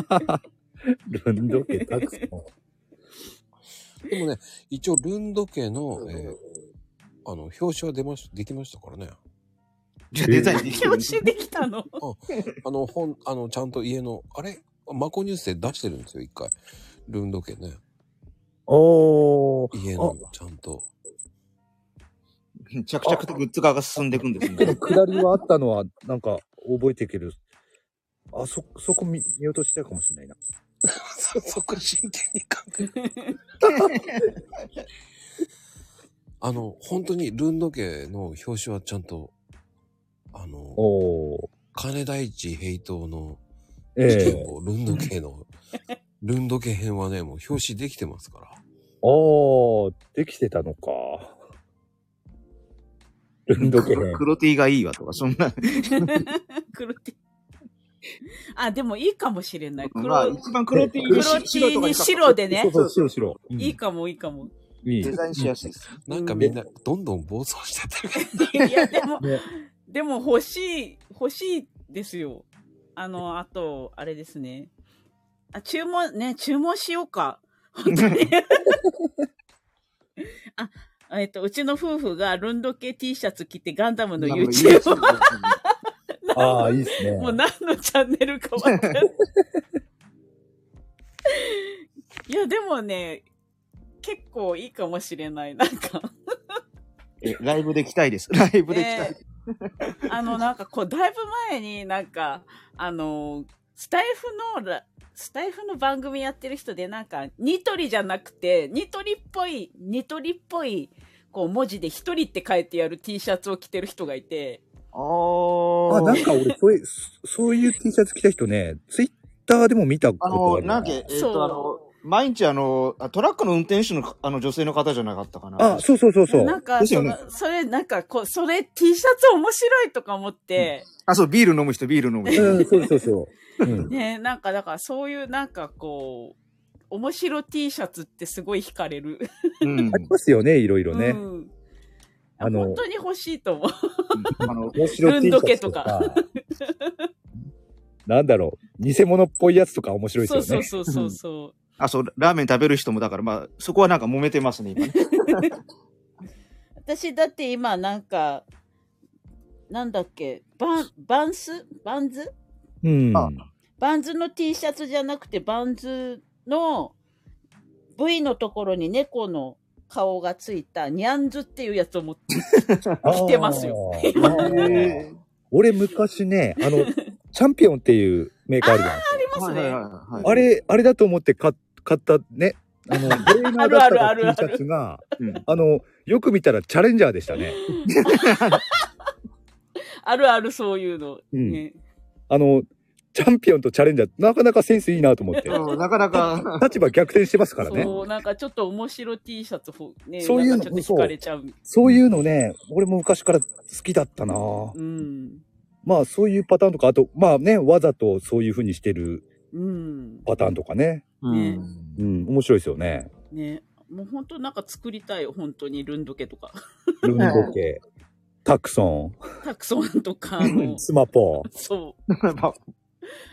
ルンドケたくさん。 でもね、一応ルンド家の、えーあの、表紙は出まし、できましたからね。じゃあデザインできてる教。習できたの。 あの、本、あの、ちゃんと家の、あれマコニュースで出してるんですよ、一回。ルンド家ね。おー。家の、ちゃんと。着々とグッズ化が進んでいくんですでもね。下りはあったのは、なんか覚えていける。あ、そ、そこ見見落としたかもしれないな。そ、そこ真剣に考え あの、本当にルンド家の表紙はちゃんと、あの、おー。金大地平等の、え えルンド家の、ルンド家編はね、もう表紙できてますから。おー、できてたのか。ルンドケ編。黒 T がいいわとか、そんな。クロティ。あ、でもいいかもしれない。黒、まあ、一番黒 T 黒 T に白でねそう。そう、白白。いいかもいいかも。いいデザインしやすいです。なんかみんな、どんどん暴走してたけど。いや、でも、ねでも欲しい、欲しいですよ。あの、あと、あれですね。あ、注文、ね、注文しようか。本当 に。あ、えっと、うちの夫婦がルンド系 T シャツ着てガンダムの YouTube をああ、いいですね。 もう何のチャンネルか分かん ない。いや、でもね、結構いいかもしれない。なんか、えライブで来たいです。ライブで来たい。ね、あの、なんかこう、だいぶ前になんか、あの、スタイフのラ、スタイフの番組やってる人で、なんか、ニトリじゃなくて、ニトリっぽい、ニトリっぽい、こう、文字で一人って書いてやる T シャツを着てる人がいて、ああ、ーなんか俺、そういう、そそういう T シャツ着た人ね、ツイッターでも見たことああるの、なんけ、えっ、そうと、あの、毎日あの、あトラックの運転手のあの女性の方じゃなかったかな。あ、そうそうそうそな。うんか、ですそよねの、それ、なんかこう、それ T シャツ面白いとか思って、あ、そう、ビール飲む人、ビール飲む人。うん、そうそうそう。 うん、ねえなんかだからそういうなんかこう面白 T シャツってすごい惹かれる。うんあ。りますよね、いろいろうね。ん、あの本当に欲しいと思う。あの、面白い T シャツルンドケとか。 なんだろう、偽物っぽいやつとか面白いですそようね。そうそうそうそう。あ、そう、ラーメン食べる人もだから、まあ、そこはなんか揉めてますね、今ね。私だって今なんか、なんだっけ、バン、バンスバンズうん。あバンズの T シャツじゃなくて、バンズの V のところに猫の顔がついたニャンズっていうやつを持って、来てますよあー。俺昔ね、あの、チャンピオンっていうメーカーあるじゃん。ありますはいはね。いはいはいあれ、あれだと思って買っ買ったね。あ の、トレーナーだったあるあるあるあ T るシャツが、うんあの、よく見たらチャレンジャーでしたね。あるあるそういうの。うんねあの、チャンピオンとチャレンジャー、なかなかセンスいいなと思って。うんなかなか、立場逆転してますからね。そう、なんかちょっと面白 T シャツほ、ね、そういうのなんかちょっと惹かれちゃう。そういうのね、俺も昔から好きだったなうん。まあそういうパターンとか、あと、まあね、わざとそういう風にしてるうん。パターンとか ね。うんうん、面白いですよね。 ね。もう本当なんか作りたいよ、本当にルンドケとか。ルンドケ、タクソタクソンと か、あのン、スマポそう。ま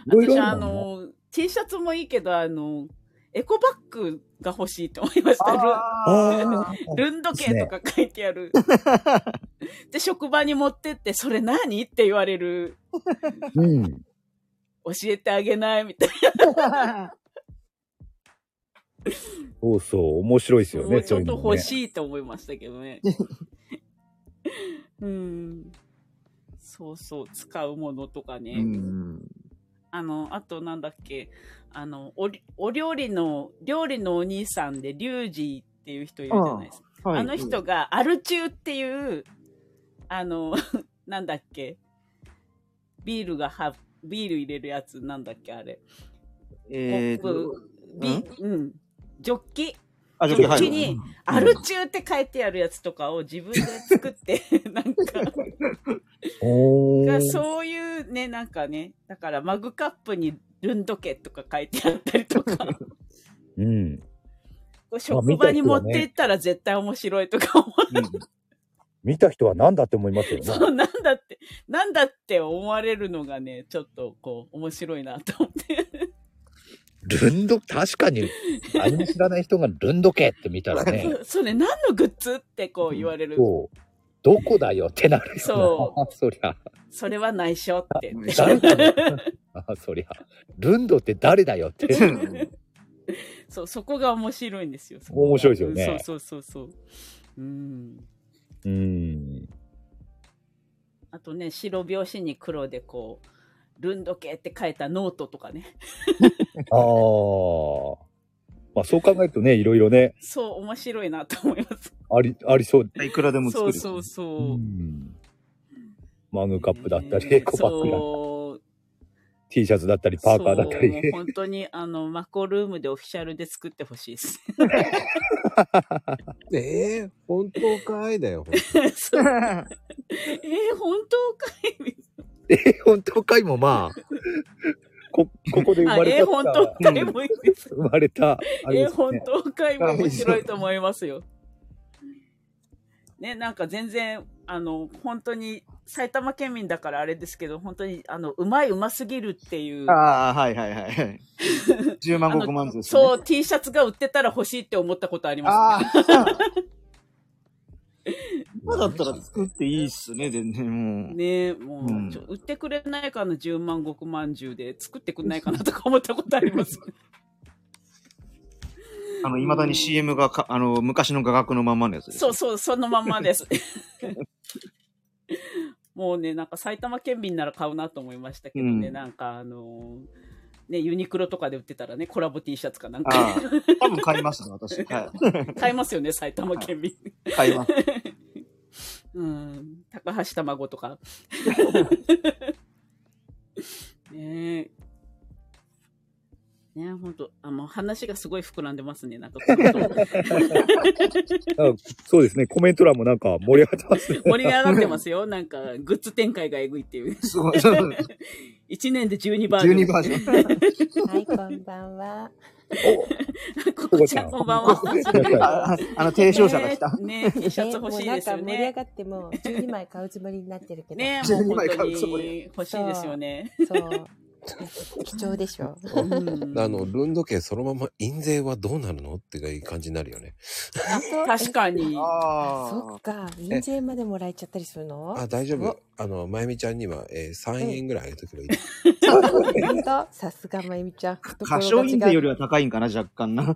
いろいろ私、ああるもの、T シャツもいいけど、あの、エコバッグが欲しいと思いました。あルルンド系とか書いてある。で、職場に持ってって、それ何って言われる。ーうん。教えてあげないみたいあそうそう、面白いですな。よもうね、ちそょういっうとの欲ね。しいと思いましたけど ね。うん。そうそう、使うものとかね。うんあの、あとなんだっけ、あの、おり、お料理の、料理のお兄さんで、リュウジっていう人いるじゃないですか。あ,、はいの人が、アルチューっていう、あの、 なんだっけ、ビールがは、ビール入れるやつ、なんだっけ、あれ。えーコッと、プ、ビ、うん、ジョッキ、あ、ジちョょっとッはキいに、アルチューって書いてあるやつとかを自分で作って、 なんか、おがーそういうね、なんかね、だからマグカップにルンドケとか書いてあった りとか、こうん。う職場に持って行ったら絶対面白いとか思っ見た人は何だって思いますよて、ね。 そう、なんだって、なんだって思われるのがね、ちょっとこう、面白いなと思って。ルンド、確かに、何も知らない人がルンド系って見たらね、 それ何のグッズってこう言われる。そう、どこだよってなるよなそ そりゃ、それは内緒って。誰だ よ。 あそりゃ、ルンドって誰だよって。そう、そこが面白いんですよ。面白いですよねうんそうそうそうそう。うん。うん。 あとね、白拍子に黒でこう、ルンドケって書いたノートとかね。ああ。まあそう考えるとね、いろいろね、そう、面白いなと思います。あり、ありそう。 いくらでも作そる。うそうそう。うんマグカップだったり、ねエコバッグだったり、そう T シャツだったり、パーカーだったりそう。もう本当に、あの、マコルームでオフィシャルで作ってほしいです。ええ本当かいだよ。 そうえー本当かいええ本当かいもまあ。 こ、ここで生あまれえたー本当かいもいいです。生まれた、あえれーですよ本ね。当かいも面白いと思いますよ。ね、なんか全然、あの、本当に、埼玉県民だからあれですけど、本当に、あの、うまいうますぎるってい う。ああ、はいはいはい。10万あの5万です、ね。そう、T シャツが売ってたら欲しいって思ったことあります、ああ。 今だったら作っていいっすね、全然もう。ねえ、もう、うんちょ売ってくれないかな、10万、5万10で、作ってくれないかなとか思ったことあり ます。あの、いまだに CM がか、あの、昔の画角のまんまのやつです。そうそう、そのまんまです。 もうね、なんか埼玉県民なら買うなと思いましたけどね、うんなんかあのーね、ユニクロとかで売ってたらね、コラボ T シャツかなんかああ。多分買いますね、 私。は買いますよね、埼玉県民。い。買います。うん、高橋卵 とか。ねえ。ねえ、ほんと、あ、もう話がすごい膨らんでますね。なんか、なんかそうですね、コメント欄もなんか盛り上がってます ね。盛り上がってますよ。 なんか、グッズ展開がえぐいっていう。 すごい。 そう1年で12バージョン。 12バージョン。はい、こんばんは。 ここちゃん、こんばんは。ああの、提唱者が来た。ねえ、ねえ T シャツ欲しいですよねもうなんかね。盛り上がってもう12枚買うつもりになってるけど。ねえ、もう12枚本当買うつもりに欲しいですよね。そう。貴重で しょ。うんあの、ルンド系そのまま印税はどうなるのっていう感じになるよね。確かに。あそっあ。か。印税までもらえちゃったりするの あ、大丈うわ夫。あの、まゆみちゃんには、えー3円ぐらいあげとけばいい。本当さすがまゆみちゃん。歌唱印税よりは。は高いんかな、若干な。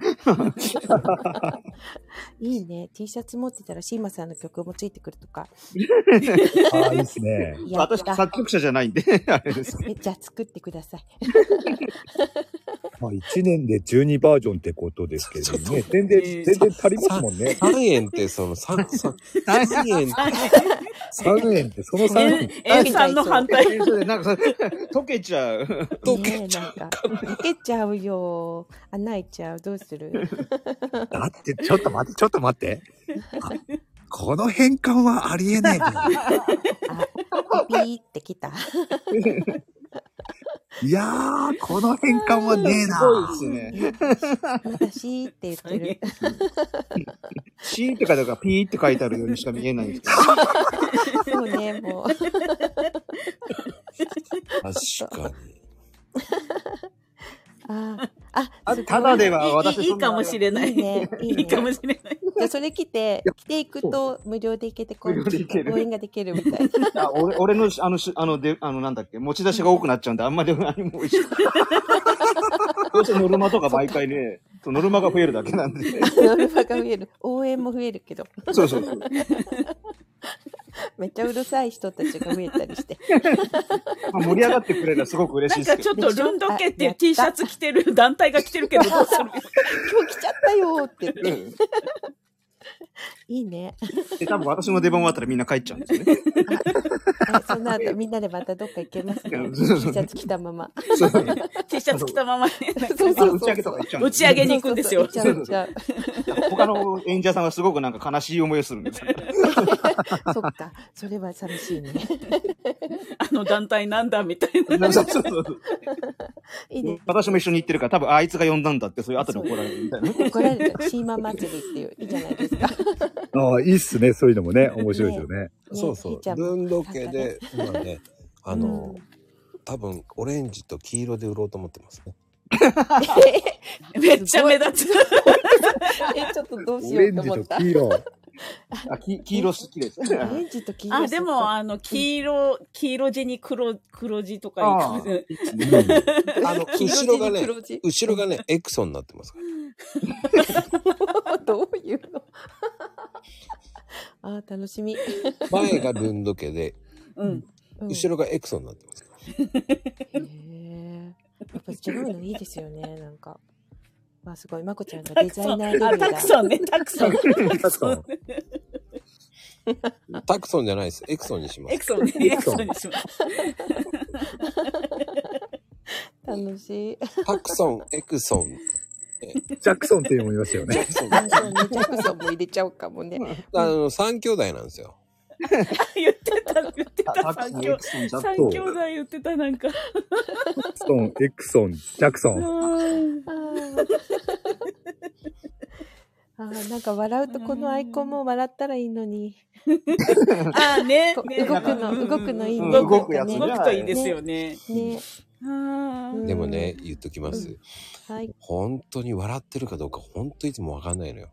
いいね。T シャツ持ってたらシーマさんの曲もついてくるとか。ああ、いいっすね。やっ私、た。作曲者じゃないんで、 あれですけど。えじゃあ作ってください。まあ、1年で12バージョンってことですけどね。全然、えー全然足りますもんね。 3円ってその、3、3、3円って、 3円って、その3円。え、A さんの反対。それでなんか、溶けちゃう。溶ねえ、 なんか。溶けちゃうよ。穴開いちゃう。どうす るだって、ちょっと待って、ちょっと待って。あこの変換はありえない。あ、ピーってきた。いやー、この変換はねえすごいなで。すね。まだしーって言ってる。シーって書いてあるから、ピーって書いてあるようにしか見えないんですけど。そう ね、もう。確かに。ああ、あただでは私いいいいかもしれない。いいねいいいねいかもしれない。じゃあそれ来て、着ていくと無料で行けて、こう無料で行ける応援ができるみたいな。 あ俺俺のし、あのし、あの、で、あの、なんだっけ、持ち出しが多くなっちゃうんで、あんまり 何も美味しくない。どうせノルマとか毎回ね、そうノルマが増えるだけなんで。ノルマが増える。応援も増えるけど、そうそうそう。めっちゃうるさい人たちが増えたりして。まあ盛り上がってくれるのはすごく嬉しないんですかけちどょっ。とルンドケっていう T シャツ着てる団体が着てるけど、どうする今日来ちゃったよーって言って。うんいいね。で、多分私の出番終わったらみんな帰っちゃうんですよね。あその後、みんなでまたどっか行けますね。うん T シャツ着 たまま。そうそう T シャツ着たままね。そうあそのう打ち上そうげとか行っちゃうん打でち上げに行くんですよ。そうそう行っちゃう行っち他の演者さんはすごくなんか悲しい思いをするんですよ。ゃうそっか。それは寂し いね。あの団体なんだみたい な。そうそうそういいね。私も一緒に行ってるから、多分あいつが呼んだんだって、そういう後に怒られる みたいな。怒られる。シーマ祭りっていう。いいじゃないですか。ああ、いいっすね。そういうのもね、面白いですよね。 そうひそーちゃう。んもルンド系で、今ね、あの、う多分、オレンジと黄色で売ろうと思ってますね。めっちゃ目立つ。え、ちょっとどうしオよレうンとジ思っとた。黄色。あ、き黄色好きです。オ レンジと黄色。あ、でも、あの、黄色、黄色地に黒、黒地とか行く。あの、黄後ろ色地がにね、黒字。後ろがね、エクソンになってますから。 どういうの あー楽しみ。前がルンド系で、うん。うん後ろがエクソンになってますから。へーやっぱ違うのいいですよね、なんか。まあすごい、まこちゃんがたデくザさイん。ナーあレベルだ。たくさんね、たく さん。確かにタクソンじゃないです。エクソンにしまエすク。ソンね。エクソンにします。 楽しい。タクソン、エクソン。ジャクソンって読みましたよね。そうあそう ね、ジャクソンも入れちゃおうかもね。あの、三兄弟なんですよ。言ってた、言ってた。あ三兄そうそう三兄弟言ってた、なんか。ジャクソン、エクソン、ジャクソン。うんあー あーなんか笑うとこのアイコンも笑ったらいいのに。あー、ね。こね動くうんうんうの、ん動くのいいね。うん動くやつね動くといいですよね。ね。うんでもね、言っときまうす。はい。本当に笑ってるかどうか、本当いつもわかんないのよ。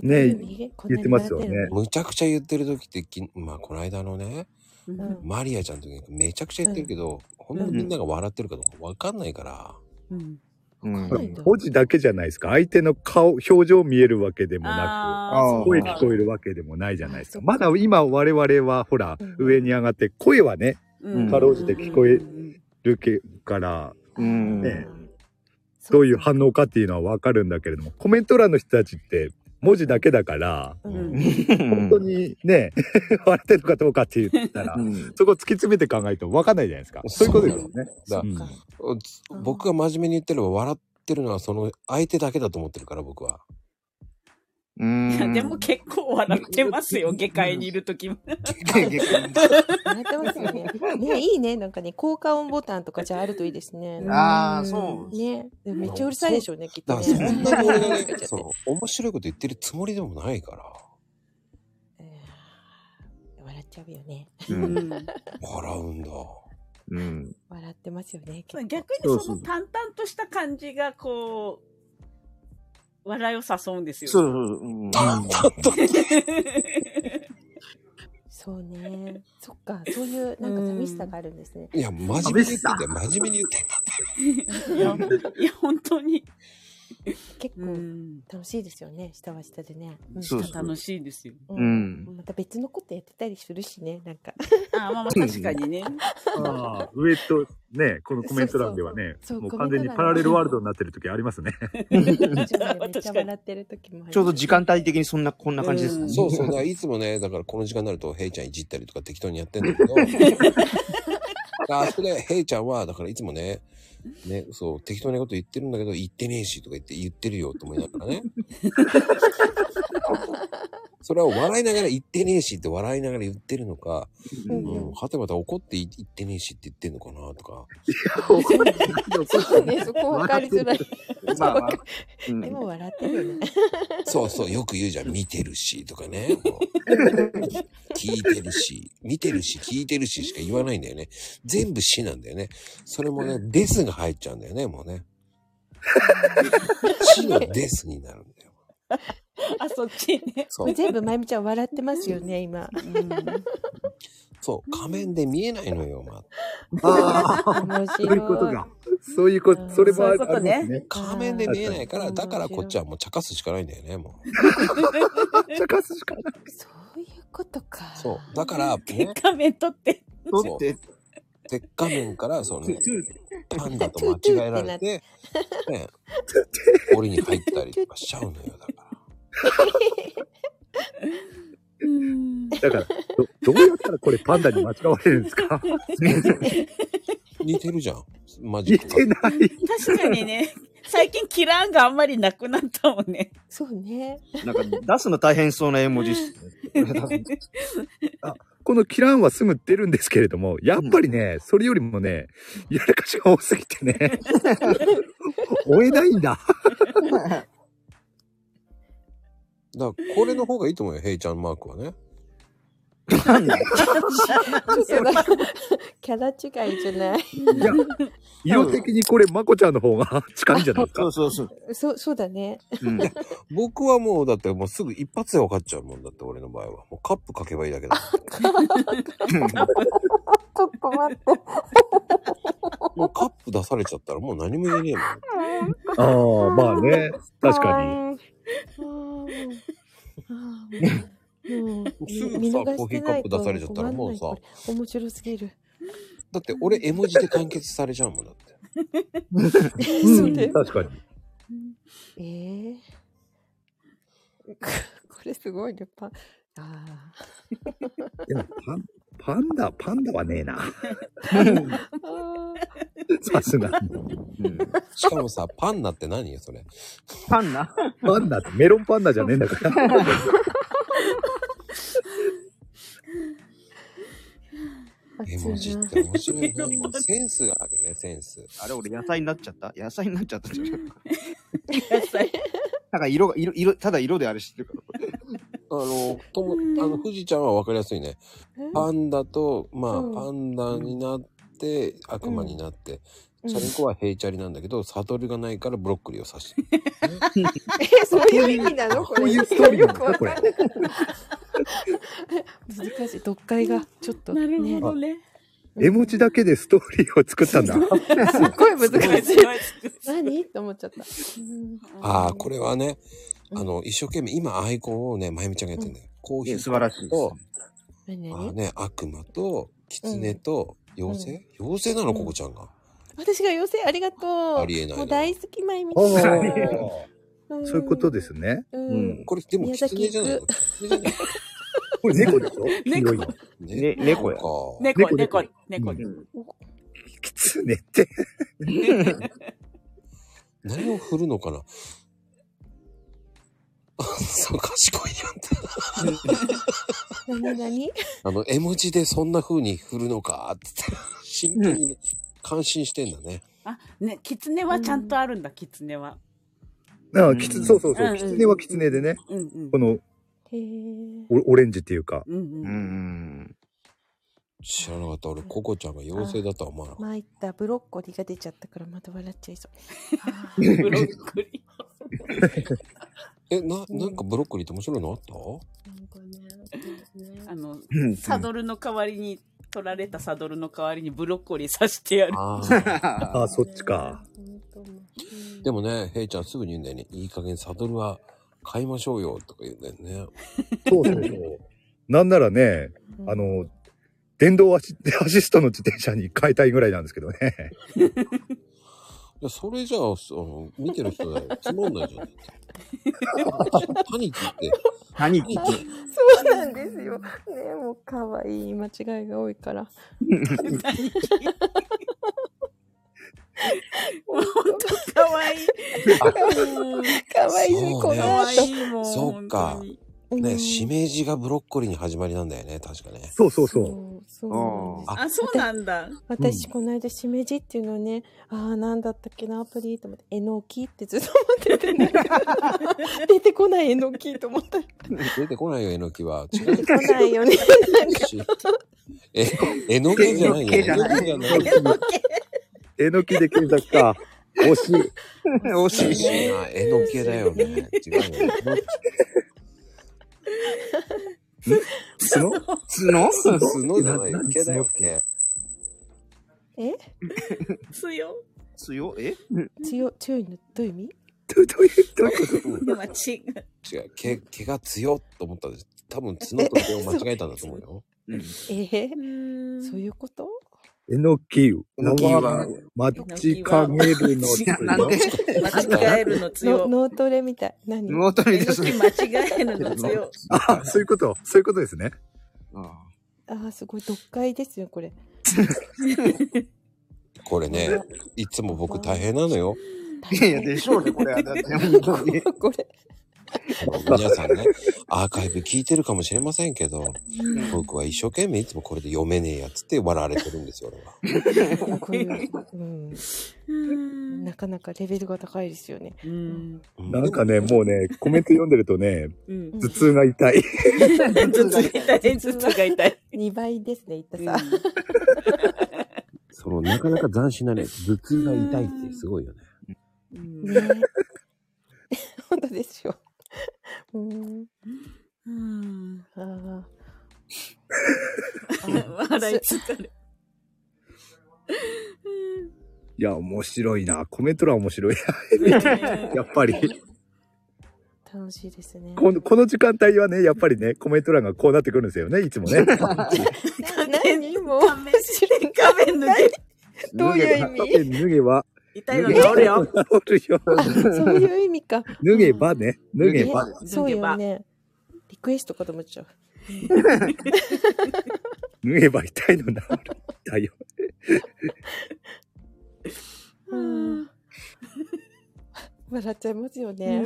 ねえ言ってますよね。むちゃくちゃ言ってる時って、きまあ、この間のね、こんなに笑ってるのマリアちゃんの時にめちゃくちゃ言ってるけど、本当にみんなが笑ってるかどうかわかんないから。うんうんこれうん文字だけじゃないですか。相手の顔、表情見えるわけでもなあーく、ー声声聞こえるわけでもないじゃないですあそか。っまだ今我々は、ほらうん、上に上がって、声はね、うんかろうじて聞こえるけから、うんねそどういう反応かっていうのはわかるんだけれども、コメント欄の人たちって、文字だけだから、ううんん本当にね、 笑ってるかどうかって言ったらう、んそこ突き詰めて考えると分かんないじゃないですか。そういうことですよね。だうんかおつ僕が真面目に言ってれば笑ってるのはその相手だけだと思ってるから僕は。ういやん。でも結構笑ってますよ、下界にいるときも。笑ってますよね。 ねいいね。なんかね、効果音ボタンとかじゃああるといいですね。ああ、そう。ねでもめっちゃうるさいでしょうね、きっだとからね、そんなに俺がね その面白いこと言ってるつもりでもないから、うん笑っちゃうよね。ううんん笑うんだ。うん。笑ってますよね。逆結構にその淡々とした感じが、こう、笑いを誘うんですよ。そうそうそう。うん。そうね。そっか、そういうなんか寂しさがあるんですね。いや、真面目に言ってんだよ。真面目に言ってんだ。 いや、いや本当に。結う構ん。楽しいですよね。下は下でね。んそうそう楽しいですよ。ううんん。また別のことやってたりするしね。なんか、あまあまあ確か にね。ああ、上と、ね、このコメント欄ではね、そうそうそうもうそう完全にパラレルワールドになってる時あります ね。めっちゃ笑ってる時もある。ちょうど時間帯的にそんな、こんな感じですもんね。そうそう。だからいつもね、だからこの時間になると、ヘイちゃんいじったりとか適当にやってんだけど。だからあそこで、ヘイちゃんは、だからいつもね、ね、そう、適当なこと言ってるんだけど、言ってねえしとか言って、言ってるよと思いながらね。それは笑いながら言ってねえしって笑いながら言ってるのか、ううんうんん、はてまた怒って言ってねえしって言ってんのかなとか。そうね、そこ分かりづらい。まあまあ。うんでも笑ってるよね。そうそう、よく言うじゃん。見てるし、とかね。もう 聞いてるし、見てるし、聞いてるししか言わないんだよね。全部しなんだよね。それもね、ですが入っちゃうんだよね、もう ね。しのですになるんだよ。あ、そっちね。そう、全部まゆみちゃん笑ってますよね、今。そう、仮面で見えないのよ、まあ。ああ、面白い。そういうことか。そういうこと、それもあるそういうことねありますね。仮面で見えないから、うんだからこっちはもう茶化すしかないんだよね、もう。茶化すしかない。そういうことか。そう、だから、ね、画面撮って。そそうう。で、鉄仮面から、 そのね、パンダと間違えられて、ね、檻に入ったりとかしちゃうのよ、だから。うん。だから、どどうやったらこれパンダに間違われるんですか似てるじゃん。マジ似ックてが。ない。確かにね。最近キラーンがあんまりなくなったもんね。そうね。なんか出すの大変そうな絵文字っすね。このキランはすぐ出るんですけれども、やっぱりね、それよりもね、やらかしが多すぎてね、 追えないんだだ。からこれの方がいいと思うよ、ヘイちゃんマークはね。ちょっとなんか キャラ違いじゃない。いや、色的にこれ、まこちゃんの方が 近いんじゃないですそかう。そうそう。そう、そうだね。うん。僕はもう、だってもうすぐ一発で分かっちゃうもんだって、俺の場合は。もうカップ書けばいいだけだ。ちょっと待って。もうカップ出されちゃったらもう何も言えねえもん。ああ、まあね、確かに。に。あーもうあーもうもうすぐさ見逃してないとコーヒーカップ出されちゃったらもうさ困んないこれ面白すぎる。だって俺絵文字で完結されちゃうもんだって。そうれん、確かに。えー、 これすごいね、パン。あでもパン、パンダ、パンダはねえな。 ーあさすがに。しかもさ、パンナって何よ、それ。パンナパンダってメロンパンダじゃねえんだから。 ー。絵文字熱いっなて面白いね。もうセンスがあるね、センス。あれ、俺野菜になっちゃった野菜になっちゃったじゃん。野菜。なんか色が、色、色、ただ色であれしてるから。あの、とも、あの、富士ちゃんは分かりやすいね。パンダと、まあ、うんパンダになって、悪魔になって、うんチ ャリンコはヘイチャリなんだけど、サトルがないからブロッコリーを刺して る。え、そういう意味なのこれ。こう いうストーリーよなくのわか、こかんなれい。。難しい。読解がちょっと、なるほね。どね。絵文字だけでストーリーを作ったんだ。すっごい難しい。い。 何と思っちゃった。うんああ、これはね、うんあの、一生懸命、今アイコンをね、まゆみちゃんがやってるんだよ。コーヒー素晴らしいですと、何あ何のね、悪魔と、狐と、妖精妖精なの、ココちゃんが。私が妖精ありがとう。ありえないなもう大好き、まゆみおーんそういうことですね。うん。うんこれ、でも宮崎狐じゃないの狐じゃないこれ猫でしょ黄猫色いの。 ね猫やよ。ね猫、猫猫、猫猫。キツネって。何を振るのかな そう、賢いやんって。何何あの、絵文字でそんな風に振るのか、つって、真剣にね、感心してんだね。あ、ね、キツネはちゃんとあるんだ、キツネは。あキツそうそううんそうう。んキツネはキツネでね、うんうんこ。のへえ。オオレンジっていうか。うんううん。ん。知らなかった。俺、ココちゃんが妖精だとは思わなかっ参ったブロッコリーが出ちゃったからまた笑っちゃいそう。あブロッコリた。え、な、なんかブロッコリーって面白いのあったーなんかねそうですねー。あの、うんサドルの代わりに、取られたサドルの代わりにブロッコリー刺してやる。ああ。ああ、そっちか。。本当も うでもね、ヘイちゃんすぐに言うんだよね。いい加減サドルは買いましょうよとか言うんだよね。そうそうそう。なんならね、あ、の、電動アシアシストの自転車に変えたいぐらいなんですけどね。いや、それじゃあ、その見てる人だよ。つまんないじゃん。パニックって。パニック。そうなんですよ。ねもう可愛い間違いが多いから。本当可愛い。 可愛いそうこねの可後愛いもん。そっか本当に。うね、んしめじがブロッコリーに始まりなんだよね。確かね。そうそうそう。そう。そうなんですああ、そうなんだ。私、この間、しめじっていうのをね、ああ、なんだったっけな、アプリと思って、えのきってずっと思ってて、 ね、出てこないえのきと思った。出てこないよ、えのきは。違 出てこないよね。うし。え、えのきじゃないよ。えのきじゃないえのきじゃない。えのきで検索か。惜しい。惜し惜い。しいな。えのきだよね。違うよ。角角角じゃないよ。な毛だよ、毛。え強。強え強い、強いの、どういう意味どうどういう、どういうことでも違う。違う。毛、毛が強っと思ったんです。多分角と毛を間違えたんだと思うよ。うんええそういうことえのきえのきはは、まちかげるのいやなんで間違えるのの強。脳トレみたい。何脳トレえでのすきね。間違えるの強。あ、そういうこと。そういうことですね。あああ、すごい、読解ですよ、これ。これね、いつも僕大変なのよ。あいやいや、でしょうね、これ。だって本当に これ。皆さんね、アーカイブ聞いてるかもしれませんけど、僕は一生懸命いつもこれで読めねえやつって笑われてるんですよ、俺は。いやこれうん、うんなかなかレベルが高いですよね。うん。うんなんかね、もうね、コメント読んでるとね、うん。頭痛が痛い。頭痛が痛い。頭痛が痛い。 2倍ですね、言ったさ。その、なかなか斬新なね、頭痛が痛いってすごいよね。うんねえ本当ですよ。うん。うん。ああ。笑い疲れ。いや、面白いな。コメント欄面白い。 やっぱり。楽しいですね。この、この時間帯はね、やっぱりね、コメント欄がこうなってくるんですよね、いつもね。な何もう仮面、仮面抜け。どういう意味脱げば、痛いの治るよ。おるよ。あそういう意味か。脱げばね、脱げ脱ばげば。そうよね。リクエストかと思っちゃう。脱げば痛いのな。痛いよ。うん。 笑っちゃいますよね。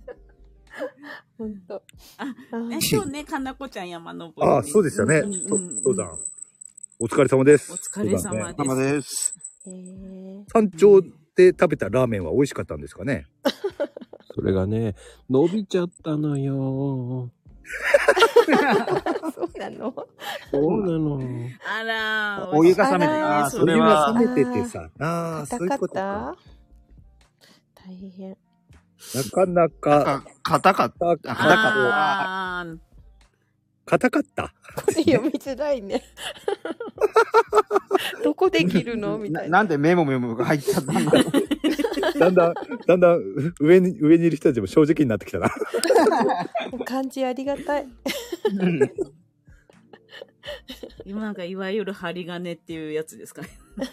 本当。あーえ今日ね、かなこちゃん山登りに。ああ、そうでしたね。うんとうんうん登山。お疲れ様です。お疲れ様ねで。たますです。えー山頂で食べたラーメンは美味しかったんですかね。それがね、伸びちゃったのよ。そうなのそうなの。あらー、お湯が冷めて、あらあーあ、それはお。湯が冷めててさ、ああ、硬そういうかっことかた。大変。なかなか、あ硬かっ硬た。かった。あー硬かった。これ読みづらいね。 どこで切 るのみたないな。なんでメモメモが入っちゃったんだろ う。だんだん、だんだん上に、上にいる人たちも正直になってきたな。もう漢字ありがたい。今がいわゆる針金っていうやつですかね。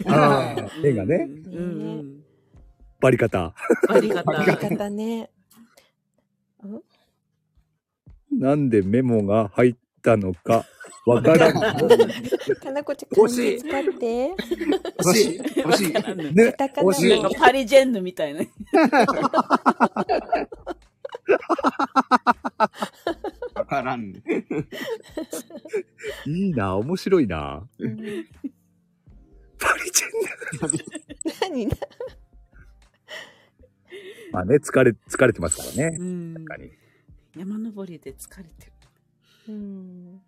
ああ、 絵がね、うんうん。バリ方。ありがありたがい。たね。なんでメモが入ったのか、わからん。かなこちゃん、漢字使って。欲しい。欲しい。ね、カタカナ惜しいなんかパリジェンヌみたいな。わからんね。いいな、面白いな。うんバリチェンだ。何なまあね、疲れ、疲れてますからね。うん確かに。山登りで疲れてる。うん。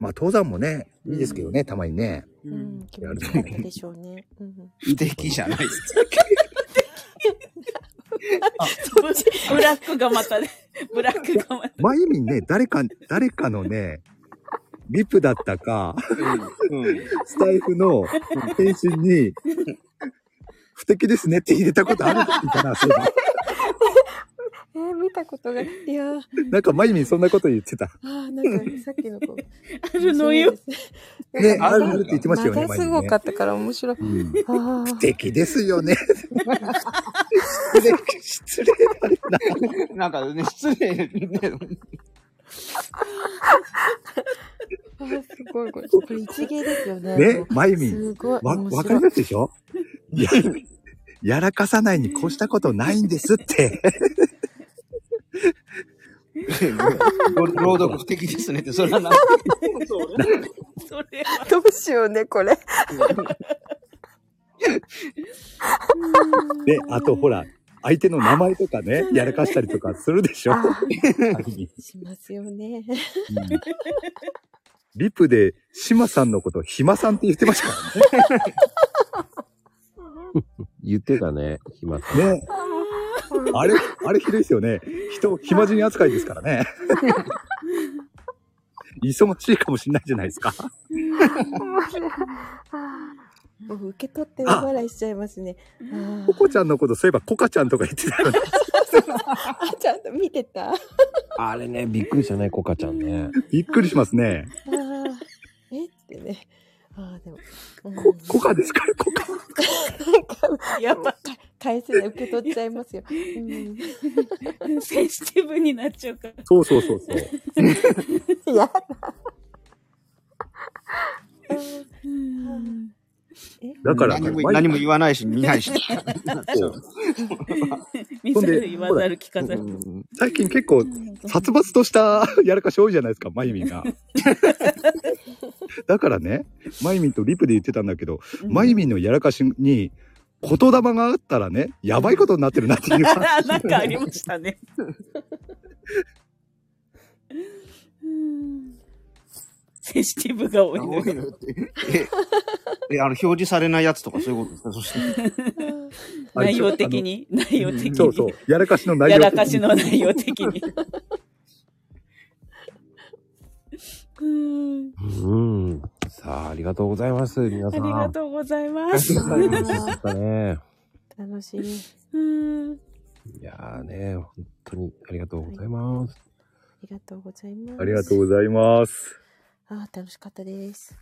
まあ登山もね、いいですけどね、たまにね。ううんん、気持ちよかったでしょうね。うん、素敵じゃないですそっち、ブラックがまたね、ブラックがまた。まゆみんね、誰か、誰かのね、リプだったか、うんうんスタイフの返信に、不敵ですねって入れたことあるから、そういえばえー見たことが、いやー、なんかまゆみんそんなこと言ってた。あーなんかさっきの 子。あるのよ。ね、ああるるあるって言ってましたよね、間がすごかっったから面白い。た。うんああ不敵ですよね。失礼、失礼だね。なんかね、失礼 ね。あー、すごいこれ。これ一芸ですよね。 ね、まゆみん。すごい。わ、面白いわかりますでしょや、やらかさないに越したことないんです って。朗朗読不敵ですねって、それはなんかそれは。どうしようね、これ。で、あとほら、相手の名前とかね、やらかしたりとかするでしょあまゆみんーしますよ ね。うんリプで、シマさんのこと、ひまさんって言ってましたか言ってたね、暇さん。らね。ね。あれ、あれひどいですよね。人、暇人扱いですからね。忙しいかもしれないじゃないですか。もう受け取って大笑いしちゃいますね。あココちゃんのこと、そういえばコカちゃんとか言って たよね。ああ、ちゃんと見てた。ああれね、びっくりしたね、コカちゃんね。びっくりしますね。ーえってね。ああ、でも。うんココカですから、コカ。なんかやっぱ、返せない、受け取っちゃいますよ。うんセンシティブになっちゃうから。そうそうそうそう。やだ。だから、何もまゆ何も言わないし、見ないし。そう見ほんざでる言わざる聞かざる。最近結構、殺伐としたやらかし多いじゃないですか、まゆみ んが。だからね、まゆみんとリプで言ってたんだけど、まゆみんのやらかしに、言霊があったらね、やばいことになってるなっていうあなんかありましたね。センシティブが多い多のいよ。のってえ、え、あの、表示されないやつとかそういうことですかそして。 内容的に、内容的に。そうそう、やらかしの内容やらかしの内容的に。うん。うん。さあ、ありがとうございます、皆あさりん。がとうございます。う。かったね。楽しい。うん。いやーね、本当にありがとうございます。ありがとうございます。ありがとうございます。あー楽しかったです。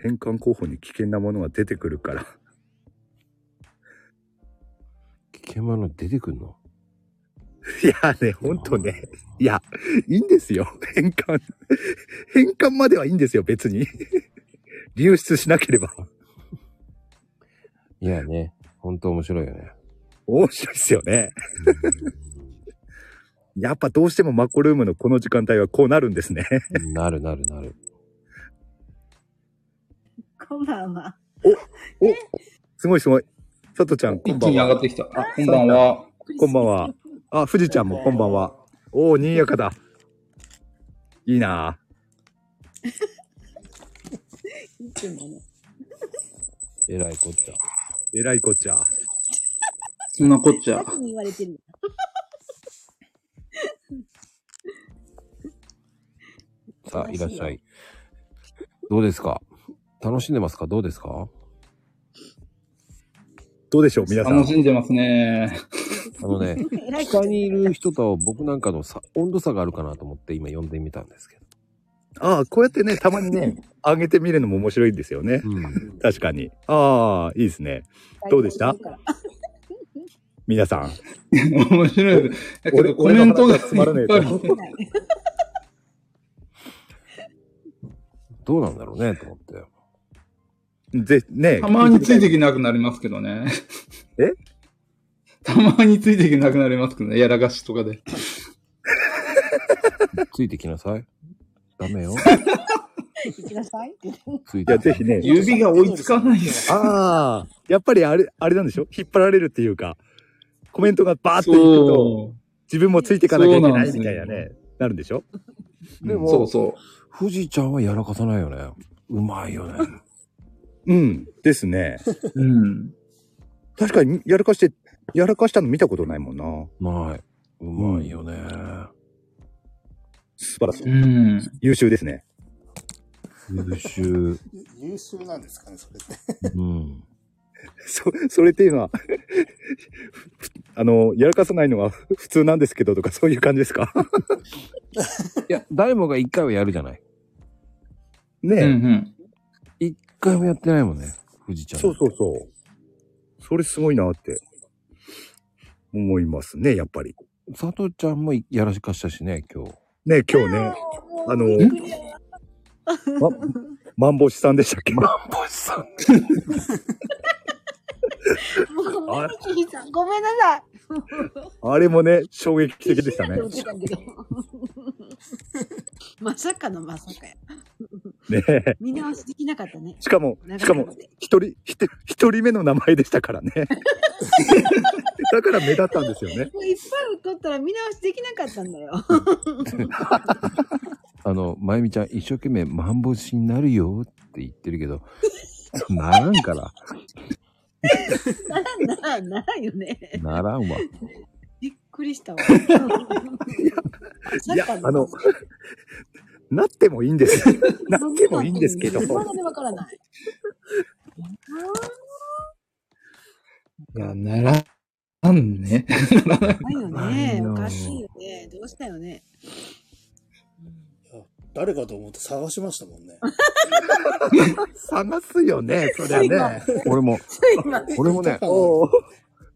変換候補に危険なものが出てくるから。危険なの出てくんのいやね、ほんとね。いや、いいんですよ。変換。変換まではいいんですよ、別に。流出しなければ。いやね、本当面白いよね。面白いっすよね。やっぱどうしてもマコルームのこの時間帯はこうなるんですね。うんなるなるなる。こんばんは。すごいすごい。佐藤ちゃん、こ一ん気ばんに上がっは。てきた。あ、こんばんは。こんばんは。あ、富士ちゃんもこんばんは。おー、にぎやかだ。いいないつもの。えらいこっちゃ。ぁ。えらいこっちゃ。そんなこっちゃ。先に言われてる。さあ、いらっしゃい。どうですか楽しんでますかどうですかどうでしょう、皆さ楽ん。しんでますね。あのね、 偉い下にいる人と僕なんかのさ温度差があるかなと思って今呼んでみたんですけど。ああ、こうやってね、たまに ね、上げてみるのも面白いんですよね。うん。確かに。ああ、いいですね。どうでした皆さん。 面白い。だけ俺どコメントが俺の話はつまらねえといっぱい見てないどうなんだろうねと思って。ぜ、ねたまについていけなくなりますけどね。えたまについていけなくなりますけどね。やらかしとかで。ついてきなさい。ダメよ。行きなさいって。ついいや、てぜきひね。指が追いつかないです。ああ、やっぱりあれ、あれなんでしょ引っ張られるっていうか、コメントがバーッといくと、そ自分もついていかなきゃいけなそうなんでいすみよたいなね、なるんでしょう。でもそうそ富士ちゃんはやらかさないよね。うまいよね。うん。ですね。うん。確かに、やらかして、やらかしたの見たことないもんな。ない。うまいよね。素晴らしい。うん。優秀ですね。 優秀。ゆ優秀なんですかね、それって。うん。そ、それっていうのは、 あの、やらかさないのは普通なんですけどとか、そういう感じですかいや、誰もが一回はやるじゃない。ねうえ、んうん。一回もやってないもんね。富士ちゃん。そうそうそう。それすごいなって、思いますね、やっぱり。佐藤ちゃんもやらかしたしね、今日。ね今日ね、あの、ま、マンボシさんでしたっけボスさん。もうごめんね、キーさん。ごめんなさい。あれもね、衝撃的でしたね。必死なんて言ってたけどまさかのまさかや。ねえ見直しできなかったね。しかも、しかも、一人、ひと一人目の名前でした からね。だから目立ったんですよね。もういっぱい撮ったら見直しできなかったんだよ。あの、まゆみちゃん一生懸命マンボシになるよって言ってるけど、 ならんから。ならんならんならんよね。ならんわ。びっくりしたわ。いや、あの、なってもいいんです。 なってもいいんですけど。いまだでわからない。いや、なら、なん ね。ないよね。おかしいよね。どうしたよね。誰かと思って探しましたもんね。や探すよね、そりゃね。俺も、俺もね、おー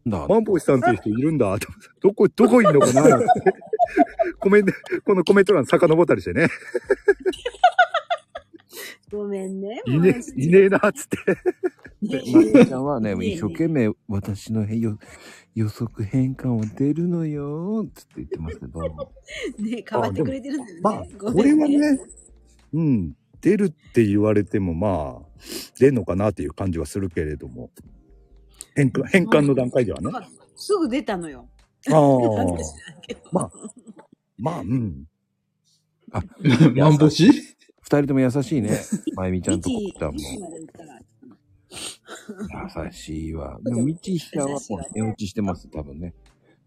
だ、マンボウさんっていう人いるんだ。 どこ、どこいんのかな って。コメント、このコメント欄遡ったりしてね。 ごめんね。いね、いねえな、つって。 でまゆみちゃんはね、一生懸命私のへよ予測変換を出るのよーっつって言ってますけど、ね、変わってくれてるんだよね。まあ、ごこめれんはね、うん、出るって言われても、まあ、出んのかなっていう感じはするけれども。変換、変換の段階ではね。あすぐ出たのよ。あなんーで知。らんけどまあ、まあ、うん。マンボシ二人とも優し いね。まゆみちゃんとこミっチちゃんもミ。チまで言ったら優しいわ。でも、みちひかはもう寝落ちしてます、多分ね。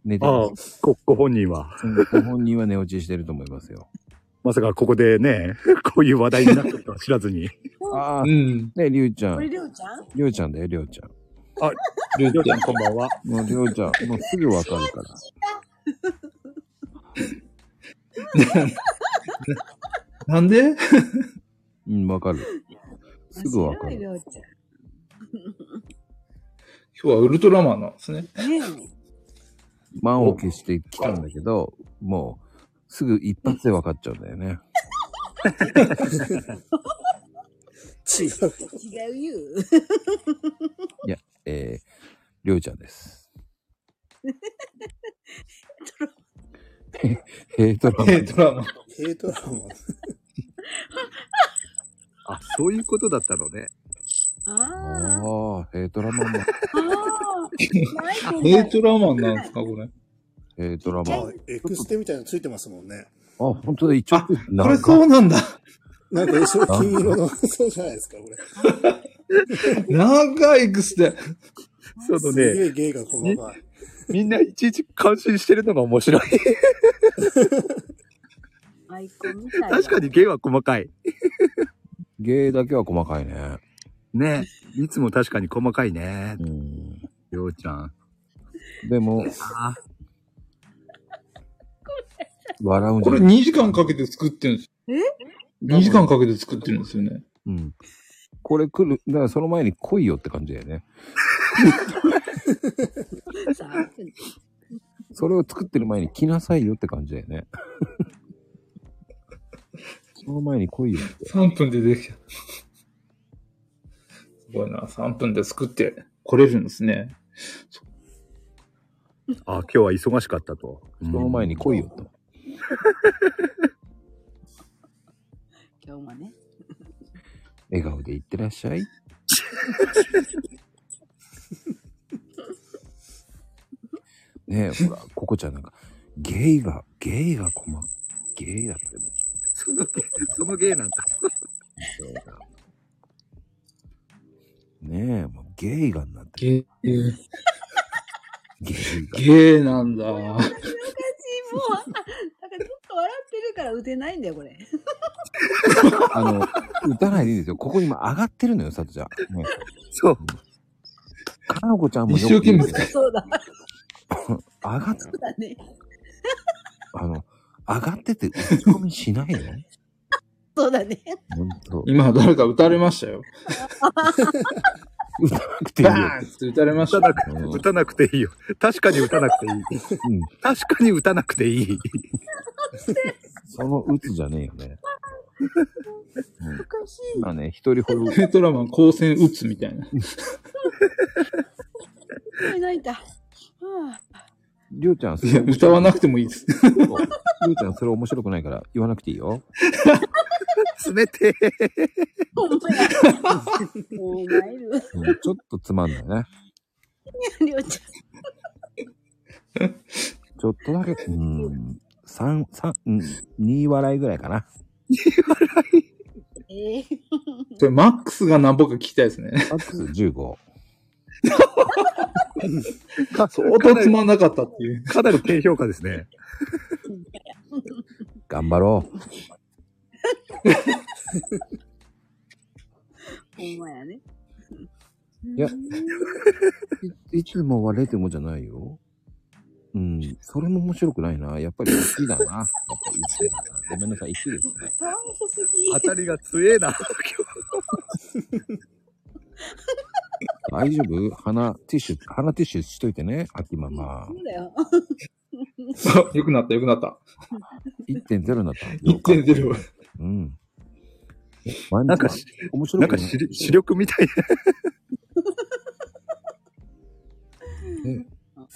寝てああます。、ご、ご本人は。うんご本人は寝落ちしてると思いますよ。まさかここでね、こういう話題になってるとは知らずに。ああ、うん。ね、りゅうちゃこれ、ん。りょうちゃんりゅうちゃんだよ、りょうちゃん。ルりょーうちちゃゃんん、。こんばんは。もうりょうちゃん、もうすぐわかるから。なんでうん、わかる。すぐわか面白いりる。ょうち今日はウルトラマンなんですね。ゃん。ねマンを消してきたんだけど、もう、すぐ一発でわかっちゃうんだよね。違う。え違うよ。えー、りょうちゃんです。ヘイトラマン。ウルトラマン。ヘイトラマン。あ、そういうことだったのね。ああ。ああ、ヘイトラマンも、ああ。ないと思うウルトラマンなんですか、これ。ヘイトラマン。あ、エクステみたいなのついてますもんね。 あ、本当だ、一応あ、これそうなんだ。なんか、それ金色の、そうじゃないですか、これ。長いくして。 そのすね、げえ芸が細かい。みんないちいち感心してるのが面白い。アイコンみたいな。 確かに芸は細かい。芸だけは細かいね。ね。いつも確かに細かいね。うん。りょうちゃん。でも、笑うんじこゃれない。 2時間かけて作ってるんです。2時間かけて作ってるんですよね。うん。これ来る、だからその前に来いよって感じだよね。さ。それを作ってる前に来なさいよって感じだよね。その前に来いよって。 3分でできた。すごいな。3分で作って来れるんですね。あ、今日は忙しかったと。その前に来いよと。今日もね。笑顔で行ってらっし ゃい。ねえ、ほら、ココちゃんなんか、ゲイが、ゲイが困る。ゲイだって。の芸、その芸なんだ。ねえ、もうゲイガンなんて。ゲー、ゲイガン。ゲーなんだ。もう、あなんかずっと笑ってるから打てないんだよ、これ。あの、打たないでいいですよ。ここに今上がってるのよ、さとちゃん。ね、そう。かなこちゃんも一 生懸命よく言うよそうだ。上がっ、そうだね。あの、上がってて打ち込みしないのそうだね。本 当。今、誰か撃たれましたよ。打たなくていいよ。バーンって撃たれまし打たなくた。打たなくていいよ。確かに打たなくていい。うん。確かに打たなくていい。その打つじゃねえよね。うん、今ね、一人ほど、ウルトラマン光線撃つみたい な。泣いた。はありょうちゃん、そいや、れ歌わなくてもいいです。りょうちゃん、それ面白くないから言わなくていいよ。冷てえ。ほんまや。もう参るわ。うん、ちょっとつまんないね。りょうちちょっとだけ、うん、三、三、うん、二笑いぐらいかな。ゃん。ええそれマックスが何ぼか聞きたいですね。 マックス15。相当つまんなかったっていう。かなり低評価ですね。頑張ろう。ほんまやね。いやいいつもは0.5じゃないよ。うん、それも面白くないな。やっぱり1だな。やっぱ1だな。ごめんなさい、1ですね。かわいす当たりが強えな。大丈夫鼻、ティッシュ、鼻ティッシュしといてね。秋ママぎ。。そうだよ。そうよくなった、よくなった。 1.0になった。 1.0。うん。毎なんか日し、面白くななんいか視力視力みたいな。ね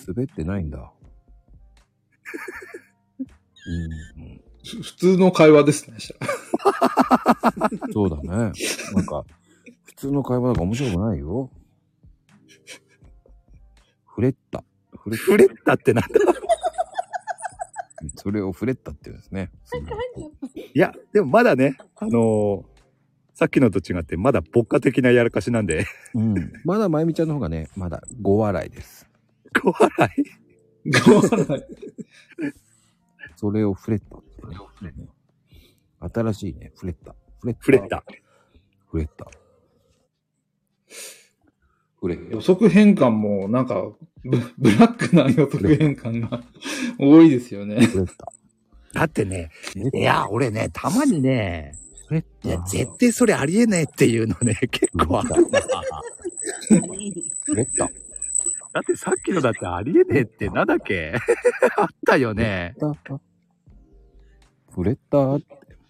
滑ってないんだ。うん、普通の会話 ですね。そうだね。なんか、普通の会話なんか面白くないよ。フレッタ。フレッ触れたってなんだ。タ。それをフレッタって言うんですね。いや、でもまだね、あのーさっきのと違って、まだ牧歌的なやらかしなんで、 うん。まだまゆみちゃんの方がね、まだ5笑いです。ご笑い。ごめんないそれをフレッタってね。新しいね、フレッタ。フレッタ。触れ。た。フレッタ。フレッタ予。測変換も、なんかブ、ブラックな予測変換 が多いですよね。フレッタ。だってね、フレッタいや、俺ね、たまにね、フレッいや、タ。絶対それありえないっていうの ね、結構あるな。フレッタ。だってさっきのだってありえねえってなんだっけ あったよね。フレッタ。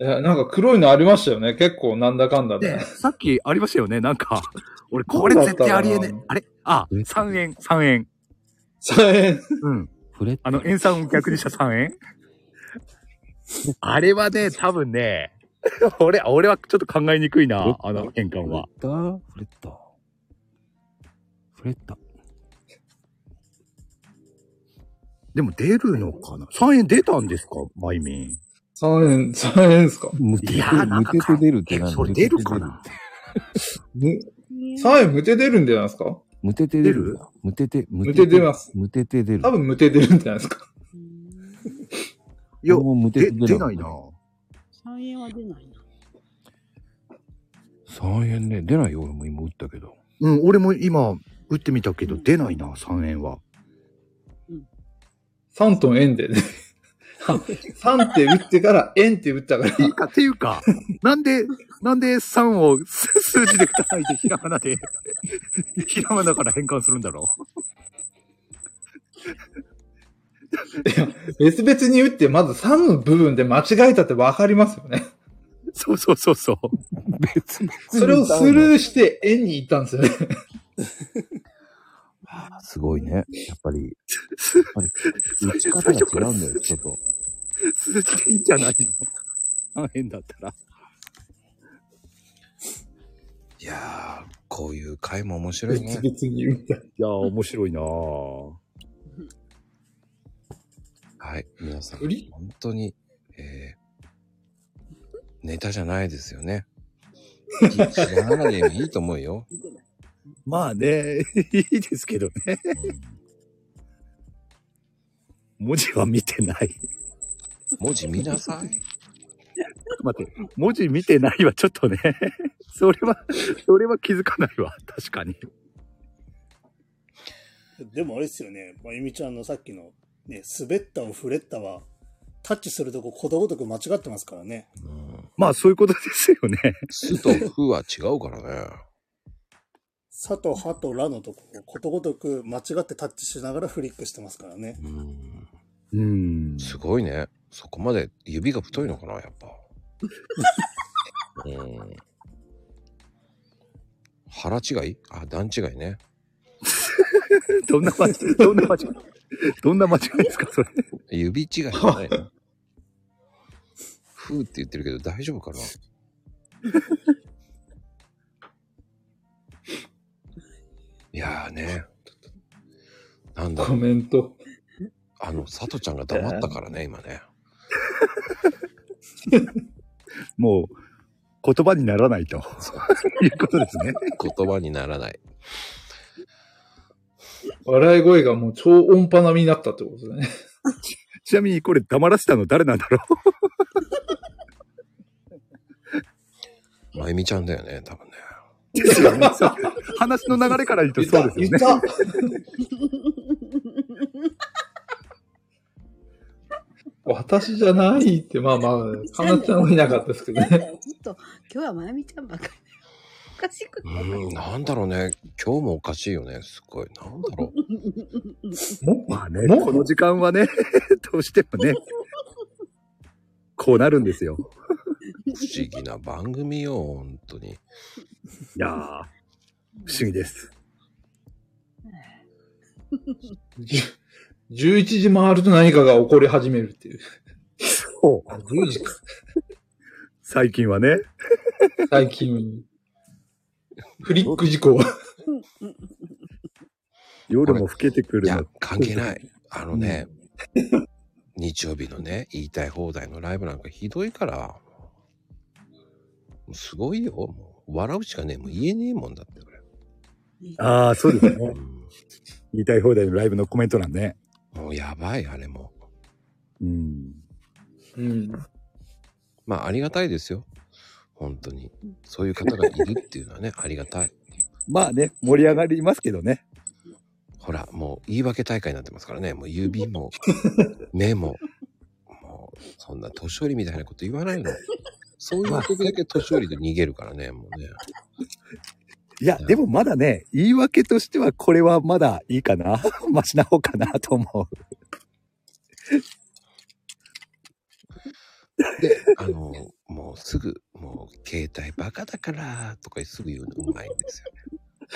いやなんか黒いのありましたよね。結構なんだかんだで、で、さっきありましたよね、なんか。俺、どこうれだったかな絶対ありえねえ。あれあ、3円、3円。さえ、うん。フレッタあ。の、塩酸を逆にした3円あれはね、多分ね、 俺、俺はちょっと考えにくいな、あの変換フレッは。タフレッタ。フレッタ。でも出るのかな ?3 円出たんですかマイミン。 3円、3円ですか無手いやー、な無んか手かで出るってえ何それ出るかなむ3円無手出るんじゃないですか無手で出る無手で、無無手出ます。無手で出る。多分無手出るんじゃないですかいや俺、も無手でで出ないな。 3円は出ないな。 3円ね、出ないよ、俺も今打ったけど。うん、俺も今、打ってみたけど、出ないな、3円は。 3と円 で、ね。3って打ってから、円って打ったからってい、うか、っていうか、 なんで、なんで3を数数字で叩いて、ひらがな で、ひらがなから変換するんだろ別々に打って、まず3の部分で間違えたってわかりますよね。う。そうそうそうそう。別に。それをスルーして、円に行ったんですよね。すごいね。やっぱり、すやっぱり、 最打初ち方が最初から違うんだよ、ちょっと。数字でいいんじゃないの ?3 円だったら。いやー、こういう回も面白い別ね々。に打った。いやー、面白いなぁ。はい、皆さん、売り本当に、えー、ネタじゃないですよね。知らないでもいいと思う よ。まあね、いいですけどね。文字は見てない。文字見なさい。待って、文字見てないはちょっとね、 それは、それは気づかないわ。確かに。でもあれですよね、まゆみちゃんのさっきの、ね、滑ったを触れたは、タッチするとこことごとく間違ってますからね。まあそういうことですよね。すとふは違うからね。さとはとらのとこ、ことごとく間違ってタッチしながらフリックしてますからね。うん。すごいね。そこまで指が太いのかな、や っぱ。うん。腹違いあ、段違いね。どんな間違い、どんな間違い、どんな間違いですか、それ。指違いじゃないの。ふーって言ってるけど大丈夫かなはいやーね。なんだろコう。メント。あの、さとちゃんが黙ったからね、今ね。もう、言葉にならないと。いうことですね。言葉にならない。笑い声がもう超音波並みになったってことだね。ちなみにこれ黙らせたの誰なんだろうまゆみちゃんだよね、多分ね。ですよね話の流れから言うとそうですよね。言った 私じゃないって、まあまあ、かなちゃんはいなかったですけどなんね。だよちょっと、今日はまゆみちゃんばっかり。おかしくうて。ーん、なんだろうね。今日もおかしいよね。すごい。なんだろう。もまあね、この時間はね、どうしてもね、こうなるんですよ。不思議な番組よ、本当に。いやー、不思議です。 11時回ると何かが起こり始めるっていう。そう最近はね、最近。フリック事故は。夜も更けてくいるやの。、関係ない。あのね、 日曜日のね、言いたい放題のライブなんかひどいから、すごいよ。もう笑うしかねえ。もう言えねえもんだって、これ。ああ、そうですね。 うん言いたい放題のライブのコメント欄ね。もうやばい、あれも。うん。うん。まあ、ありがたいですよ。本当に。そういう方がいるっていうのは ね、ありがたい。まあね、盛り上がりますけどね。ほら、もう言い訳大会になってますからね。もう指 も、目も、もう、そんな年寄りみたいなこと言わないの。そういう時だけ年寄りで逃げるからね、もうね。いや、でもまだね、言い訳としてはこれはまだいいかな。 マシな方かなと思う。で、あの、もうすぐ、もう、携帯バカだから、とかすぐ言うのうまいんです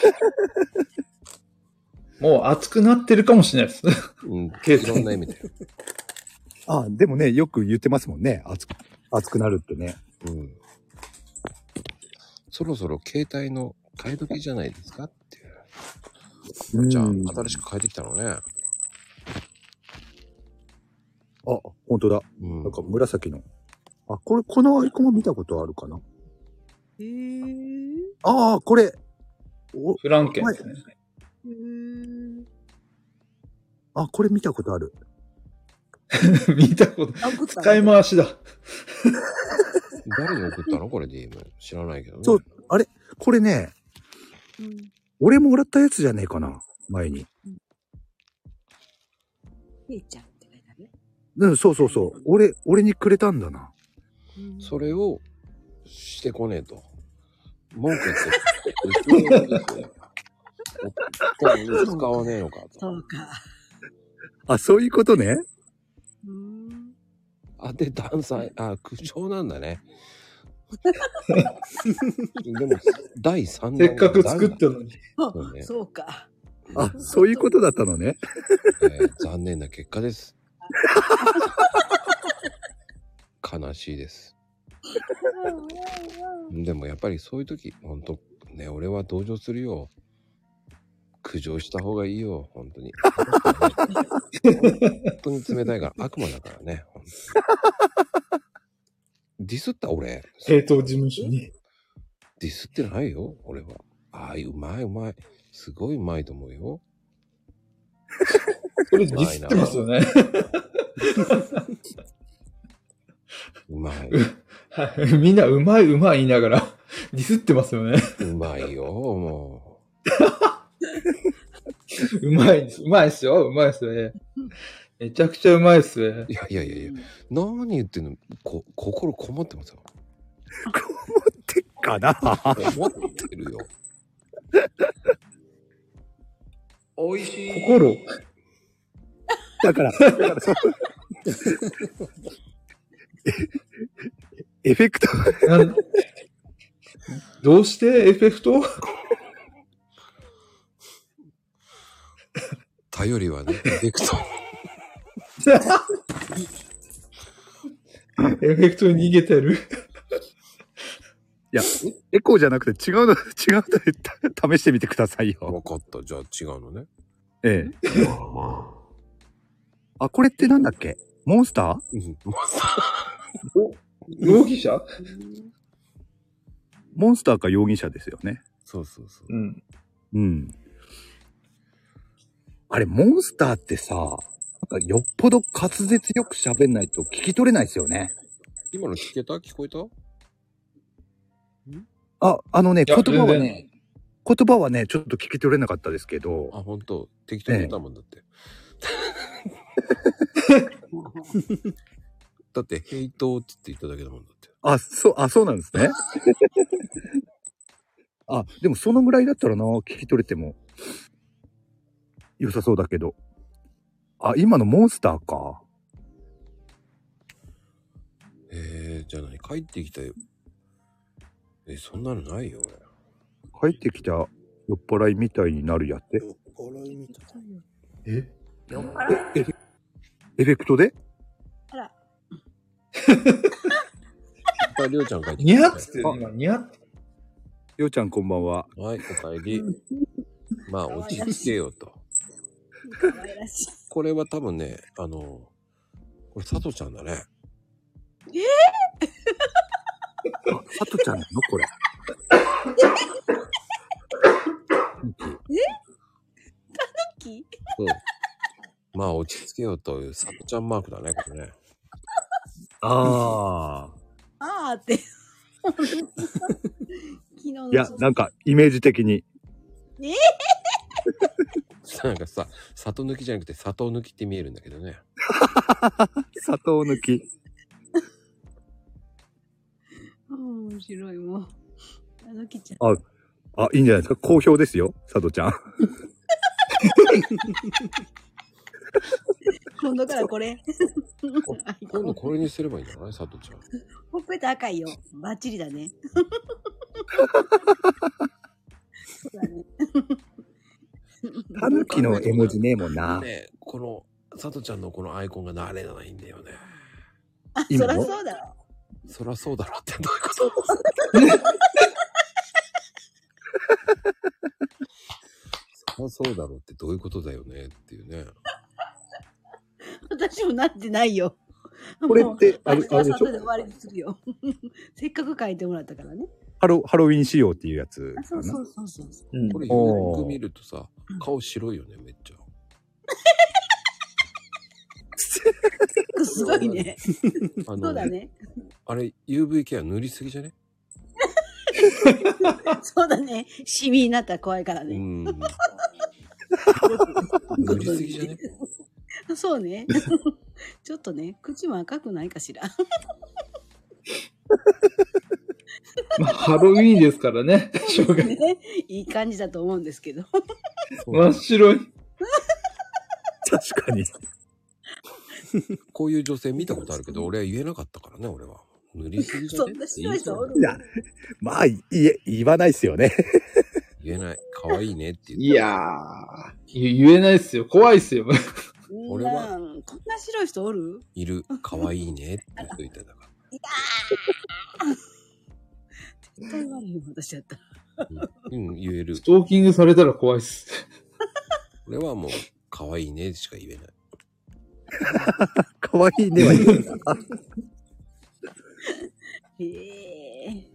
よね。もう熱くなってるかもしれないです。 うん、携いろんな意味で。ああ、でもね、よく言ってますもんね。熱く、熱くなるってね。うん。そろそろ携帯の買い時じゃないですかっていう。じゃあ、うん新しく変えてきたのね。あ、本当だ。うんなん。か紫の。あ、これ、このアイコンも見たことあるかなえー、ああ、これ。お、フランケンですね。えー、あ、これ見たことある。見たこと。あ、送った。使い回しだ。誰に送ったのこれ DM。知らないけどね。そうこれね、うん俺ももらったやつじゃねえかな前に。えいちゃんって書いてある。うん、そうそうそう。俺、俺にくれたんだな。それをしてこねえと。文句 言ってる。お使わねえのかそと。うか。あ、そういうことね。うーん。あ、で、ダンさん、あ、苦情なんだね。 でも、第3弾。せっかく作ったのに。そうねそうか。あ、そういうことだったのね。えー残念な結果です。悲しいです。でもやっぱりそういう時、本当ね、俺は同情するよ。苦情した方がいいよ、本当に。本当に冷たいから、悪魔だからね。本当にディスった 俺。系統事務所に。ディスってないよ、俺は。ああ、うまいうまい。すごいうまいと思うよ。 それディスってますよね。うまい。はいみんなうまいうまい言いながら、 ディスってますよね。うまいよ、もうまいです。うまいですよ。うまいですね。めちゃくちゃうまいですね。いやいやいやいや、何言ってんのこ心こもってますよ。かな思ってるよ。美味しい。心。だから、だからそうエフェクト。なんどうしてエフェクト頼りはね、エクト。エフェクトに逃げてる。いや、エコーじゃなくて違うの、違うので試してみてください分よ。かった。じゃあ違うのね。ええ。あ、これってなんだっけモンスターうん容疑者モンスターか容疑者ですよね。そうそうそう。うん。うん。あれ、モンスターってさ、なんかよっぽど滑舌よく喋んないと聞き取れないですよね。今の聞けた聞こえたあ、あのね、いや言葉は全ね、言葉はね、ちょっと聞き取れなかったですけど、あ、本当適当に言ったもんだって。だって、ヘイトって言っただけだもんだって。あ、そう、あ、そうなん ですね。あ、でもそのぐらいだったらな、聞き取れても、良さそうだけど。あ、今のモンスターか。えー、じゃない。帰ってきたよ。え、そんなのないよ、俺。帰ってきた酔っ払いみたいになるやって。笑いみたい。え酔っ払っエフェクトでたら、またりょうちゃん帰ってにゃっつきって、今、にゃって。ようちゃんこんばんは。た。はい、お帰 り。まあ、落ち着けよと。可愛らしい。これは多分ね、あの、これ、佐藤ちゃんだね。あさとちゃんなのこれ。きうん。まあ、落ち着けよという佐藤ちゃんマークだね、これね。 ああ。あーって。昨日のいや、なんか、イメージ的に。なんかさ、里抜きじゃなくて、佐藤抜きって見えるんだけどね。砂糖抜き。あー面白いもう。あのきちゃん。あ、いいんじゃないですか。好評ですよ、佐藤ち ゃん。今度からこれ。今度これにすればいいんじゃない佐藤ちゃん。ほっぺた赤いよ。バッチリだね。そうだね。タヌキの絵文字ねえもんな。ねこの、佐藤ちゃんのこのアイコンが慣れないんだよね。あ、いいのそらそうだろ。そらそうだろってどういうことそらそうだろってどういうことだよねっていうね。私もなってないよ。これって、ああれれあれででしょ終わりにするよ。せっかく書いてもらったからね。ハロハロウィン仕様っていうやつあ、かそうなそ。うそうそう。うんこれおーよく見るとさ、顔白いよね、めっちゃ。すごいね。あそうの、だね。あれ UV ケア塗りすぎじゃねそうだね。シミになったら怖いからうね。ん。 塗りすぎじゃねそうね。 ちょっとね、口も赤くないかしら。まあ、ハロウィーンですから ね。しょうがない。ね、いい感じだと思うんですけど。真っ白い。確かに。こういう女性見たことあるけど、俺は言えなかったからね、俺は。塗りすぎじゃそねんな白い人おるいや、まあ、い言え、言わないですよね。 言えない。可愛いねって言って。いやー。言えないっすよ。怖いっすよ。こん俺はなんこんな白い人おるいる。可愛いねって言っといただか絶対言われへん私だったら。ら。うん、うん言えるス。トーキングされたら怖いっす。俺はもう、可愛いねしか言えない。可愛いねは言えない。へえ。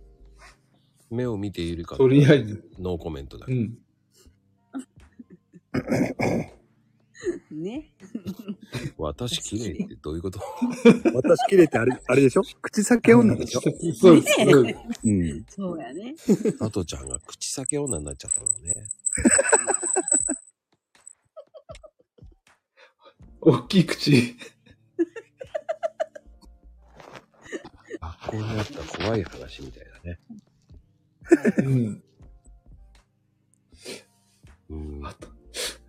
目を見ているかとりあえず。ノーコメントだ。うん。ね。私綺麗ってどういうこと 私綺麗ってあれ、あれでしょ口裂け女でしょそうですねそうですうん。そうやね。あとちゃんが口裂け女になっちゃったのね。大きい口。学校にあった怖い話みたいだね。うん。うん。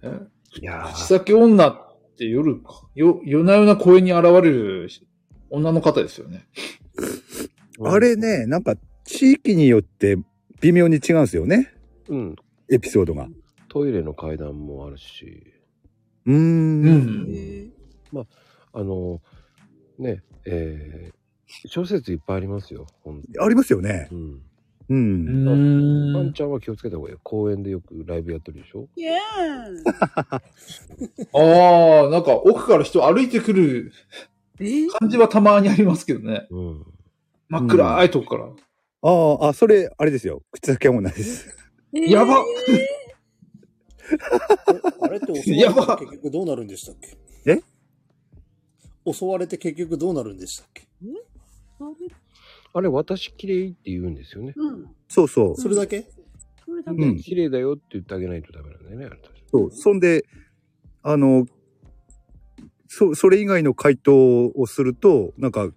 えいや口ー、先女って夜か。よ、夜な夜な公園に現れる女の方ですよね。あれね、なんか地域によって微妙に違うんですよね。うん。エピソードが。トイレの階段もあるし、うーん。うん。あの、ね、えー、小説いっぱいありますよ。ほんありますよね。うん。う。うんーワンん。ちゃんは気をつけた方がいいよ。公園でよくライブやってるでしょいやああ、なんか奥から人歩いてくるえ感じはたまにありますけどね。うん。真っ暗いとこから。ああ、あ、それ、あれですよ。口だけ女です。やばあれって襲われて結局どうなるんでしたっけやば襲われて結局どうなるんでしたっけあれ、私綺麗って言うんですよね。うん。そうそう。それだけそれだうん綺麗だよって言ってあげないとダメなんだよね、あれ確かそう。そんで、あの、そ、それ以外の回答をすると、なんか、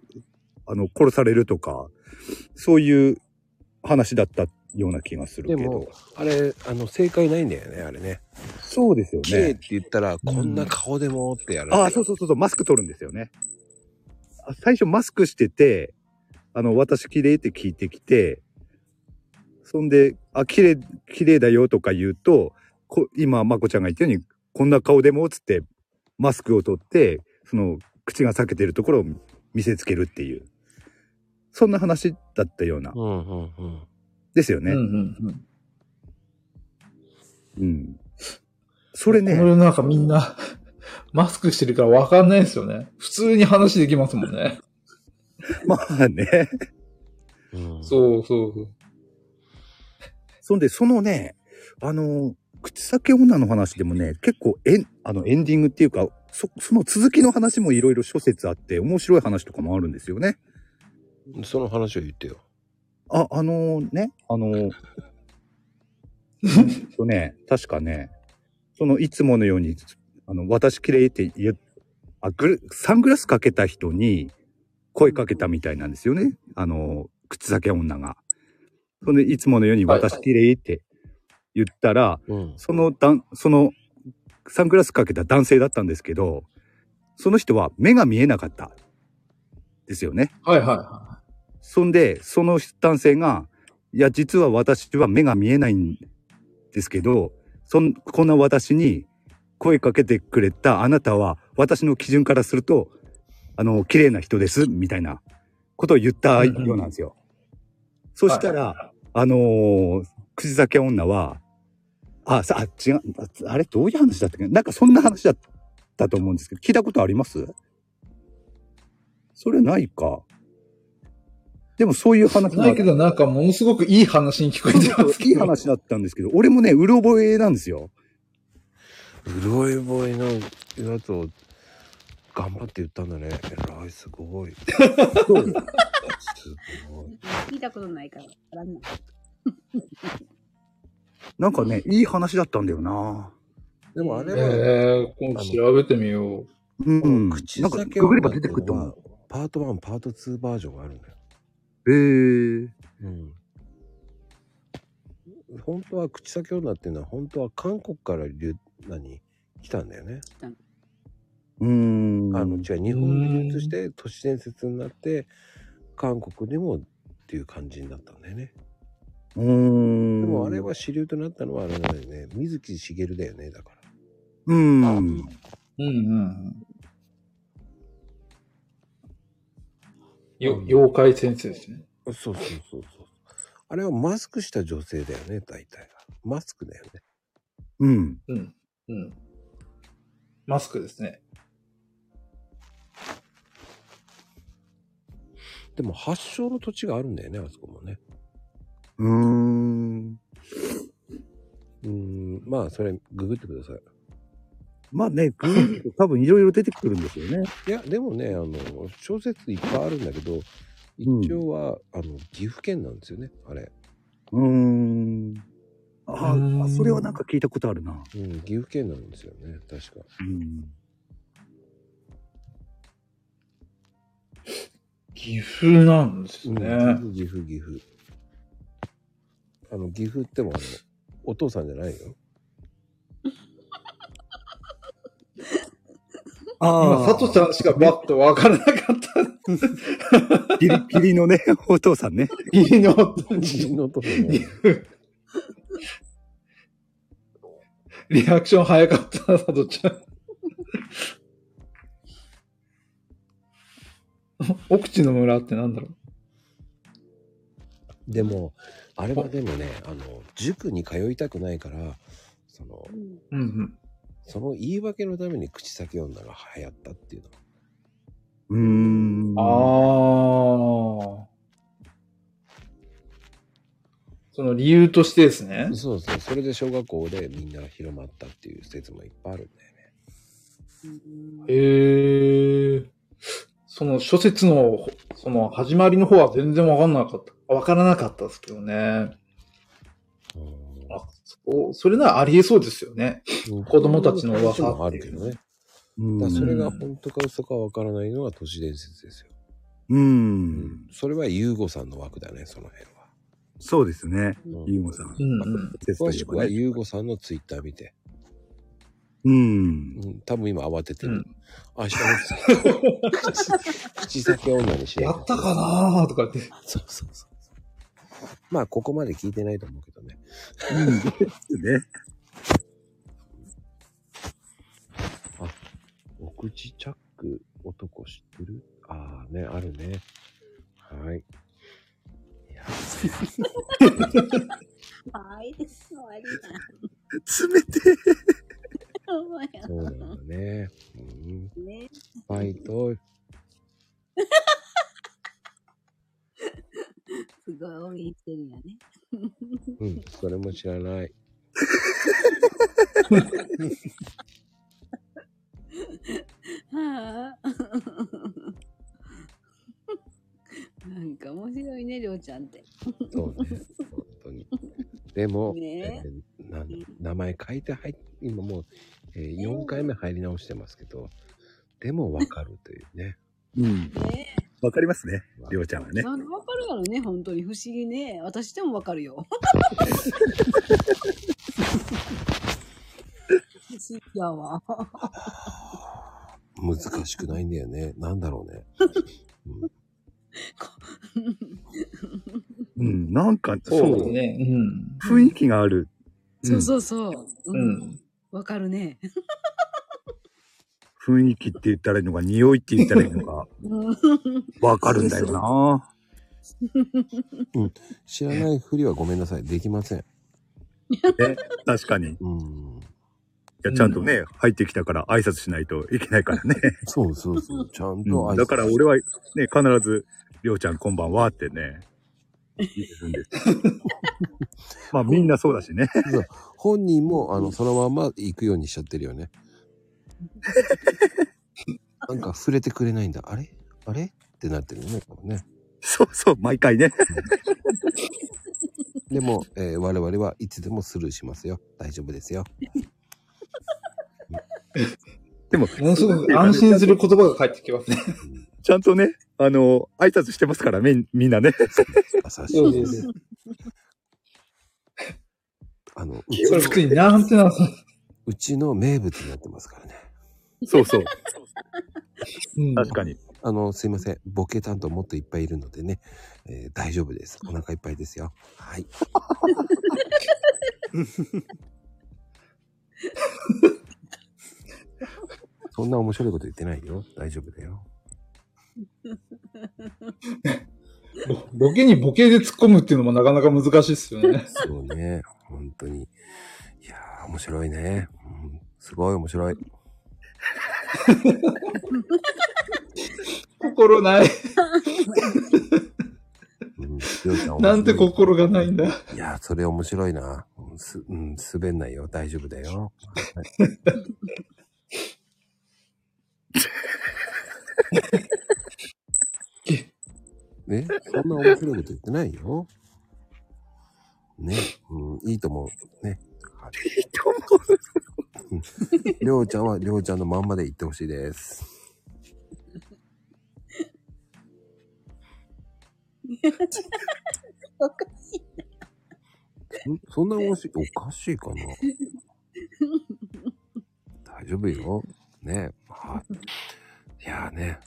あの、殺されるとか、そういう話だったような気がするでけもど。、あれ、あの、正解ないんだよね、あれね。そうですよ綺麗っね。て言ったら、こんな顔でもってやる。ああ、そうそうそうそう、マスク取るんですよね。あ最初マスクしてて、あの、私綺麗って聞いてきて、そんで、あ、綺麗、綺麗だよとか言うと、こ今、まこちゃんが言ったように、こんな顔でも、つって、マスクを取って、その、口が裂けてるところを見せつけるっていう。そんな話だったような。うんうんうん。ですようんうね。んうん。うん。それこね、れなんかみんな、 マスクしてるからわかんないですよね。普通に話できますもんね。まあね。うん、そうそうそう。そんで、そのね、あの、口先女の話でもね、結構エン、あの、エンディングっていうか、そ、その続きの話もいろいろ諸説あって、面白い話とかもあるんですよね。その話を言ってよ。あ、あのね、あの、うんとね、確かね、その、いつものように、あの、私綺麗って言う、あ、グルサングラスかけた人に声かけたみたいなんですよね。あの、口先女が。それで、いつものようにはい私綺麗って言ったら、うん。そのだん、その、サングラスかけた男性だったんですけど、その人は目が見えなかった。ですよね。はいはいはそんで、その男性が、いや、実は私は目が見えないんですけど、そん、こんな私に声かけてくれたあなたは、私の基準からすると、あの、綺麗な人です、みたいなことを言ったようなんですよ。そしたら、あのー、口酒女は、あ、さ、あ、違う、ああれ、どういう話だったっけなんかそんな話だったと思うんですけど、聞いたことありますそれないか。でもそういう話い。もないけどなんかものすごくいい話に聞こえてますいいけど。話だったんですけど、俺もね、うろ覚えなんですよ。うろいぼいのやつを頑張って言ったんだね。えらい、す ごい。すごい。聞いたことないから。わからんなうんなんかね、いい話だったんだよな。でもあれえは、ー、今度調べてみようう。ん。なん口か、先ググれば出てくると思女っうて。いうのはパート1、パート2バージョンがあるんだよ。へえ。うん。本当は口先女っていうのは本当は韓国から流何来たんだよね。うーん。あの、違う、日本に流通して都市伝説になって、韓国でもっていう感じになったんだよね。うーん。でもあれは主流となったのはあれだよね。水木しげるだよね、だから。うん。うんうん。よ、妖怪先生ですね。そうそうそうそう。あれはマスクした女性だよね、大体が。マスクだよね。うん。うん。うん。マスクですね。でも発祥の土地があるんだよね、あそこもね。うーん。うーん、まあ、それ、ググってください。まあ ね、グーグルと多分いろいろ出てくるんですよね。いや、でもね、あの、小説いっぱいあるんだけど、一応は、あの、岐阜県なんですよね、あれ。うーん。あーあ、それはなんか聞いたことあるな。うん、岐阜県なんですよね、確か。うん。岐阜なんですね。うん岐阜、岐阜、岐阜。あの、岐阜っても、あの、お父さんじゃないよ。 今、あ佐藤さんしかバッと分からなかっ た。あ、ギリギリのね、お父さんね。義理の夫岐阜にのお父さんじゃない。リアクション早かったな、佐藤ちゃん。 奥地の村ってなんだろうでも、あれはでもね、あの、塾に通いたくないから、その、うんうん。その言い訳のために口先女が流行ったっていうの。うーん。ああ。その理由としてですね。そうそう、それで小学校でみんな広まったっていう説もいっぱいあるんだよね。へえ。その諸説の、その始まりの方は全然わかんなかった。わからなかったですけどね。あ、そう、それならありえそうですよね。子供たちの噂っていうもあるけどね。うんだからそれが本当か嘘かわからないのが都市伝説ですよ。うん。それはユーゴさんの枠だね、その辺は。そうですね。うんゆうごさん。うんうん。説と詳いえしくばはね。ユーゴさんのツイッター見て。うん。うん、多分今慌ててうるん。明日の口先女にしないやったかなーとか言って。そうそうそう。まあ、ここまで聞いてないと思うけどね。ね。お口チャック男知ってるああね、あるね。はい。愛いです。終わりだ。冷て お前やそうなんだね。うん。ね。ファイト。すごい応援してるよね。うん。それも知らない。はあ。 なんか面白いね、りょうちゃんって。そうね。本当に。でも、ねえーなん名前書いて入っ、今もう、えー4回目入り直してますけど、でもわかるというね。うん。ねわかりますね。りょうちゃんはね。なんでわかるやろね、本当に不思議ね。私でもわかるよ。不思議やわ。難しくないんだよね。なんだろうね。うんうん。なんか、そうそですう。ね。うん。雰囲気がある。 そうそうそう。う。ん。わかるね。雰囲気って言ったらいいのか、匂いって言ったらいいのか、うんわかるんだよ な。知らないふりはごめんなさい。できません。ね、確かに。いうん。や、ちゃんとね、入ってきたから挨拶しないといけないからね。そうそう そう。ちゃんと挨拶、うんだから俺はね、必ず、りょうちゃんこんばんはってね、言ってる んです。まあみんなそうだしね。 本人も、あの、そのまんま行くようにしちゃってるよね。なんか触れてくれないんだ。あれあれってなってるよね。こうねそうそう、毎回ね。 でも、えー我々はいつでもスルーしますよ。大丈夫ですよ。でも、ものすごく安心する言葉が返ってきますね。ちゃんとね、あの、挨拶してますから、み、み んなね。優しいね。あの、う それ普通になんてなんすうちの名物になってますからね。そうそう、うん。確かに。あの、すいません。ボケ担当もっといっぱいいるのでね、えー大丈夫です。お腹いっぱいですよ。はい。そんな面白いこと言ってないよ。大丈夫だよ。ボケにボケで突っ込むっていうのもなかなか難しいですよ ね。そうね。本当に。いやー、面白いね。うん、すごい面白い。心ない。しおちゃん。 なんて心がないんだ。いや、それ面白いな。うんす、うん、滑んないよ。大丈夫だよ。 ね、そんな面白いこと言ってないよ。ね、うん、いいと思う。ね。いいと思う。りょうちゃん は、りょうちゃんのまんまで言ってほしいです。おかしい。んそんな面白い、おかしいかな。大丈夫よ。ね。はい。いやーね。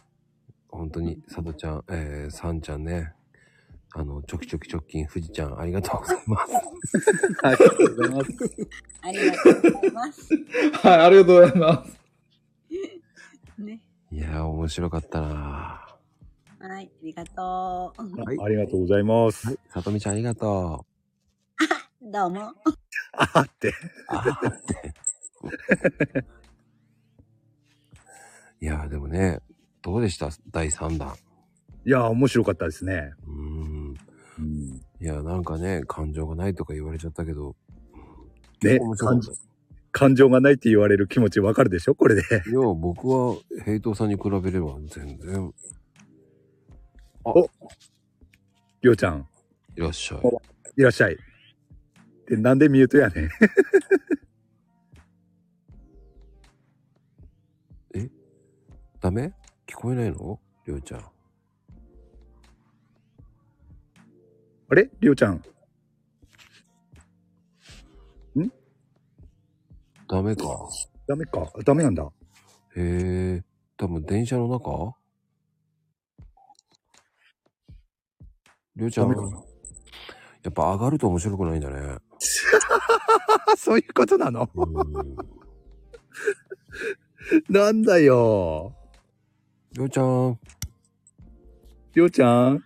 本当に、さとちゃん、えー、さんちゃんね。あの、ちょきちょきちょっきん、富士ちゃん、ありがとうございます。 ありがとうございます。ありがとうございます。 はい、ありがとうございます。ね。いやー、面白かったなはい、ありがとう。はいありがとうございます。はい、さとみちゃんありがとどうも。あって。う。あーって。 いやー、でもね、どうでした第3弾。いや、面白かったですね。うーん。いや、なんかね、感情がないとか言われちゃったけど。ね面白かった感情がないって言われる気持ちわかるでしょこれで。いや、僕は、ヘイトさんに比べれば全然、りょうちゃん、いらっしゃい。いらっしゃい。で、なんでミュートやねん。 ダメ聞こえないのりょうちゃん。あれりょうちゃん。ダメか。ダメか。ダメなんだ。へえ、多分電車の中りょうちゃん、ダメかやっぱ上がると面白くないんだね。あ、そういうことなのうーん なんだよ。りょうちゃん、りょうちゃん、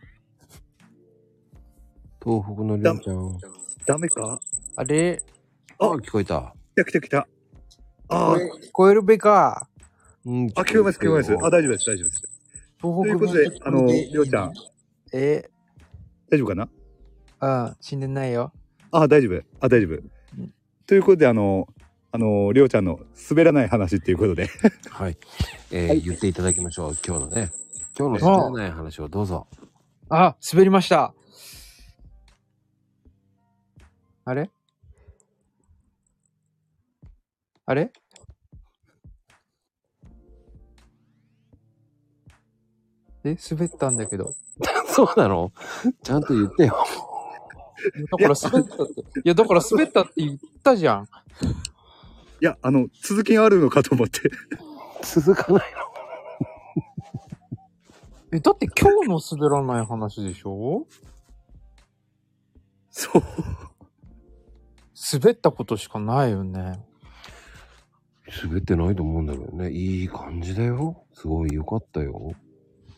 東北のりょうちゃん。ダメかあれあ、聞こえた。来た来た来た。あー聞こえるべか。うん、あ、聞こえます聞こえます。あ、だ大丈夫です、大丈夫です。と東い北うことで、あの、りょうちゃん、え、大丈夫かなあ、死んでないよ。あ、大丈夫。あ、大丈夫。ということで、あの、あの、りょうちゃんの滑らない話っていうことで。はい。えー言っていただきましょう。今日のね。今日の滑らない話をどう ぞ。あ、滑りました。あれあれえ、滑ったんだけど。そうなのちゃんと言ってよ。だから滑ったって。いや、だから滑ったって言ったじゃん。いや、あの、続きがあるのかと思って。続かないの。え、だって今日の滑らない話でしょそう。滑ったことしかないよね。滑ってないと思うんだけどね。いい感じだよ。すごい良かったよ。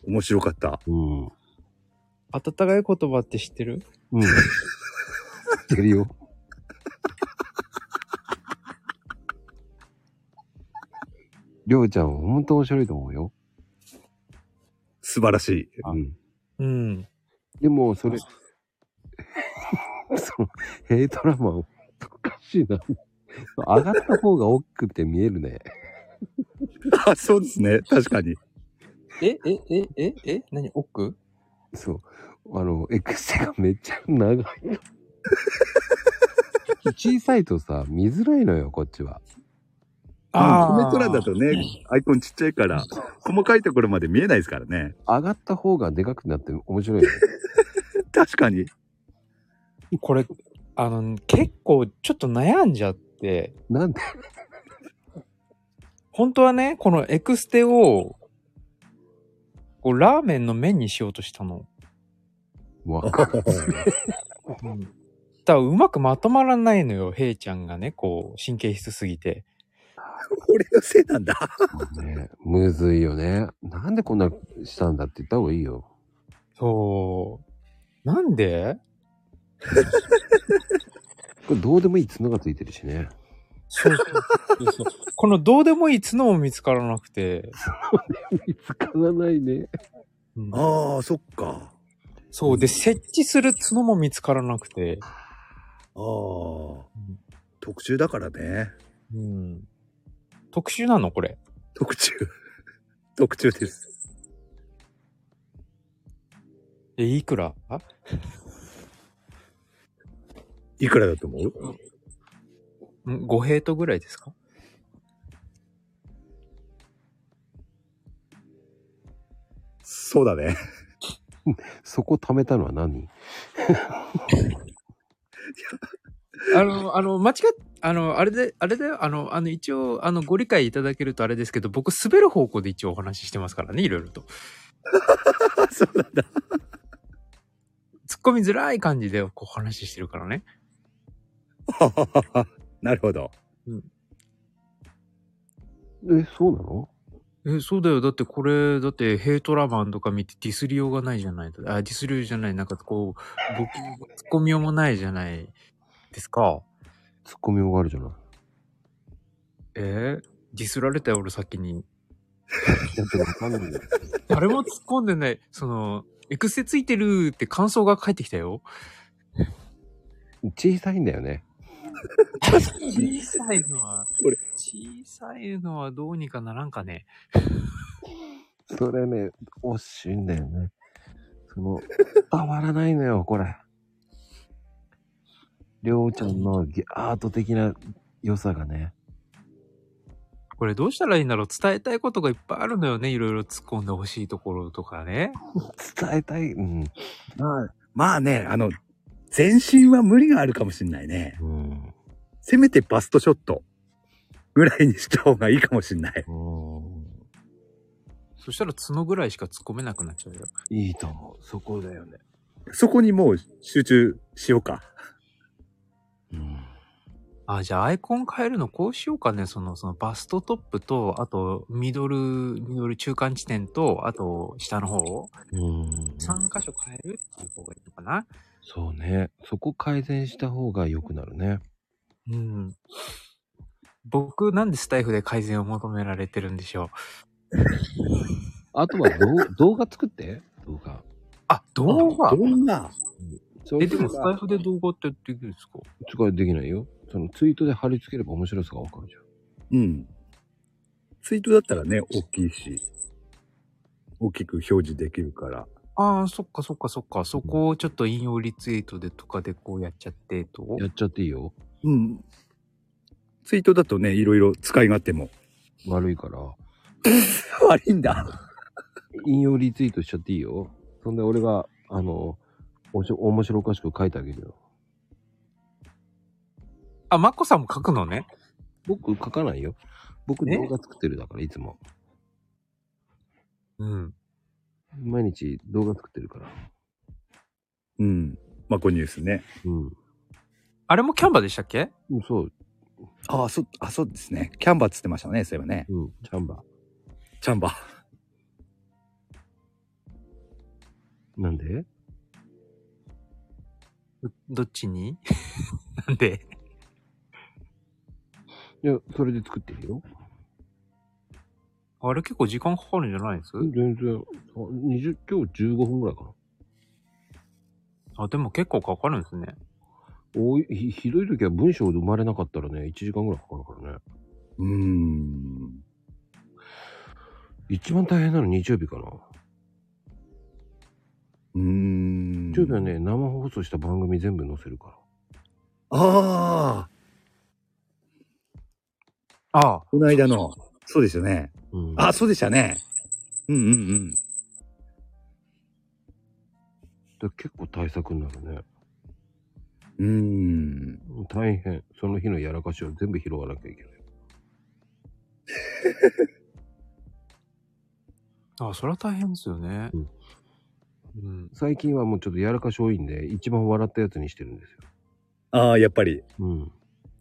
面白かった。うん。うん。温かい言葉って知ってる知ってるよ。りょうちゃんは本当面白いと思うよ。素晴らしい。うん。うん。でも、それ、そ の、ヘイトラマン、おかしいな。上がった方が大きくて見えるね。 あ、そうですね。確かに。え、え、え、え、え、何奥そう。あの、エクセがめっちゃ長 いの。小さいとさ、見づらいのよ、こっちは。ああ。ーコメント欄だとね、アイコンちっちゃいから、細かいところまで見えないですからね。上がった方がでかくなって面白いよね。確かに。これ、あの、結構ちょっと悩んじゃって、なんで本当はね、このエクステを、こう、ラーメンの麺にしようとしたの。わかる。うん。だからうまくまとまらないのよ、ヘイちゃんがね、こう、神経質すぎて。俺のせいなんだ。ね、むずいよね。なんでこんなしたんだって言った方がいいよ。そう。なんでこれどうでもいい角がついてるしね。そうそうそう。このどうでもいい角も見つからなくて。見つからないね。うんああ、そっか。そう。で、設置する角も見つからなくて。ああ。特集だからね。うん。特集なのこれ。特注。 特注です。え、いくらあいくらだと思う ?5 ヘイトぐらいですかそうだね。そこ貯めたのは何あの、あの、間違っ、あの、あれで、あれだよ、あの、あの、一応、あの、ご理解いただけるとあれですけど、僕、滑る方向で一応お話ししてますからね、いろいろと。 そうなんだ。突っ込みづらい感じで、こう、お話ししてるからね。 なるほど。え、そうなのえ、そうだよ。だってこれ、だってヘイトラマンとか見てディスりようがないじゃない。あ、ディスりようじゃない。なんかこう、ボケ、ツッコミようもないじゃないですか。ツッコミようがあるじゃない。えーディスられたよ、俺先に。だってわかんないよ。誰も突っ込んでない。その、エクセついてるって感想が返ってきたよ。小さいんだよね。小さいのは、小さいのはどうにかならんかね。それね、惜しいんだよね。そ の、伝わらないのよ、これ。りょうちゃんのギアート的な良さがね。これどうしたらいいんだろう伝えたいことがいっぱいあるのよね。いろいろ突っ込んでほしいところとかね。伝えたい。うん。まあ、まあね、あの、全身は無理があるかもしれないね。せめてバストショットぐらいにした方がいいかもしれない。そしたら角ぐらいしか突っ込めなくなっちゃうよ。いいと思う。そこだよね。そこにもう集中しようか。あ、じゃあアイコン変えるのこうしようかね。その、そのバストトップと、あと、ミドル、ミドル中間地点と、あと、下の方を。3箇所変えるっていう方がいいのかな。そうね。そこ改善した方が良くなるね。うん。僕、なんでスタイフで改善を求められてるんでしょう。あとは動動 画作って。動画。あ、動画動画え、でもスタイフで動画ってできるんですか使いできないよ。そのツイートで貼り付ければ面白さがわかるじゃん。うん。ツイートだったらね、大きいし、大きく表示できるから。ああ、そっかそっかそっか。そこをちょっと引用リツイートでとかでこうやっちゃってと。やっちゃっていいよ。うん。ツイートだとね、いろいろ使い勝手も。悪いから。悪いんだ。引用リツイートしちゃっていいよ。そんで俺が、あの、おし面白おかしく書いてあげるよ。あ、マッコさんも書くのね。僕書かないよ。僕え動画作ってるだから、いつも。うん。毎日動画作ってるから。うん。マコニュースね。うん。あれもキャンバでしたっけそう。ああ、そ、あ、そうですね。キャンバーっつってましたね、そういえばね。うん、キャンバー。キャンバー。なんでどっちに なんでいや、それで作ってるよ。あれ結構時間かかるんじゃないです全然、あ20、今日15分ぐらいかな。あ、でも結構かかるんですね。おいひひどい時は文章で生まれなかったらね、1時間ぐらいかかるからね。うーん。一番大変なの日曜日かな。うーん。日曜日はね、生放送した番組全部載せるかああ。ああ。この間の。そうですよね。ら。うん。あ、そうでしたね。うんうんうん。だ結構対策になるね。うーん。大変。その日のやらかしを全部拾わなきゃいけない。あ、それは大変ですよね。うんうん。最近はもうちょっとやらかし多いんで、一番笑ったやつにしてるんですよ。ああ、やっぱり。うん。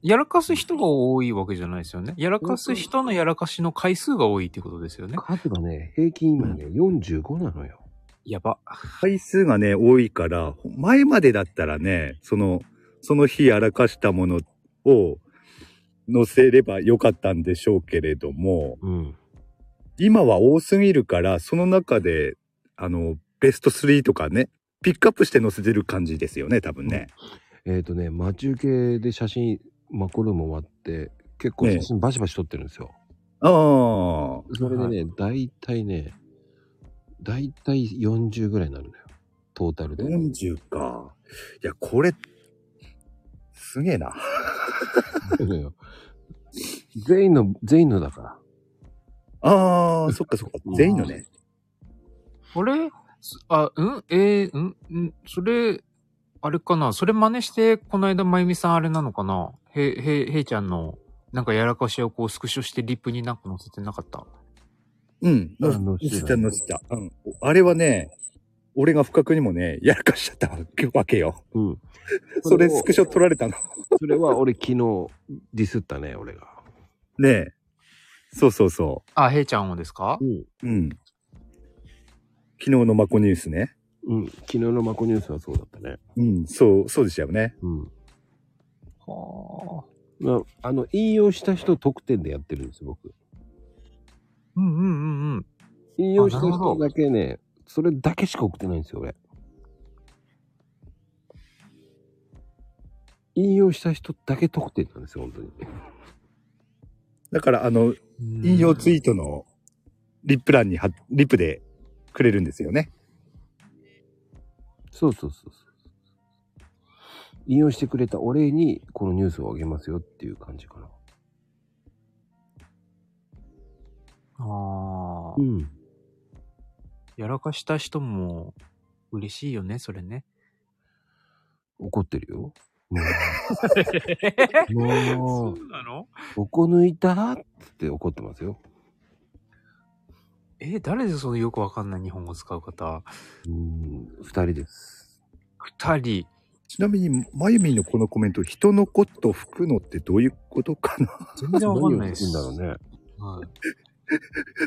やらかす人が多いわけじゃないですよね。やらかす人のやらかしの回数が多いってことですよね。数がね、平均今ね、45なのよ。やば。回数がね、多いから、前までだったらね、その、その日やらかしたものを載せればよかったんでしょうけれども、うん。今は多すぎるから、その中で、あの、ベスト3とかね、ピックアップして載せてる感じですよね、多分ね。えっ、とね、待ち受けで写真、まあ、コロナも終わって、結構写真バシバシ撮ってるんですよ。ああ。それでね、大体ね、大体40ぐらいになるんだよ。トータルで。 40か。いや、これ、すげえな。 全員の、全員のだから。ああ、そっかそっか。全員のね。あれすあ、うんえー、うんうんそれ、あれかなそれ真似して、この間、まゆみさんあれなのかなへ、へ、へいちゃんの、なんかやらかしをこうスクショしてリップになんか載せてなかったうん。あの載せせたた載せた。うん。あれはね、俺が不覚にもね、やらかしちゃったわけよ。うん。それスクショ取られたの。それは俺昨日ディスった ね、俺が。ねえ。そうそうそう。あ、へいちゃんをですかうん。昨日のマコニュースね。うん。昨日のマコニュースはそうだったね。うん。そう、そうでしたよね。うん。はあ。あの、引用した人特典でやってるんですよ、僕。うんうんうんうん。引用した人だけね、それだけしか送ってないんですよ、俺。引用した人だけ特典なんですよ、本当に。だから、あの、引用ツイートのリップ欄に貼っ、リップでくれるんですよね。そうそうそうそう。引用してくれたお礼に、このニュースをあげますよっていう感じかな。ああ。うん。やらかした人も嬉しいよね、それね。怒ってるよ。そ もううなのここ抜いたっつって怒ってますよ。え、誰でそのよくわかんない日本語使う方うん、二人です。二人。ちなみに、まゆみんのこのコメント、人のこと吹くのってどういうことかな 全然わかんないです何を言ってんだろうね。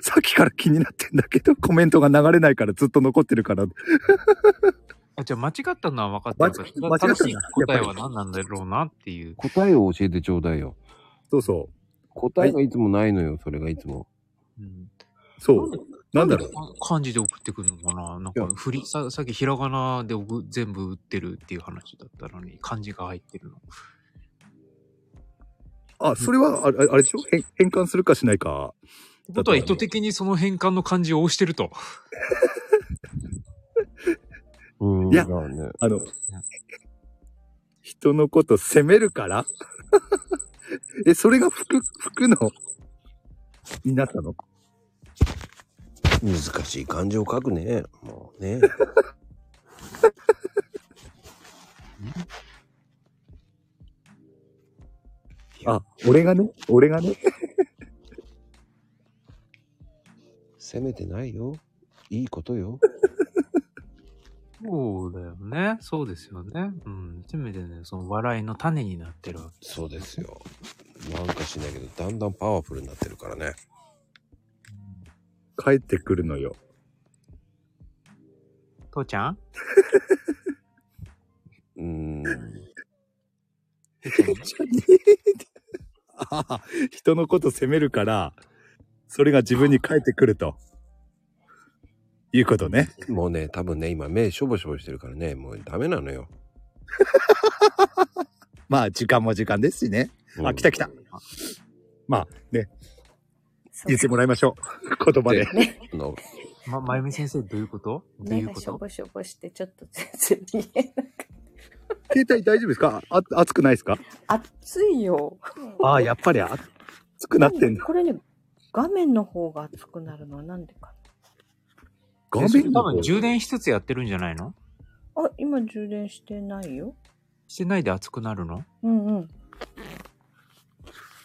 さっきから気になってんだけど、コメントが流れないからずっと残ってるから。あ、じゃあ間違ったのは分かってる間から、違間違正ったんしいだ答えやはっぱ何なんだろうなっていう。答えを教えてちょうだいよ。そうそう。答えがいつもないのよ、それがいつも。そう。なんだろう漢字で送ってくるのかななんか、振り、ささっきひらがなで送全部打ってるっていう話だったのに、漢字が入ってるの。あ、それは、あれあれでしょ変変換するかしないか。ことは意図的にその変換の漢字を押してると。いや、あの、人のこと責めるから え、それが服、服の、になったの難しい漢字を書くね。もうね。あ、俺がね、俺がね。責めてないよ。いいことよ。そうだよね。そうですよね。うん。せめてね、その笑いの種になってるわけ。そうですよ。なんかしないけど、だんだんパワフルになってるからね。帰ってくるのよ。父ちゃんうーん。あ人のこと責めるから、それが自分に返ってくると。いうことね。もうね、多分ね、今目しょぼしょぼしてるからね、もうダメなのよ。まあ、時間も時間ですしね。あ、来た来た。まあ、ね。言ってもらいましょ う。言葉で。ま、まゆみ先生、どういうことどう目いうがこしょとぼしょぼして、ちょっと全然見えない。携帯大丈夫ですかあ、熱くないですか暑いよ。ああ、やっぱり熱くなってんだ。これね、画面の方が熱くなるのはなんでか画面多分充電しつつやってるんじゃないのな。あ、今充電してないよ。してないで熱くなるのうんうん。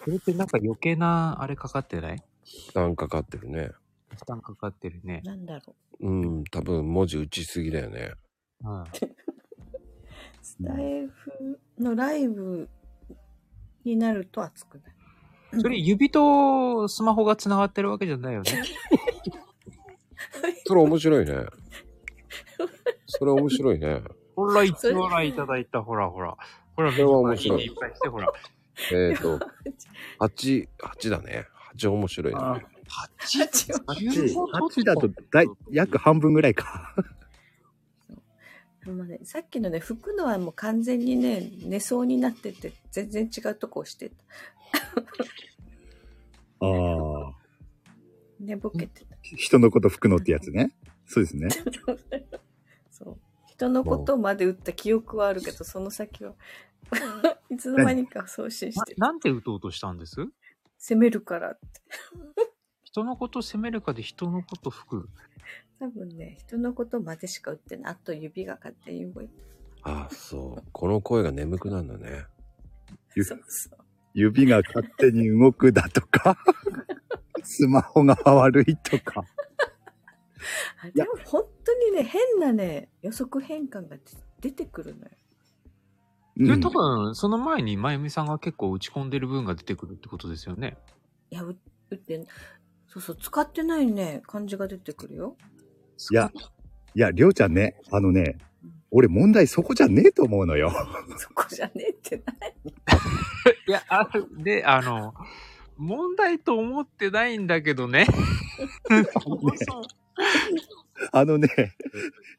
それってなんか余計なあれかかってない負担かかってるね。負担かかってるね。なんだろうん、多分文字打ちすぎだよね。うん。う。ライブのライブになると熱くな る。それ指とスマホが繋がってるわけじゃないよね。それ面白いね。それ面白いね。ほら、一応らいただいた、ほらほら。ほら、それは面白いいっぱいして、ほら。えっ、ー、と、8、8だね。8面白いね。 8だとだい約半分ぐらいか。もうねさっきのね、服のはもう完全にね、寝そうになってて、全然違うとこ押してた。 ああ。寝ぼけてた。人のこと吹くのってやつね。そう ですね。そう。人のことまで打った記憶はあるけど、その先は、いつの間にか送信してる、なんて打とうとしたんです攻めるからって。人のこと責めるかで人のこと吹く。多分ね、人のことまでしか打ってない。あと指が勝手に動いてああ、そう。この声が眠くなるんだね。ゆ指が勝手に動くだと か、スマホが悪いとか。あでも本当にね、変なね、予測変換が出てくるのよ。で、多分、その前に、まゆみさんが結構打ち込んでる分が出てくるってことですよね。いや、う打って、そうそう、使ってないね、感じが出てくるよ。 いや、いや、りょうちゃんね、あのね、俺問題そこじゃねえと思うのよ。そこじゃねえってない。いや、あで、あの、問題と思ってないんだけどね。あのね、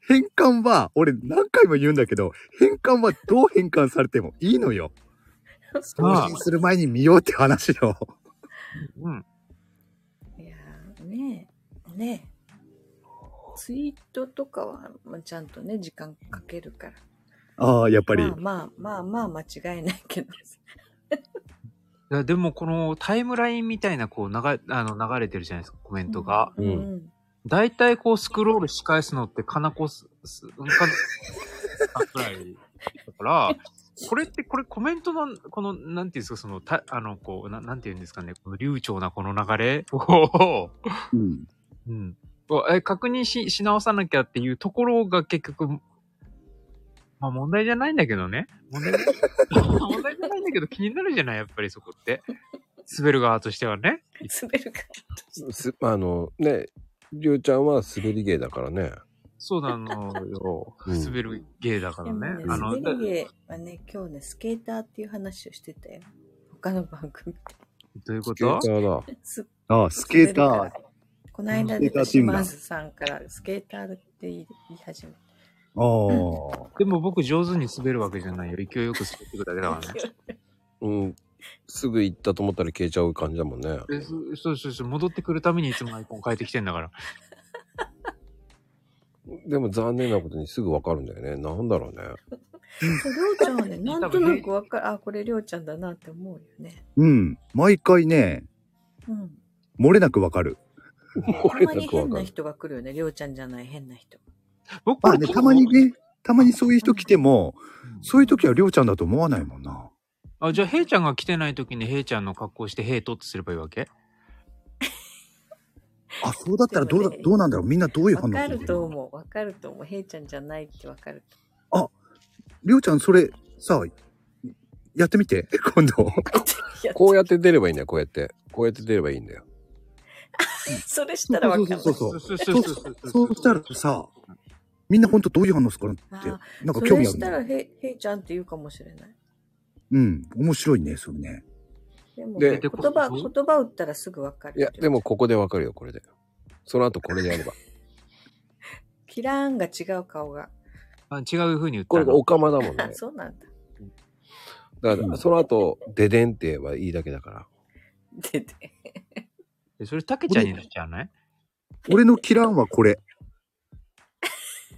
変換は、俺何回も言うんだけど、変換はどう変換されてもいいのよ。送信する前に見ようって話よ。うん。ねえ、ねえ。ツイートとかは、まあ、ちゃんとね、時間かけるから。ああ、やっぱり。まあまあまあまあ間違いないけど。いや、でもこのタイムラインみたいな、こう、流れ、あの、流れてるじゃないですか、コメントが。うん。大体こう、スクロールし返すのって、かなこす、す、うんかなあくらい。だから、これって、これコメントの、この、なんていうんですか、その、た、あの、こう、ななんていうんですかね、この流暢なこの流れを、うん。うん。をえ確認し、し直さなきゃっていうところが結局、まあ問題じゃないんだけどね。問題じゃ問題じゃないんだけど気になるじゃない、やっぱりそこって。滑る側としてはね。滑る側。す、あの、ね、りゅうちゃんは滑り芸だからね。そうなのよ。うん滑る芸だかでらもねね、。あの滑、り芸はね、今日ね、スケーターっていう話をしてたよ。他の番組で。どういうことスケーターすだ。ああ、スケータ滑ーる。この間スケでーターチームだ島津さんからスケーターって言い始めた。ああ。でも僕上手に滑るわけじゃないよ。勢いよく滑っていくだけだから ね。うん。すぐ行ったと思ったら消えちゃう感じだもんね。でそそうそうそう、戻ってくるためにいつもアイコン変えてきてんだから。でも残念なことにすぐわかるんだよね。なんだろうね。そうりょうちゃ んはね、なんとなくわかる、あ、これりょうちゃんだなって思うよね。うん。毎回ね、うん。漏れなくわかる。たまに変な人が来るよね。りょうちゃんじゃない変な人。僕まあね、たまにね、たまにそういう人来ても、そういう時はりょうちゃんだと思わないもんな。あ、じゃあ、ヘイちゃんが来てない時にヘイちゃんの格好してヘイトってすればいいわけあ、そうだったらどうだ、どうなんだろうみんなどういうわ反応かするると思う。わかると思う。へいちゃんじゃないってわかるとりょうちゃん、それ、さ、やってみて、 今度。こうやって出ればいいんだよ、こうやって。こうやって出ればいいんだよ。思う。それしたらわかる。そうそうそうそう。そうしたらさ、みんなほんとどういう反応するかなってあ、なんかそ興味あれるしね。たらへいへいちゃんって言うかもしれない。うん、面白いね、それね。でも、で言葉、言葉打ったらすぐわかいる。や、でもここでわかるよ、これで。その後これでやれば。キラーンが違う顔が。あ違う風に言ったこれがオカマだもんあね、。そうなんだ。だから、その後、ででんって言えばいいだけだから。でで。えそれ、タケちゃんになっちゃうね。俺のキランはこれ。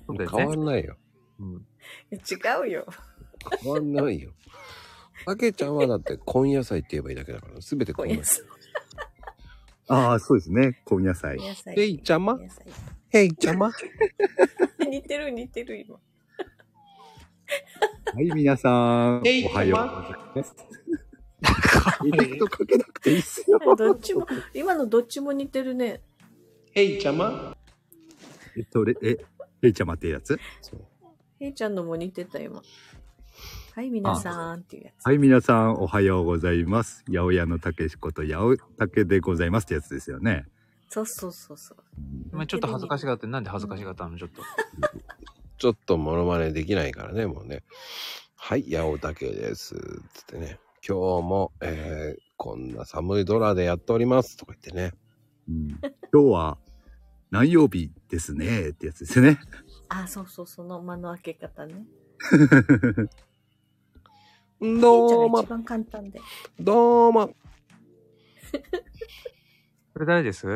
そうだよね変わんないよ。違うよ。変わんない よ。あけちゃんはだって、根野菜って言えばいいだけだから、すべて根野 菜。ああ、そうですね、今野菜。野菜ヘイちゃまヘイちゃま 似てる似てる今。はい、皆さん、えいおはようございます。エフェクトかけなくていいっすよ。どっちも、今のどっちも似てるね。ヘイちゃまえっと、れえ、ヘイちゃまってやつへいちゃんのも似てた今。はい、皆さんっていうやはい、皆さん、おはようございます。八百屋のたけしこと、八百たけでございますってやつですよね。つ。そうそうそうそう。まあちょっと恥ずかしがって、なんで恥ずかしがったのちょっと。ちょっとモノマネできないからね、もうね。はい、八尾竹です。つってね。今日も、えー、こんな寒いドラでやっております。とか言ってね。今日は何曜日ですねってやつですよね。あ、そうそう、その間の開け方ね。どうがも一、番簡単で。どうも。これ誰です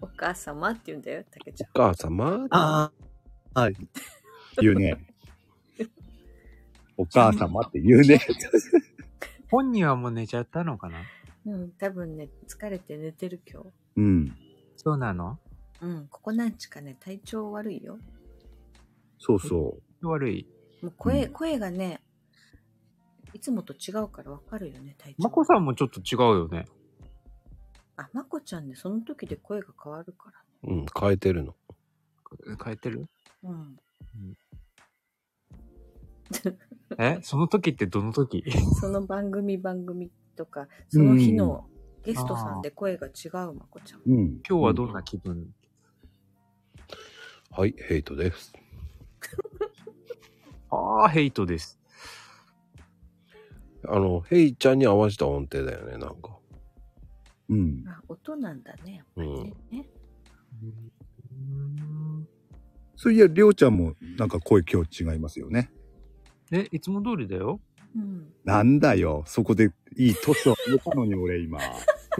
お母様って言うんだよ、たけちゃん。お母様ああ。はい。言う ね。お母様って言う ね。本人はもう寝ちゃったのかなうん、多分ね、疲れて寝てる今日。うん。そうなのうん、ここ何日かね、体調悪いよ。そうそ悪い。もう声、声がね、いつもと違うからわかるよね、体調。まこさんもちょっと違うよね。あ、まこちゃんね、その時で声が変わるかう。うん、変えてるの。変えてるら。うん。え その時ってどの時その番組、番組とか、その日のうんゲストさんで声が違う、まこちゃん。うん。 今日はどんな気分、はい、ヘイトです。 ああ、ヘイトです。あの、ヘイちゃんに合わせた音程だよね、なんか。うん。あ、音なんだね。うん。そういや、りょうちゃんもなんか声今日違いますよね。え、いつも通りだよ。なんだよ。そこでいいトスを入れたのに俺 今。違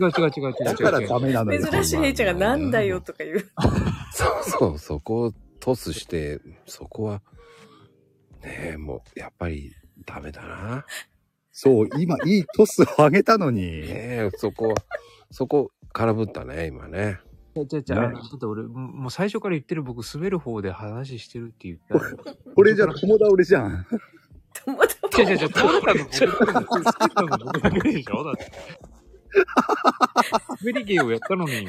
う違う違う違う違う。だからダメなのよ。珍しいヘイちゃんがなんだよとか 言う。そうそう、そこをトスして、そこは、ねえ、もう、やっぱり、ダメだな。そう、今、いいトスを上げたのに。ねえ、そこ、そこ、空振ったね、今ね。違う違う違う。あのちょっと俺、もう最初から言ってる僕、滑る方で話してるって言ったら。俺じゃ、友倒れじゃん。違う違う違う、倒れたの僕だけ滑ったの僕だけでしょだって。滑り芸をやったのに。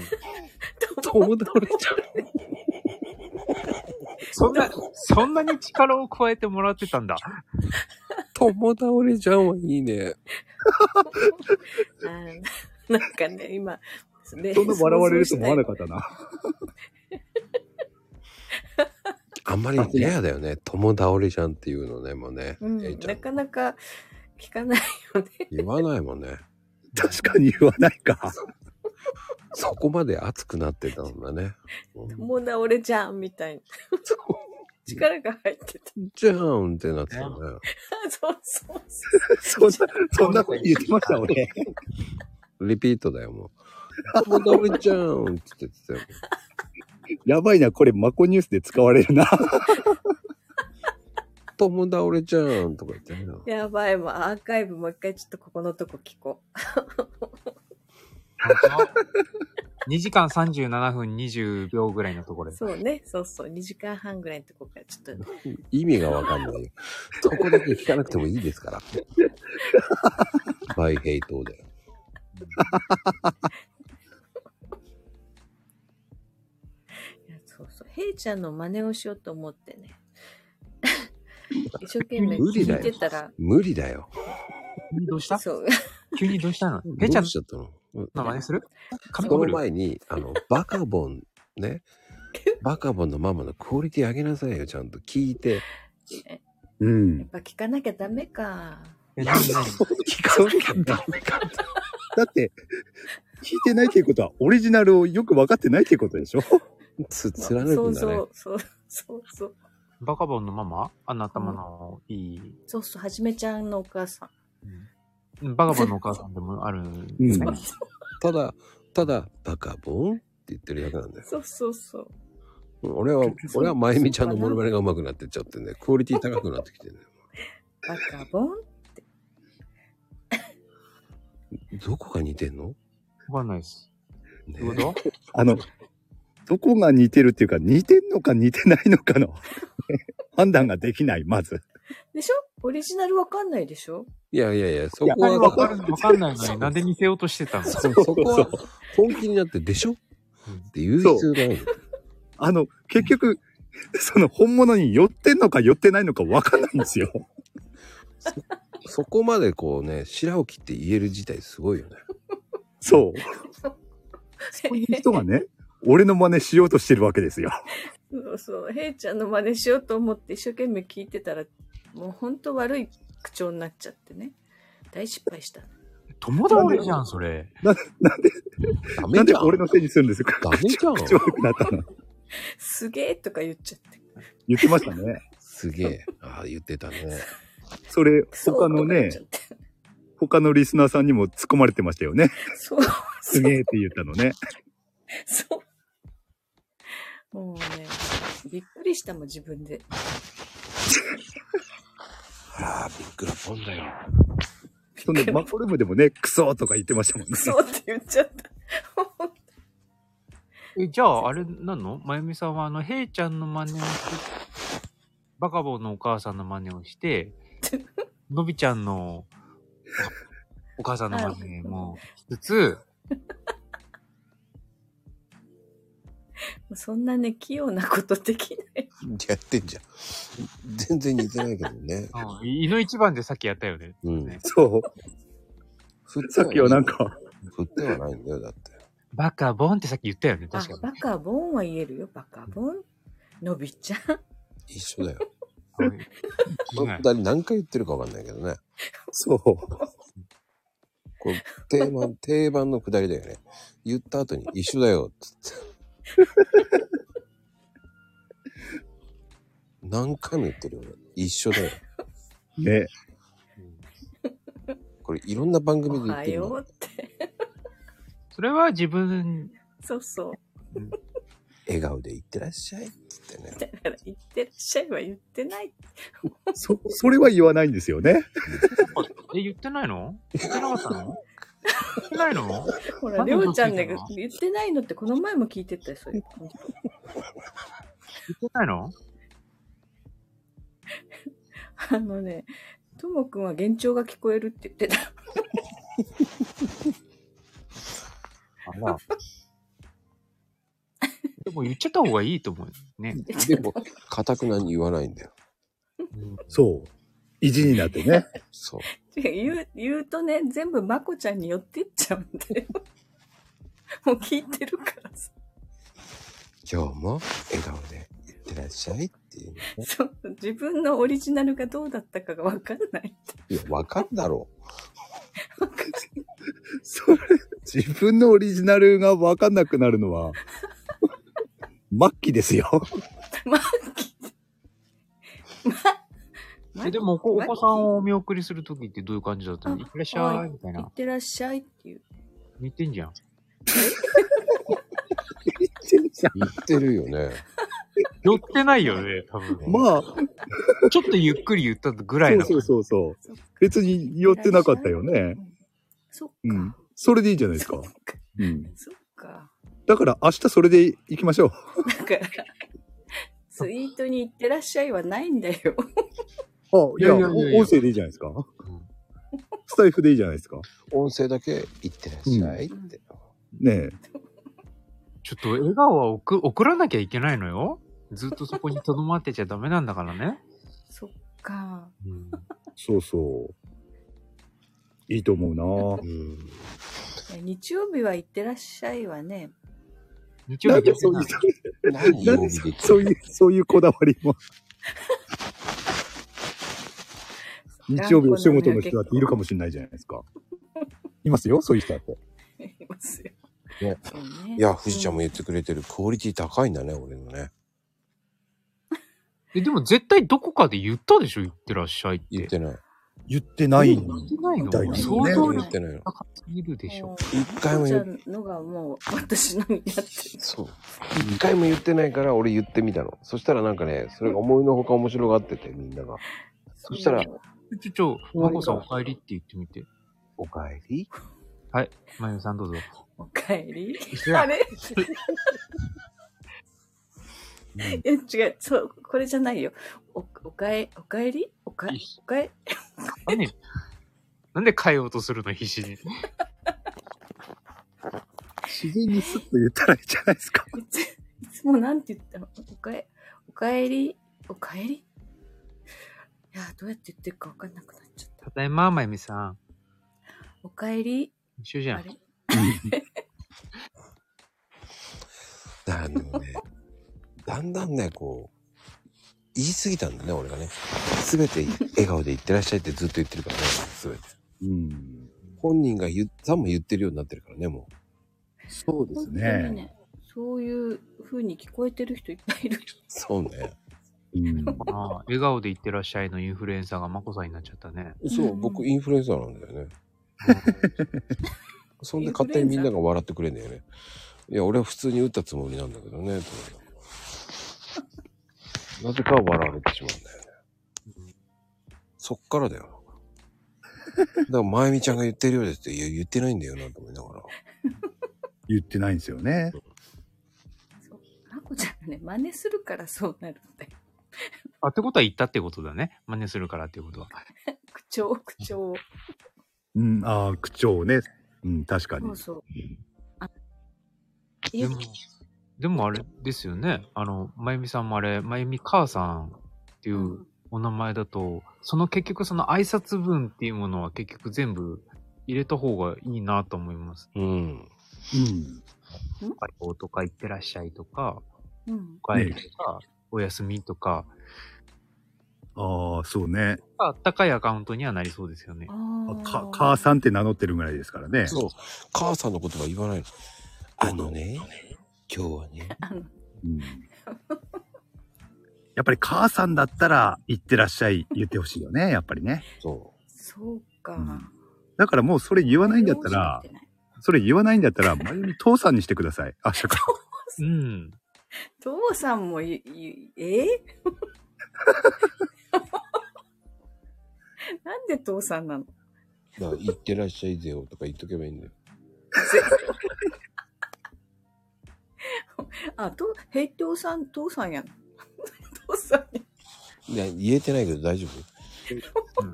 友倒れ ちゃう。そんな、そんなに力を加えてもらってたんだ。友倒れじゃんはいいね。あなんかね、今、ねそんな笑われると思わなかったな。あんまりレアだよね。友倒れじゃんっていうのね、もうね。うん、なかなか聞かないよね。言わないもんね。確かに言わないか。そこまで熱くなってたんだね。もうな、俺じゃん、みたいな。力が入ってた。じゃーんってなってたね。そうそうそう。そんな、そんなこと言ってました、俺。リピートだよ、もう。友倒れじゃーんって言ってたよ。やばいな、これ、マコニュースで使われるな。友倒れじゃーんとか言ってね。やばい、もうアーカイブもう一回ちょっとここのとこ聞こ2時間37分20秒ぐらいのところう。で。そうね、そうそう、2時間半ぐらいのとこからちょっと、意味がわかんないよ。そこだけ聞かなくてもいいです から。バイヘイトで。いやそうそう、ヘイちゃんの真似をしようと思って ね。一生懸命無理聞だいてたらよ、。無理だよ。どうしたそう。急にどうしたのペちゃんどうしちゃったのの真似する髪こかぶのる前に、あの、バカボン、 ね。バカボンのママのクオリティ上げなさいよ、ちゃんと聞いて。えうん。やっぱ聞かなきゃダメか。聞かなきゃダメか。だって、聞いてないっていうことは、オリジナルをよく分かってないっていうことでしょつ、そうそう、そう、そう、そう。バカボンのママあなたものいい。そうそう、はじめちゃんのお母さん。バカボンのお母さんでもある。うんただ、ただ、バカボンって言ってるだけなんだよ。そうそうそう。俺は、俺はまゆみちゃんのモノマネが上手くなってっちゃってね、クオリティ高くなってきてね。バカボンどこが似てんのわかんないです。ねどういうこあの、どこが似てるっていうか、似てんのか似てないのかの判断ができない、まず。でしょオリジナルわかんないでしょいやいやいや、そとこはわかるわかんないのになんで似せようとしてたのそそこは本気になって、でしょって言う必要がない。あの、結局、その本物に寄ってんのか寄ってないのか分かんないんですよ。そこまでこうね、白を切って言える自体すごいよね。そう。そういう人がね、俺の真似しようとしてるわけですよ。そうそう。ヘイちゃんの真似しようと思って一生懸命聞いてたら、もうほんと悪い口調になっちゃってね。大失敗した。友倒れじゃん、それ。なんで、なんで俺のせいにするんですかダメじゃん。口悪くなったの。すげえとか言っちゃって。言ってましたね。すげえ。ああ、言ってたね。それ、他のね、他のリスナーさんにも突っ込まれてましたよね。 そう。すげえって言ったのね。そう。もうね、びっくりしたもん、自分 で。あら、びっくらぽんだよ。そんで、マコルームでもね、クソーとか言ってましたもんね。そうって言っちゃった。え、じゃあ、あれなのまゆみさんは、あの、へいちゃんの真似をして、バカボンのお母さんの真似をして、のびちゃんのお母さんの真似もしつつ、もう そんなね、器用なことできない。やってんじゃん。全然似てないけ どね。うんいの一番でさっきやったよね。うん。そう。さっきはなんか。振ってはないんだよ、だって。バカボンってさっき言ったよね、確かに。バカボンは言えるよ、バカボン。のびちゃん。一緒 だよ。この二人何回言ってるかわかんないけどね。そう。これ定 番、定番のくだりだよね。言った後に一緒だよ、つって。 何回も言ってるよね。一緒だよ。ね。これいろんな番組おで言っはてるよの。うって。 それは自分、そうそう。笑顔で言ってらっしゃい。 だから、言ってらっしゃいは言ってない。そ、それは言わないんですよね。え、言ってないの言ってなかったの言ってないのほら、りょうちゃんね、言ってないのってこの前も聞いてたよ、そういう。言ってないのあのね、ともくんは幻聴が聞こえるって言ってた。あら。でも言っちゃった方がいいと思うね。でも、かたくなに言わないんだよ。そう。意地になってね。 そう。言う、言うとね、全部まこちゃんに寄ってっちゃうんだよ。 もう聞いてるからさ。今日も笑顔で言ってらっしゃいっていう、ね。そう自分のオリジナルがどうだったかがわかんない。いや、わかんだろそれ、自分のオリジナルがわかんなくなるのは、末期ですよ。えでもお子、お子さんをお見送りするときってどういう感じだったのいってらっしゃいみたいいっな。てらっしゃいっていう。言ってんじゃん。言ってるよね。寄ってないよね、多分。まあ。ちょっとゆっくり言ったぐらいの。そうそうそうそう。別に寄ってなかったよね。そっか。うん。それでいいじゃないですか。うん。そっか。だから明日それで行きましょう。だから、ツイートに行ってらっしゃいはないん だよ。あ、いいやや、いやいやいや音声でいいじゃないですか。スタイフでいいじゃないですか。音声だけ言ってらっしゃいって。ねえ。ちょっと笑顔は送送らなきゃいけないのよ。ずっとそこに留まってちゃダメなんだからね。 そっか。そうそう。いいと思うな日曜日は行ってらっしゃいはね、日曜日そういう、なんでそういう、そういうこだわりも。日曜日お仕事の人だっているかもしれないじゃないですか。いますよ、そういう人だって。いますよ。ねいや、藤ちゃんも言ってくれてる、クオリティ高いんだね、俺のね。え、でも絶対どこかで言ったでしょ言ってらっしゃいって。言ってない。言ってないの言ってないみたいのな想像言力ってないの高すぎるでしょ。一回もち言ゃっんのがもう私のになってる。そう。一回も言ってないから、俺言ってみたの。そしたらなんかね、それが思いのほか面白がってて、みんなが。そしたら、ちょ、ちょ、マコさんお帰りって言ってみて。お帰りはい、まゆみさんどうぞ。おかえり一緒やあれいや違う、そう、これじゃないよ。お、おかえ、おかえりおかえ、おかえ、何なんで変えようとするの必死に。自然にスッと言ったらいいじゃないですか。いつ もなんて言ったのおかえ、おかえり、おかえりいや、どうやって言ってるかわかんなくなる。ただいま、まゆみさん。おかえり、一緒じゃん。あのね、だんだんね、こう、言い過ぎたんだね、俺がね。すべて笑顔で言ってらっしゃいってずっと言ってるからね、すべて。うん。本人が言っさんも言ってるようになってるからね、もう。そうですね本当にねそういう風に聞こえてる人いっぱいいる。そうね。ああ笑顔で言ってらっしゃいのインフルエンサーがマコさんになっちゃったね。そう、僕インフルエンサーなんだよね。そんで勝手にみんなが笑ってくれんだよね。いや、俺は普通に打ったつもりなんだけどね、となぜか笑われてしまうんだよね。そっからだよ。だから、まゆみちゃんが言ってるようですって、いや、言ってないんだよな、と思いながら。言ってないんですよね。まこちゃんがね、真似するからそうなるんだよ。あ、ってことは言ったってことだね。真似するからっていうことは。口調、口調。うん、ああ、口調ね。うん、確かにそ。うそう。でも、でもあれですよね。あの、まゆみさんもあれ、まゆみ母さんっていうお名前だと、その結局その挨拶文っていうものは結局全部入れた方がいいなと思います。うん。うん。おはようとか、いってらっしゃいとか、うん。お帰りとか、おやすみとか、ああ、そうね。あったかいアカウントにはなりそうですよね。か母さんって名乗ってるぐらいですからね。そう。母さんのことは言わないの。あのね、今日はね。やっぱり母さんだったら、行ってらっしゃい言ってほしいよね、やっぱりね。。そうそうか。だからもうそれ言わないんだった ら、それ言わないんだったら、まゆみ父さんにしてください。あ、しゃか。うん。父さんもい、い えなんで父さんなのだから、行ってらっしゃいぜよとか言っとけばいいんだよ。あ、と、ヘイトさん、父さんやん。父さんやいや、言えてないけど大丈夫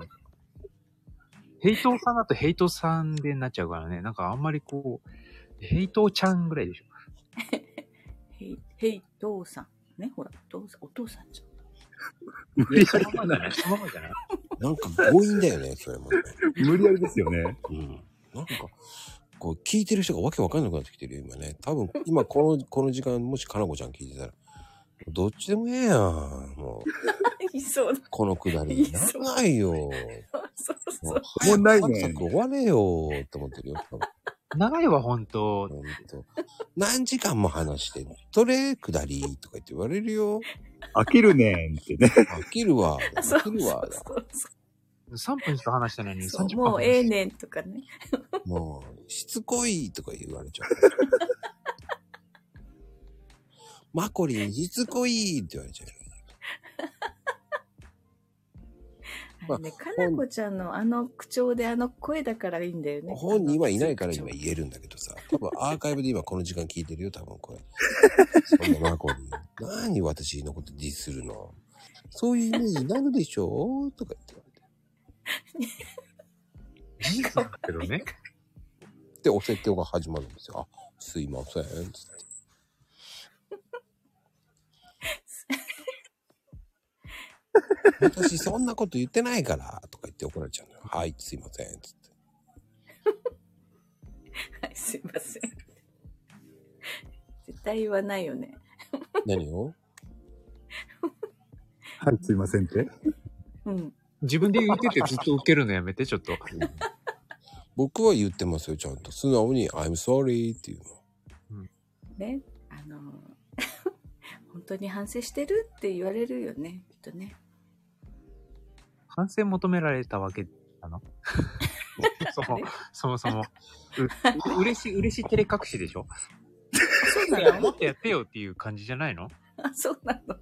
ヘイトーさんだとヘイトさんでなっちゃうからね。なんかあんまりこう、ヘイトーちゃんぐらい でしょ。ヘイ、ヘイトさん。ね、ほら、父さん、お父さんじ無理やりそのままじゃないそのままじゃないなんか強引だよ ね、それも、ね。無理やりですよね。うん。なんか、こう、聞いてる人がわけわかんなくなってきてるよ、今ね。多分、今この、 この時間、もしかなこちゃん聞いてたら、どっちでもええやん、もう。ゃん。いそうだ。このくだり。なんないよ。もそうそうもうないね。終われよ、と思ってるよ。多分長いわ、本当本当何時間も話して、どれくだりとか言って言われるよ。飽きるねんってね。飽きるわ。う。 そう飽きるわ。 3分しか話してないのにそう。 30もう分。ええねんとかね。もう、しつこいとか言われちゃう。マコリン、しつこいって言われちゃう。あれね、かなこちゃんのあの口調であの声だからいいんだよね。本人はいないから今言えるんだけどさ、多分アーカイブで今この時間聞いてるよ、多分これ。そんなマコリン、何私のことディスるのそういうイメージになるでしょうとか言って言われて。事実なんだけどね。で、お説教が始まるんですよ。あ、すいません。つって 私そんなこと言ってないからとか言って怒られちゃうのよ。はい、すいません。つって。はい、すいません。絶対言わないよね。何をはい、すいませんって。うん。自分で言っててずっと受けるのやめて、ちょっと。僕は言ってますよ、ちゃんと。素直に、I'm sorry っていうの。ね。あの、 本当に反省してるって言われるよね、きっとね。反省求められたわけなのそもそもそも。う、う嬉しい、嬉しい照れ隠しでしょそうなのもっとやってよっていう感じじゃないのあ、 そうなの。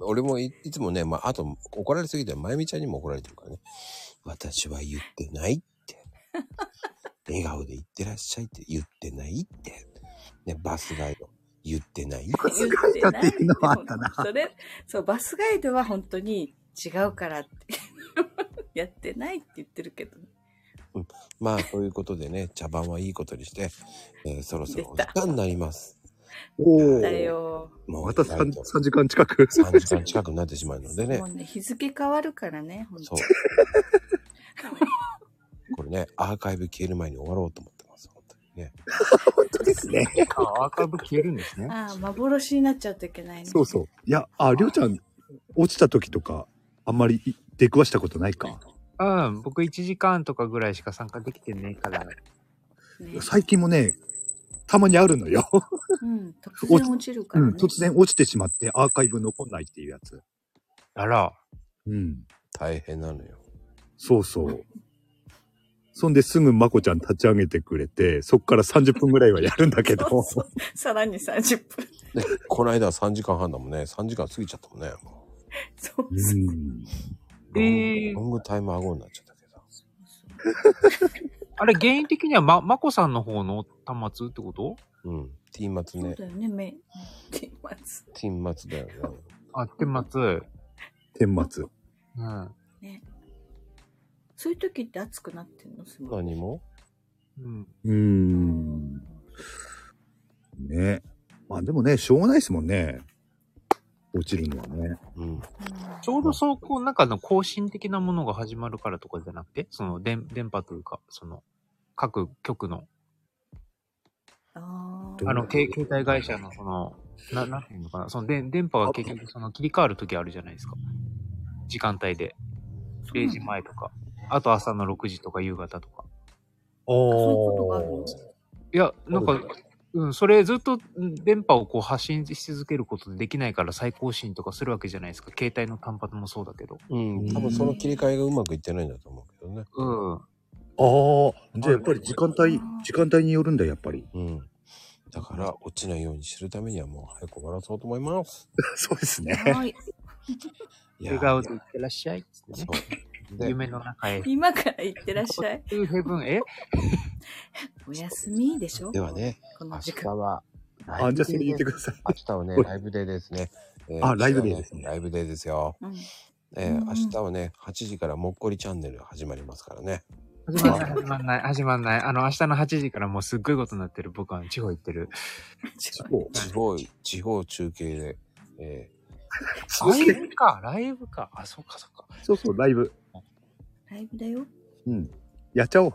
俺もいいつもね、まあ、あと怒られすぎて、まゆみちゃんにも怒られてるからね。私は言ってない って。笑顔で言ってらっしゃいって言ってないって。ね、バスガイド、言ってないバスガイドっていうのはあったな。それ、そう、バスガイドは本当に違うからって。 やってないって言ってるけど、まあ、ということでね、茶番はいいことにして、えーそろそろお時間になります。おだよ。もまた 3, 3時間近く。 3時間近くなってしまうのでねも、うね、日付変わるからね、本そ当 う。これね、アーカイブ消える前に終わろうと思ってます。本当にね。本当ですね。あアーカイブ消えるんですね。ああ、幻になっちゃうといけないね。 そうそう。いや、あ、りょうちゃん、落ちた時とか、あんまり出くわしたことないか。うん、僕1時間とかぐらいしか参加できてねえから。最近もね、たまにあるのよ。うん、突然落ちるから、うねん、突然落ちてしまってアーカイブ残んないっていうやつ。あら。うん。大変なのよ。そうそう。そんですぐまこちゃん立ち上げてくれて、そっから30分ぐらいはやるんだけど。さらに30分。ね、この間は3時間半だもんね。3時間過ぎちゃったもんね。もそううそう。ロングロングタイムアゴになっちゃったけあれ、原因的には、ま、まこさんの方の端末ってことど。うん。ティーマツね。だよね、め、てます。ティーマツだよね。あ、天末。天末。うん。ね。そういう時って熱くなってんのすごい。何もうん。うーん。ねまあでもね、しょうがないですもんね。落ちるのはね。うん。ちょうどそう、こう、なんかの更新的なものが始まるからとかじゃなくて、その電、電波というか、その、各局の、ああの、け携帯会社のその、な、なんていうのかな、その電、電波が結局その切り替わる時あるじゃないですか。時間帯で。0時前とか。あと朝の6時とか夕方とか。おー。いや、なんか、うん、それずっとうん電波をこう発信し続けることできないから再更新とかするわけじゃないですか。携帯の単発もそうだけど。うん。多分その切り替えがうまくいってないんだと思うけどね。うん。ああ、じゃあやっぱり時間帯、時間帯によるんだ、やっぱり。うん。だから、落ちないようにするためにはもう早く終わらそうと思います。 そうですね はい。笑顔でいってらっしゃいっつってね。で夢の中へ。今から行ってらっしゃい。ヘブン、えおやすみでしょではね、こ明の時日間。は、あじゃあそれ言ってください。明日はね、ライブデーですね。えあライブデーですね。ライブデーですよ。うんえー明日はね、8時からもっこりチャンネル始まりますからね。始まんない、始まんない、始まんない。あの、明日の8時からもうすっごいことになってる。僕は地方行ってる。地方、地方、地方中継で、えライブか、ライブか。あ、そうか、そうか。そうそう、ライブ。ライブだよ。うん。やっちゃおう。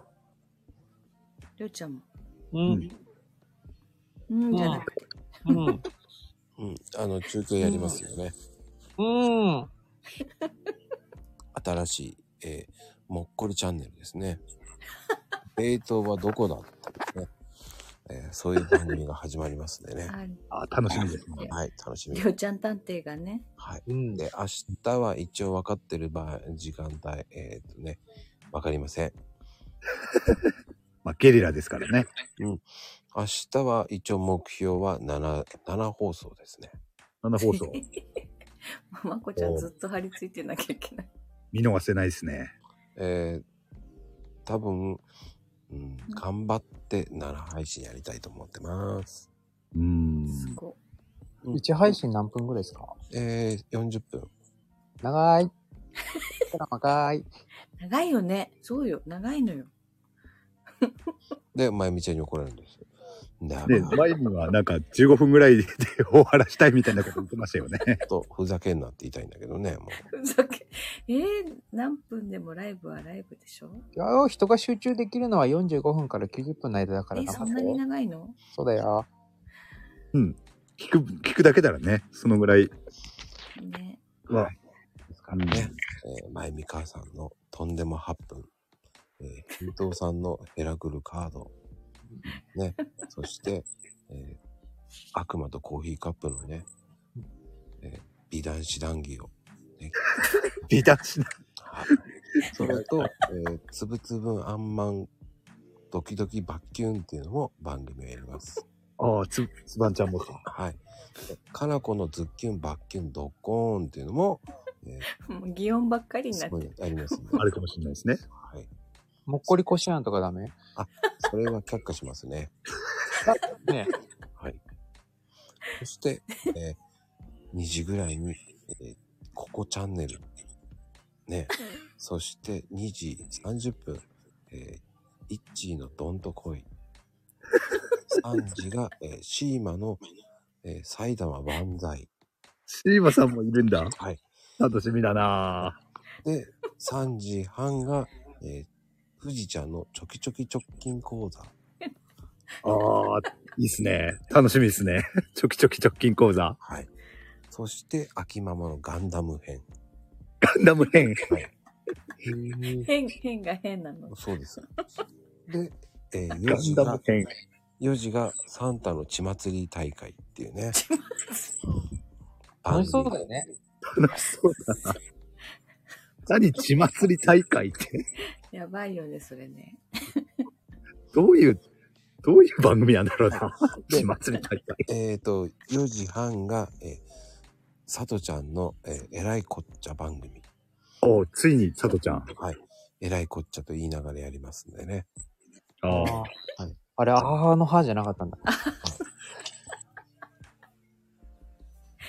りょうちゃんも。うん。うん、じゃなくて。うん。ーうん、あの、中継やりますよね。うん。新しい、えーもっこりチャンネルです ね。冷凍はどこだっていうね、えーそういう番組が始まりますん でね。あ、楽しみですね。はい、楽しみりょうちゃん探偵がね。はい。で、明日は一応分かってる場時間帯、えーっとね、分かりません。まあ、ゲリラですからね。うん。明日は一応目標は7、7放送ですね。 7放送。まこちゃんおずっと張り付いてなきゃいけない。見逃せないですね。えー、多分、うん、頑張って7配信やりたいと思ってます。うん。 1配信何分ぐらいですかえー、40分。長 い。ドラマかい。長いよね。そうよ。長いのよ。で、まゆみちゃんに怒られるんですよ。なで、前にはなんか15分ぐらいで終わらしたいみたいなこと言ってましたよね。と、ふざけんなって言いたいんだけどね、もふざけ。えー、何分でもライブはライブでしょよ人が集中できるのは45分から90分の間だかえらーそんなに長いのそうだよ。うん。聞く、聞くだけならね、そのぐらいね。は。うね。えー、まゆみ母さんのとんでも8分。えー、金藤さんのヘラクルカード。ね。そして、えー、悪魔とコーヒーカップのね、えー、美男子談義を。ね、 美男子談義それと、えー、つぶつぶあんまん、ドキドキバッキュンっていうのも番組をやります。ああ、つ、つばんちゃんもか。はい。でかなこのズッキュンバッキュンドッコーンっていうのも、えもう擬音ばっかりー、になすっごていありますんで。あるかもしれないですね。はい。もっこりこしあんとかダメあ、それは却下しますね。ねはい。そして、えー、2時ぐらいに、えーここチャンネル。ね。そして2時30分、えー、イッチーのどんとこい。3時が、えー、シーマの、えー埼玉万歳。シーマさんもいるんだ。はい。楽しみだなで、3時半が、えー、富士ちゃんのちょきちょき直近講座。ああ、いいっすね。楽しみですね。ちょきちょき直近講座。はい。そして、秋ママのガンダム編。ガンダム編。変、変が変なの。そうです。で、えー、ガ4ン時ダムが、編。 4時がサンタの血祭り大会っていうね。楽しそうだよね。楽しそうだな。何、血祭り大会って、やばいよね、それね。どういう、どういう番組なんだろう な。血祭り大会。えっ、と、4時半が、えー、さとちゃんの、えー、えらいこっちゃ番組。おついに、さとちゃん。はい。えらいこっちゃと言いながらやりますんでね。ああ。あれ、あーの歯じゃなかったんだ。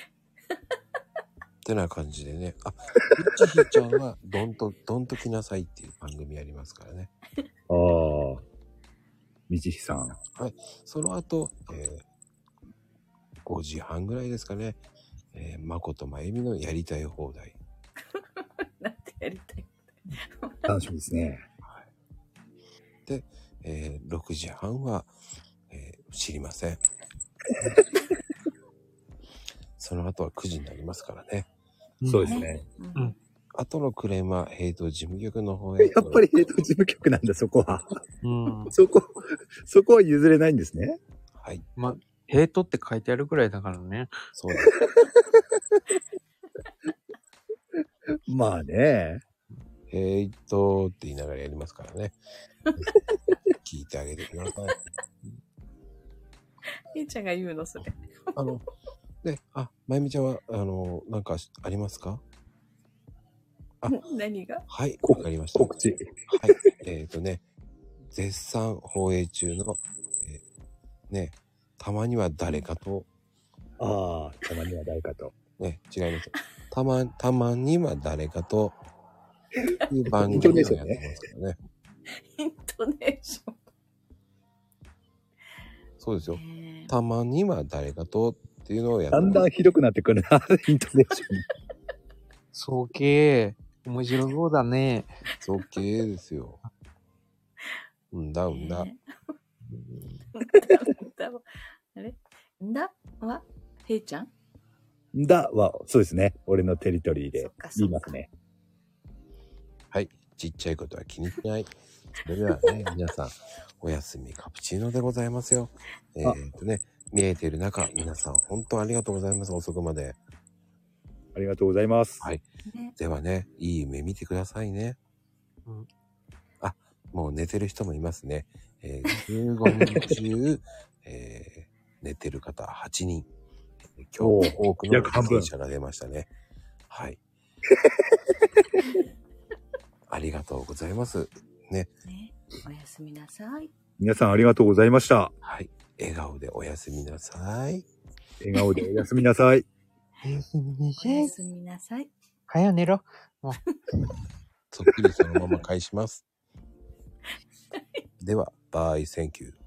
ってな感じでね。あ、ゆちひちゃんは、 どんと、どんと来なさいっていう番組ありますからね。ああ。みちひさん。はい。その後、えー5時半ぐらいですかね。えー、まことまゆみのやりたい放題。やりたい。楽しみですね。で、えー6時半は、えー知りま せん。その後は9時になりますからね。そうですね。うん。後のクレームは、ヘイト事務局の方へ。 やっぱり、えっと、事務局なんだ、そこは。うん。そこ、そこは譲れないんですね。はい。まあ、ヘイトって書いてあるくらいだからね。そうまあね。ヘイトって言いながらやりますから ね。聞いてあげてください。ひーちゃんが言うの、それ。あの、で、あ、まゆみちゃんは、あの、なんかありますか 何がはい、わかりました。告知。はい、えっ、とね、絶賛放映中の、えーね、たまには誰かと。ああ、たまには誰かと。ね、違います。たま、たまには誰かと、いう番イントネ組ーシをやョンっねてますからね。イントネーション。そうですよ。たまには誰かとっていうのをやってだんだんひどくなってくるな、 イントネーション。そうけー。面白そうだね。そうけーですよ。うんだうんだ。だわあれだはへいちゃんだは、そうですね。俺のテリトリーで言いますね。はい。ちっちゃいことは気にしない。それでは ね、皆さん、おやすみカプチーノでございますよ。えー、っとね、見えている中、皆さん本当ありがとうございます。遅くまで。ありがとうございます。はい。ではね、いい夢見てくださいね。うんあ、もう寝てる人もいますね。えー、15人中、えー寝てる方8人。今日多くの約半分感染者が出ましたね。 はい。ありがとうございます。ね。おやすみなさい。皆さんありがとうございました。はい。笑顔でおやすみなさい。笑顔でおやすみなさい。おやすみなさい。かよ寝ろ。もう。 そっくりそのまま返します。では、バイ、センキュー。